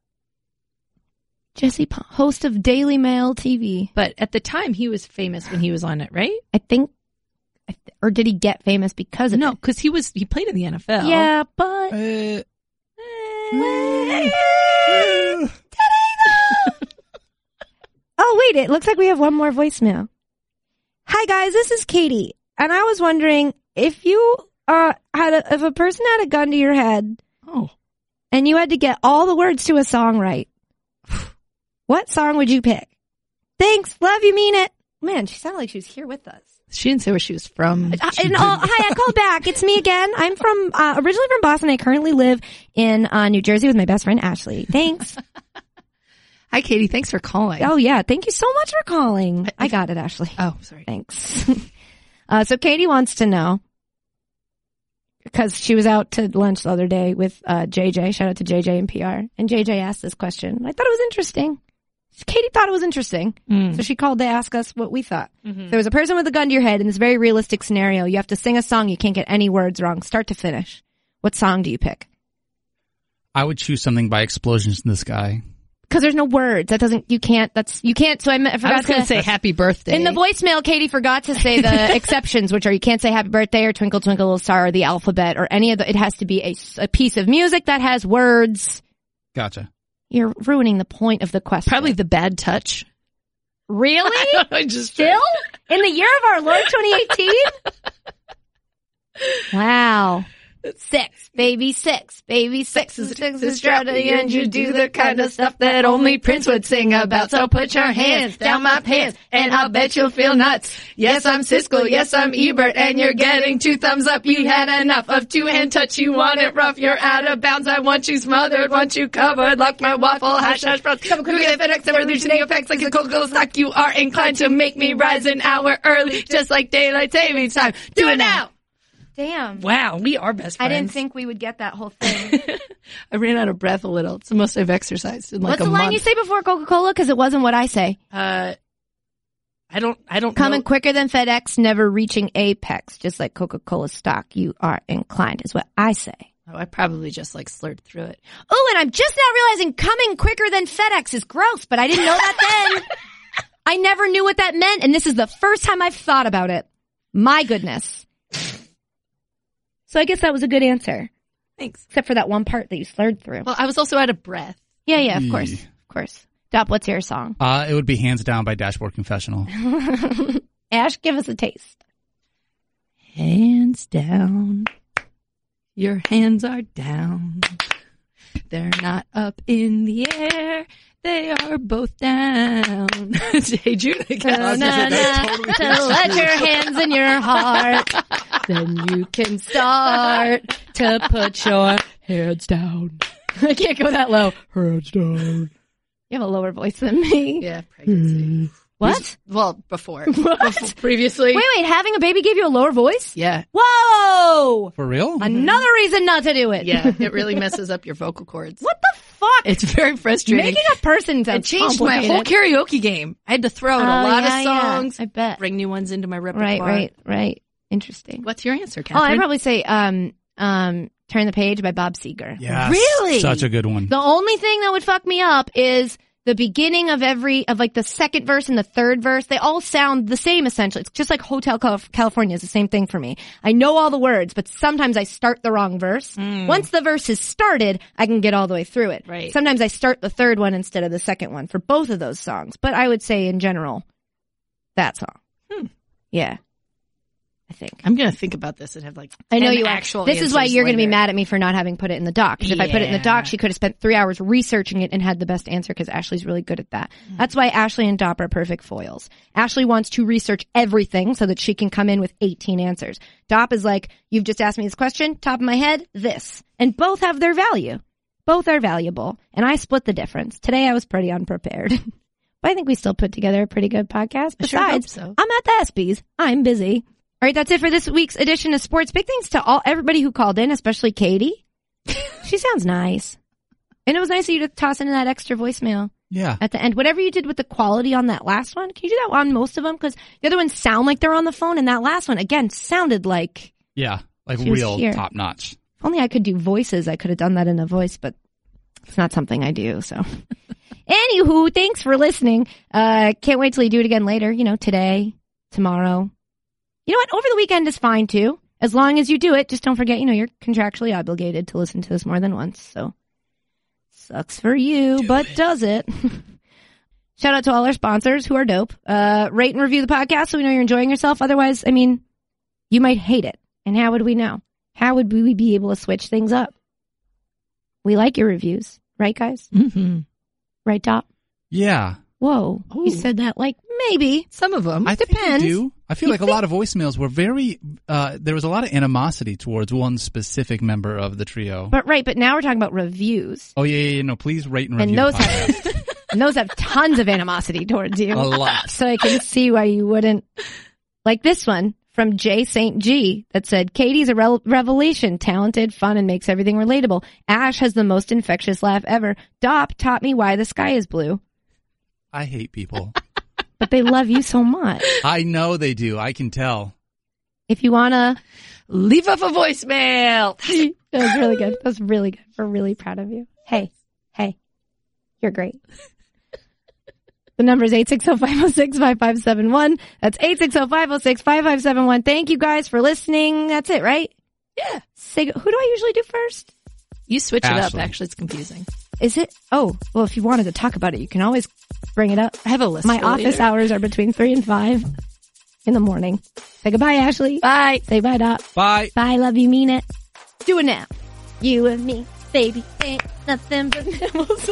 Speaker 2: Jesse, P- host of Daily Mail TV.
Speaker 3: but at the time he was famous when he was on it, right?
Speaker 2: I think, I th- or did he get famous because of
Speaker 3: No,
Speaker 2: it?
Speaker 3: because he was he played in the NFL.
Speaker 2: Yeah, but
Speaker 4: Uh,
Speaker 2: oh wait, it looks like we have one more voicemail. Hi guys, this is Katie, and I was wondering if you uh had a, if a person had a gun to your head
Speaker 3: Oh,
Speaker 2: and you had to get all the words to a song right, what song would you pick? Thanks, love you, mean it. Man, she sounded like she was here with us.
Speaker 3: she didn't say where she was from.
Speaker 2: Uh, and, oh, hi, I called back. It's me again. I'm from uh, originally from Boston. I currently live in uh, New Jersey with my best friend Ashley. Thanks.
Speaker 3: Hi, Katie. Thanks for calling.
Speaker 2: oh yeah, thank you so much for calling. I got it, Ashley.
Speaker 3: Oh, sorry.
Speaker 2: Thanks. uh, so Katie wants to know because she was out to lunch the other day with uh, JJ. Shout out to JJ and PR. And JJ asked this question. I thought it was interesting. Katie thought it was interesting.
Speaker 3: Mm.
Speaker 2: So she called to ask us what we thought.
Speaker 3: Mhm.
Speaker 2: There was a person with a gun to your head in this very realistic scenario. You have to sing a song. You can't get any words wrong, start to finish. What song do you pick?
Speaker 4: I would choose something by Explosions in the Sky.
Speaker 2: Because there's no words. That doesn't, you can't, that's, you can't. So I, me- I forgot
Speaker 3: was gonna
Speaker 2: to
Speaker 3: say happy birthday.
Speaker 2: In the voicemail, Katie forgot to say the exceptions, which are you can't say happy birthday or twinkle twinkle little star or the alphabet or any of the, it has to be a, s- a piece of music that has words.
Speaker 4: Gotcha.
Speaker 2: You're ruining the point of the question. Probably the bad touch. Really? Still? In the year of our Lord 2018? wow. Six, baby six, baby six, and six is strategy, and you do the kind of stuff that only Prince would sing about. So put your hands down my pants, and I'll bet you'll feel nuts. Yes, I'm Siskel. Yes, I'm Ebert, and you're getting two thumbs up. You had enough of two hand touch. You want it rough. You're out of bounds. I want you smothered, want you covered, like my waffle hash hash browns. Come quicker than FedEx, evolutionary effects like a Coca-Cola stock. You are inclined to make me rise an hour early, just like daylight savings time. Do it now. Damn.
Speaker 3: Wow, we are best friends.
Speaker 2: think we would get that whole thing.
Speaker 3: I ran out of breath a little. It's the most I've exercised in like
Speaker 2: What's
Speaker 3: a
Speaker 2: the
Speaker 3: month.
Speaker 2: line you say before Coca-Cola? Because it wasn't what I say.
Speaker 3: Uh, I don't. I don't.
Speaker 2: Coming quicker than FedEx, never reaching apex, just like Coca-Cola stock. You are inclined, is what I say.
Speaker 3: Oh, I probably just like slurred through it.
Speaker 2: Oh, and I'm just now realizing coming quicker than FedEx is gross, but I didn't know that then. I never knew what that meant, and this is the first time I've thought about it. My goodness. So I guess that was a good answer.
Speaker 3: Thanks.
Speaker 2: Except for that one part that you slurred through.
Speaker 3: Well, I was also out of breath.
Speaker 2: yeah, yeah, of course.
Speaker 4: Yee.
Speaker 2: Of course. Dop, what's your song?
Speaker 4: Uh, it would be Hands Down by Dashboard Confessional.
Speaker 2: Ash, give us a taste.
Speaker 3: Hands down. Your hands are down. They're not up in the air. They are both down. Jay June, I guess.
Speaker 2: Na, na, na. So let your hands in your heart. then you can start to put your hands down. I can't go that low. Hands down. You have a lower voice than me.
Speaker 3: Yeah,
Speaker 2: pregnancy. What?
Speaker 3: Bes- Well, before.
Speaker 2: What?
Speaker 3: Before- previously.
Speaker 2: Wait, wait, having a baby gave you a lower voice?
Speaker 3: Yeah.
Speaker 2: Whoa!
Speaker 4: For real?
Speaker 2: Another reason not to do it.
Speaker 3: Yeah, it really messes up your vocal cords.
Speaker 2: What the fuck?
Speaker 3: It's very frustrating.
Speaker 2: Making a person
Speaker 3: I
Speaker 2: sound
Speaker 3: changed my whole karaoke game. I had to throw out a
Speaker 2: Oh,
Speaker 3: lot
Speaker 2: yeah,
Speaker 3: of
Speaker 2: yeah.
Speaker 3: songs.
Speaker 2: I bet.
Speaker 3: Bring new ones into my repertoire.
Speaker 2: Right, right, right. Interesting.
Speaker 3: What's your answer,
Speaker 2: Oh,
Speaker 3: Catherine?
Speaker 2: I'd probably say um, um, Turn the Page by Bob Seger.
Speaker 4: Yes.
Speaker 2: Really?
Speaker 4: Such a good one.
Speaker 2: The only thing that would fuck me up is the beginning of every, of like the second verse and the third verse. They all sound the same essentially. It's just like Hotel Cal- California is the same thing for me. I know all the words, but sometimes I start the wrong verse. Once the verse is started, I can get all the way through it.
Speaker 3: Right.
Speaker 2: Sometimes I start the third one instead of the second one for both of those songs. But I would say in general, that song. Yeah. I think.
Speaker 3: I'm going to think about this and have like
Speaker 2: I know
Speaker 3: an
Speaker 2: you
Speaker 3: actual
Speaker 2: Are. This is why
Speaker 3: answers
Speaker 2: you're going to be
Speaker 3: later.
Speaker 2: mad at me for not having put it in the doc. 'Cause if I put it in the doc,
Speaker 3: Yeah.
Speaker 2: she could have spent three hours researching it and had the best answer. Because Ashley's really good at that.
Speaker 3: Mm.
Speaker 2: That's why Ashley and Dop are perfect foils. Ashley wants to research everything so that she can come in with 18 answers. Dop is like, "You've just asked me this question. Top of my head, this." And both have their value. Both are valuable, and I split the difference. Today I was pretty unprepared. But I think we still put together a pretty good podcast.
Speaker 3: I sure hope
Speaker 2: Besides,
Speaker 3: so.
Speaker 2: I'm at the ESPYS. I'm busy. All right, that's it for this week's edition of Sports. Big thanks to all everybody who called in, especially Katie. she sounds nice, and it was nice of you to toss in that extra voicemail
Speaker 4: Yeah.
Speaker 2: at the end. Whatever you did with the quality on that last one, can you do that on most of them? Because the other ones sound like they're on the phone, and that last one again sounded like.
Speaker 4: Yeah. Like
Speaker 2: She was
Speaker 4: real
Speaker 2: here.
Speaker 4: top notch.
Speaker 2: If only I could do voices, I could have done that in a voice, but it's not something I do. So, anywho, thanks for listening. Uh, can't wait till you do it again later. You know, today, tomorrow. You know what? Over the weekend is fine too, as long as you do it. Just don't forget, you know, you're contractually obligated to listen to this more than once. So, sucks for you, but does it? Shout out to all our sponsors who are dope. Uh, rate and review the podcast so we know you're enjoying yourself. Otherwise, I mean, you might hate it. And how would we know? How would we be able to switch things up? We like your reviews, right, guys?
Speaker 3: Mm-hmm.
Speaker 2: Right, Dop?
Speaker 4: Yeah.
Speaker 2: Whoa. You said that like maybe.
Speaker 3: Some of them.
Speaker 4: I think
Speaker 2: Depends.
Speaker 4: you do. I feel
Speaker 2: You
Speaker 4: like a lot of voicemails were very, uh, there was a lot of animosity towards one specific member of the trio.
Speaker 2: But right, but now we're talking about reviews.
Speaker 4: oh, yeah, yeah, yeah. No, please rate and
Speaker 2: And
Speaker 4: review. the
Speaker 2: those
Speaker 4: podcast.
Speaker 2: have, and those have tons of animosity towards
Speaker 4: A
Speaker 2: you.
Speaker 4: lot.
Speaker 2: So I can see why you wouldn't like this one
Speaker 14: from J. St. G that said, Katie's a rel- revelation, talented, fun, and makes everything relatable. Ash has the most infectious laugh ever. Dop taught me why the sky is blue.
Speaker 4: I hate people.
Speaker 14: But they love you so much.
Speaker 4: I know they do. I can tell.
Speaker 14: If you want to
Speaker 3: leave off a voicemail.
Speaker 14: that was really good. That was really good. We're really proud of you. Hey, hey, you're great. The number is 860-506-5571. That's 860-506-5571. Thank you guys for listening. That's it, right?
Speaker 3: Yeah.
Speaker 14: Sig- Who do I usually do first?
Speaker 3: You switch it up.
Speaker 14: Ashley.
Speaker 3: Actually, it's confusing.
Speaker 14: Is it? Oh, well, if you wanted to talk about it, you can always bring it up. I
Speaker 3: have a list
Speaker 14: My
Speaker 3: for
Speaker 14: office
Speaker 3: later.
Speaker 14: hours are between three and five in the morning. Say goodbye, Ashley.
Speaker 3: Bye.
Speaker 14: Say bye, Doc.
Speaker 4: Bye.
Speaker 14: Bye. Love you. Mean it. Do it now. You and me, baby, ain't nothing but nipples.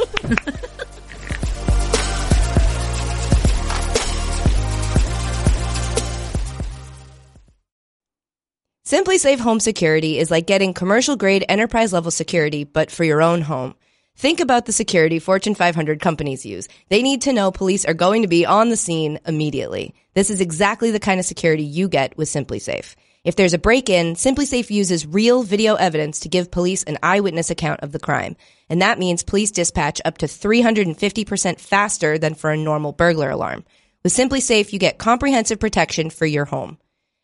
Speaker 2: Simply Safe Home Security is like getting commercial grade enterprise level security, but for your own home. Think about the security Fortune 500 companies use. They need to know police are going to be on the scene immediately. This is exactly the kind of security you get with Simply Safe. If there's a break in, Simply Safe uses real video evidence to give police an eyewitness account of the crime. And that means police dispatch up to 350% faster than for a normal burglar alarm. With Simply Safe, you get comprehensive protection for your home.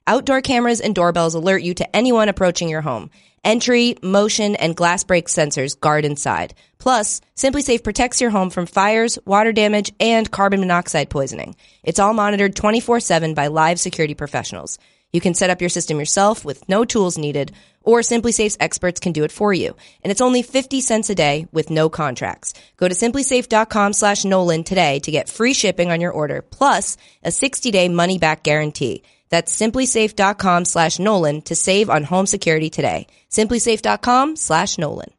Speaker 2: Outdoor cameras and doorbells alert you to anyone approaching your home. Entry, motion, and glass break sensors guard inside. Plus, Simply Safe protects your home from fires, water damage, and carbon monoxide poisoning. It's all monitored 24 7 by live security professionals. You can set up your system yourself with no tools needed, or Simply Safe's experts can do it for you. And it's only 50 cents a day with no contracts. Go to simplysafe.com slash Nolan today to get free shipping on your order, plus a 60 day money back guarantee. That's simplysafe.com slash Nolan to save on home security today. Simplysafe.com slash Nolan.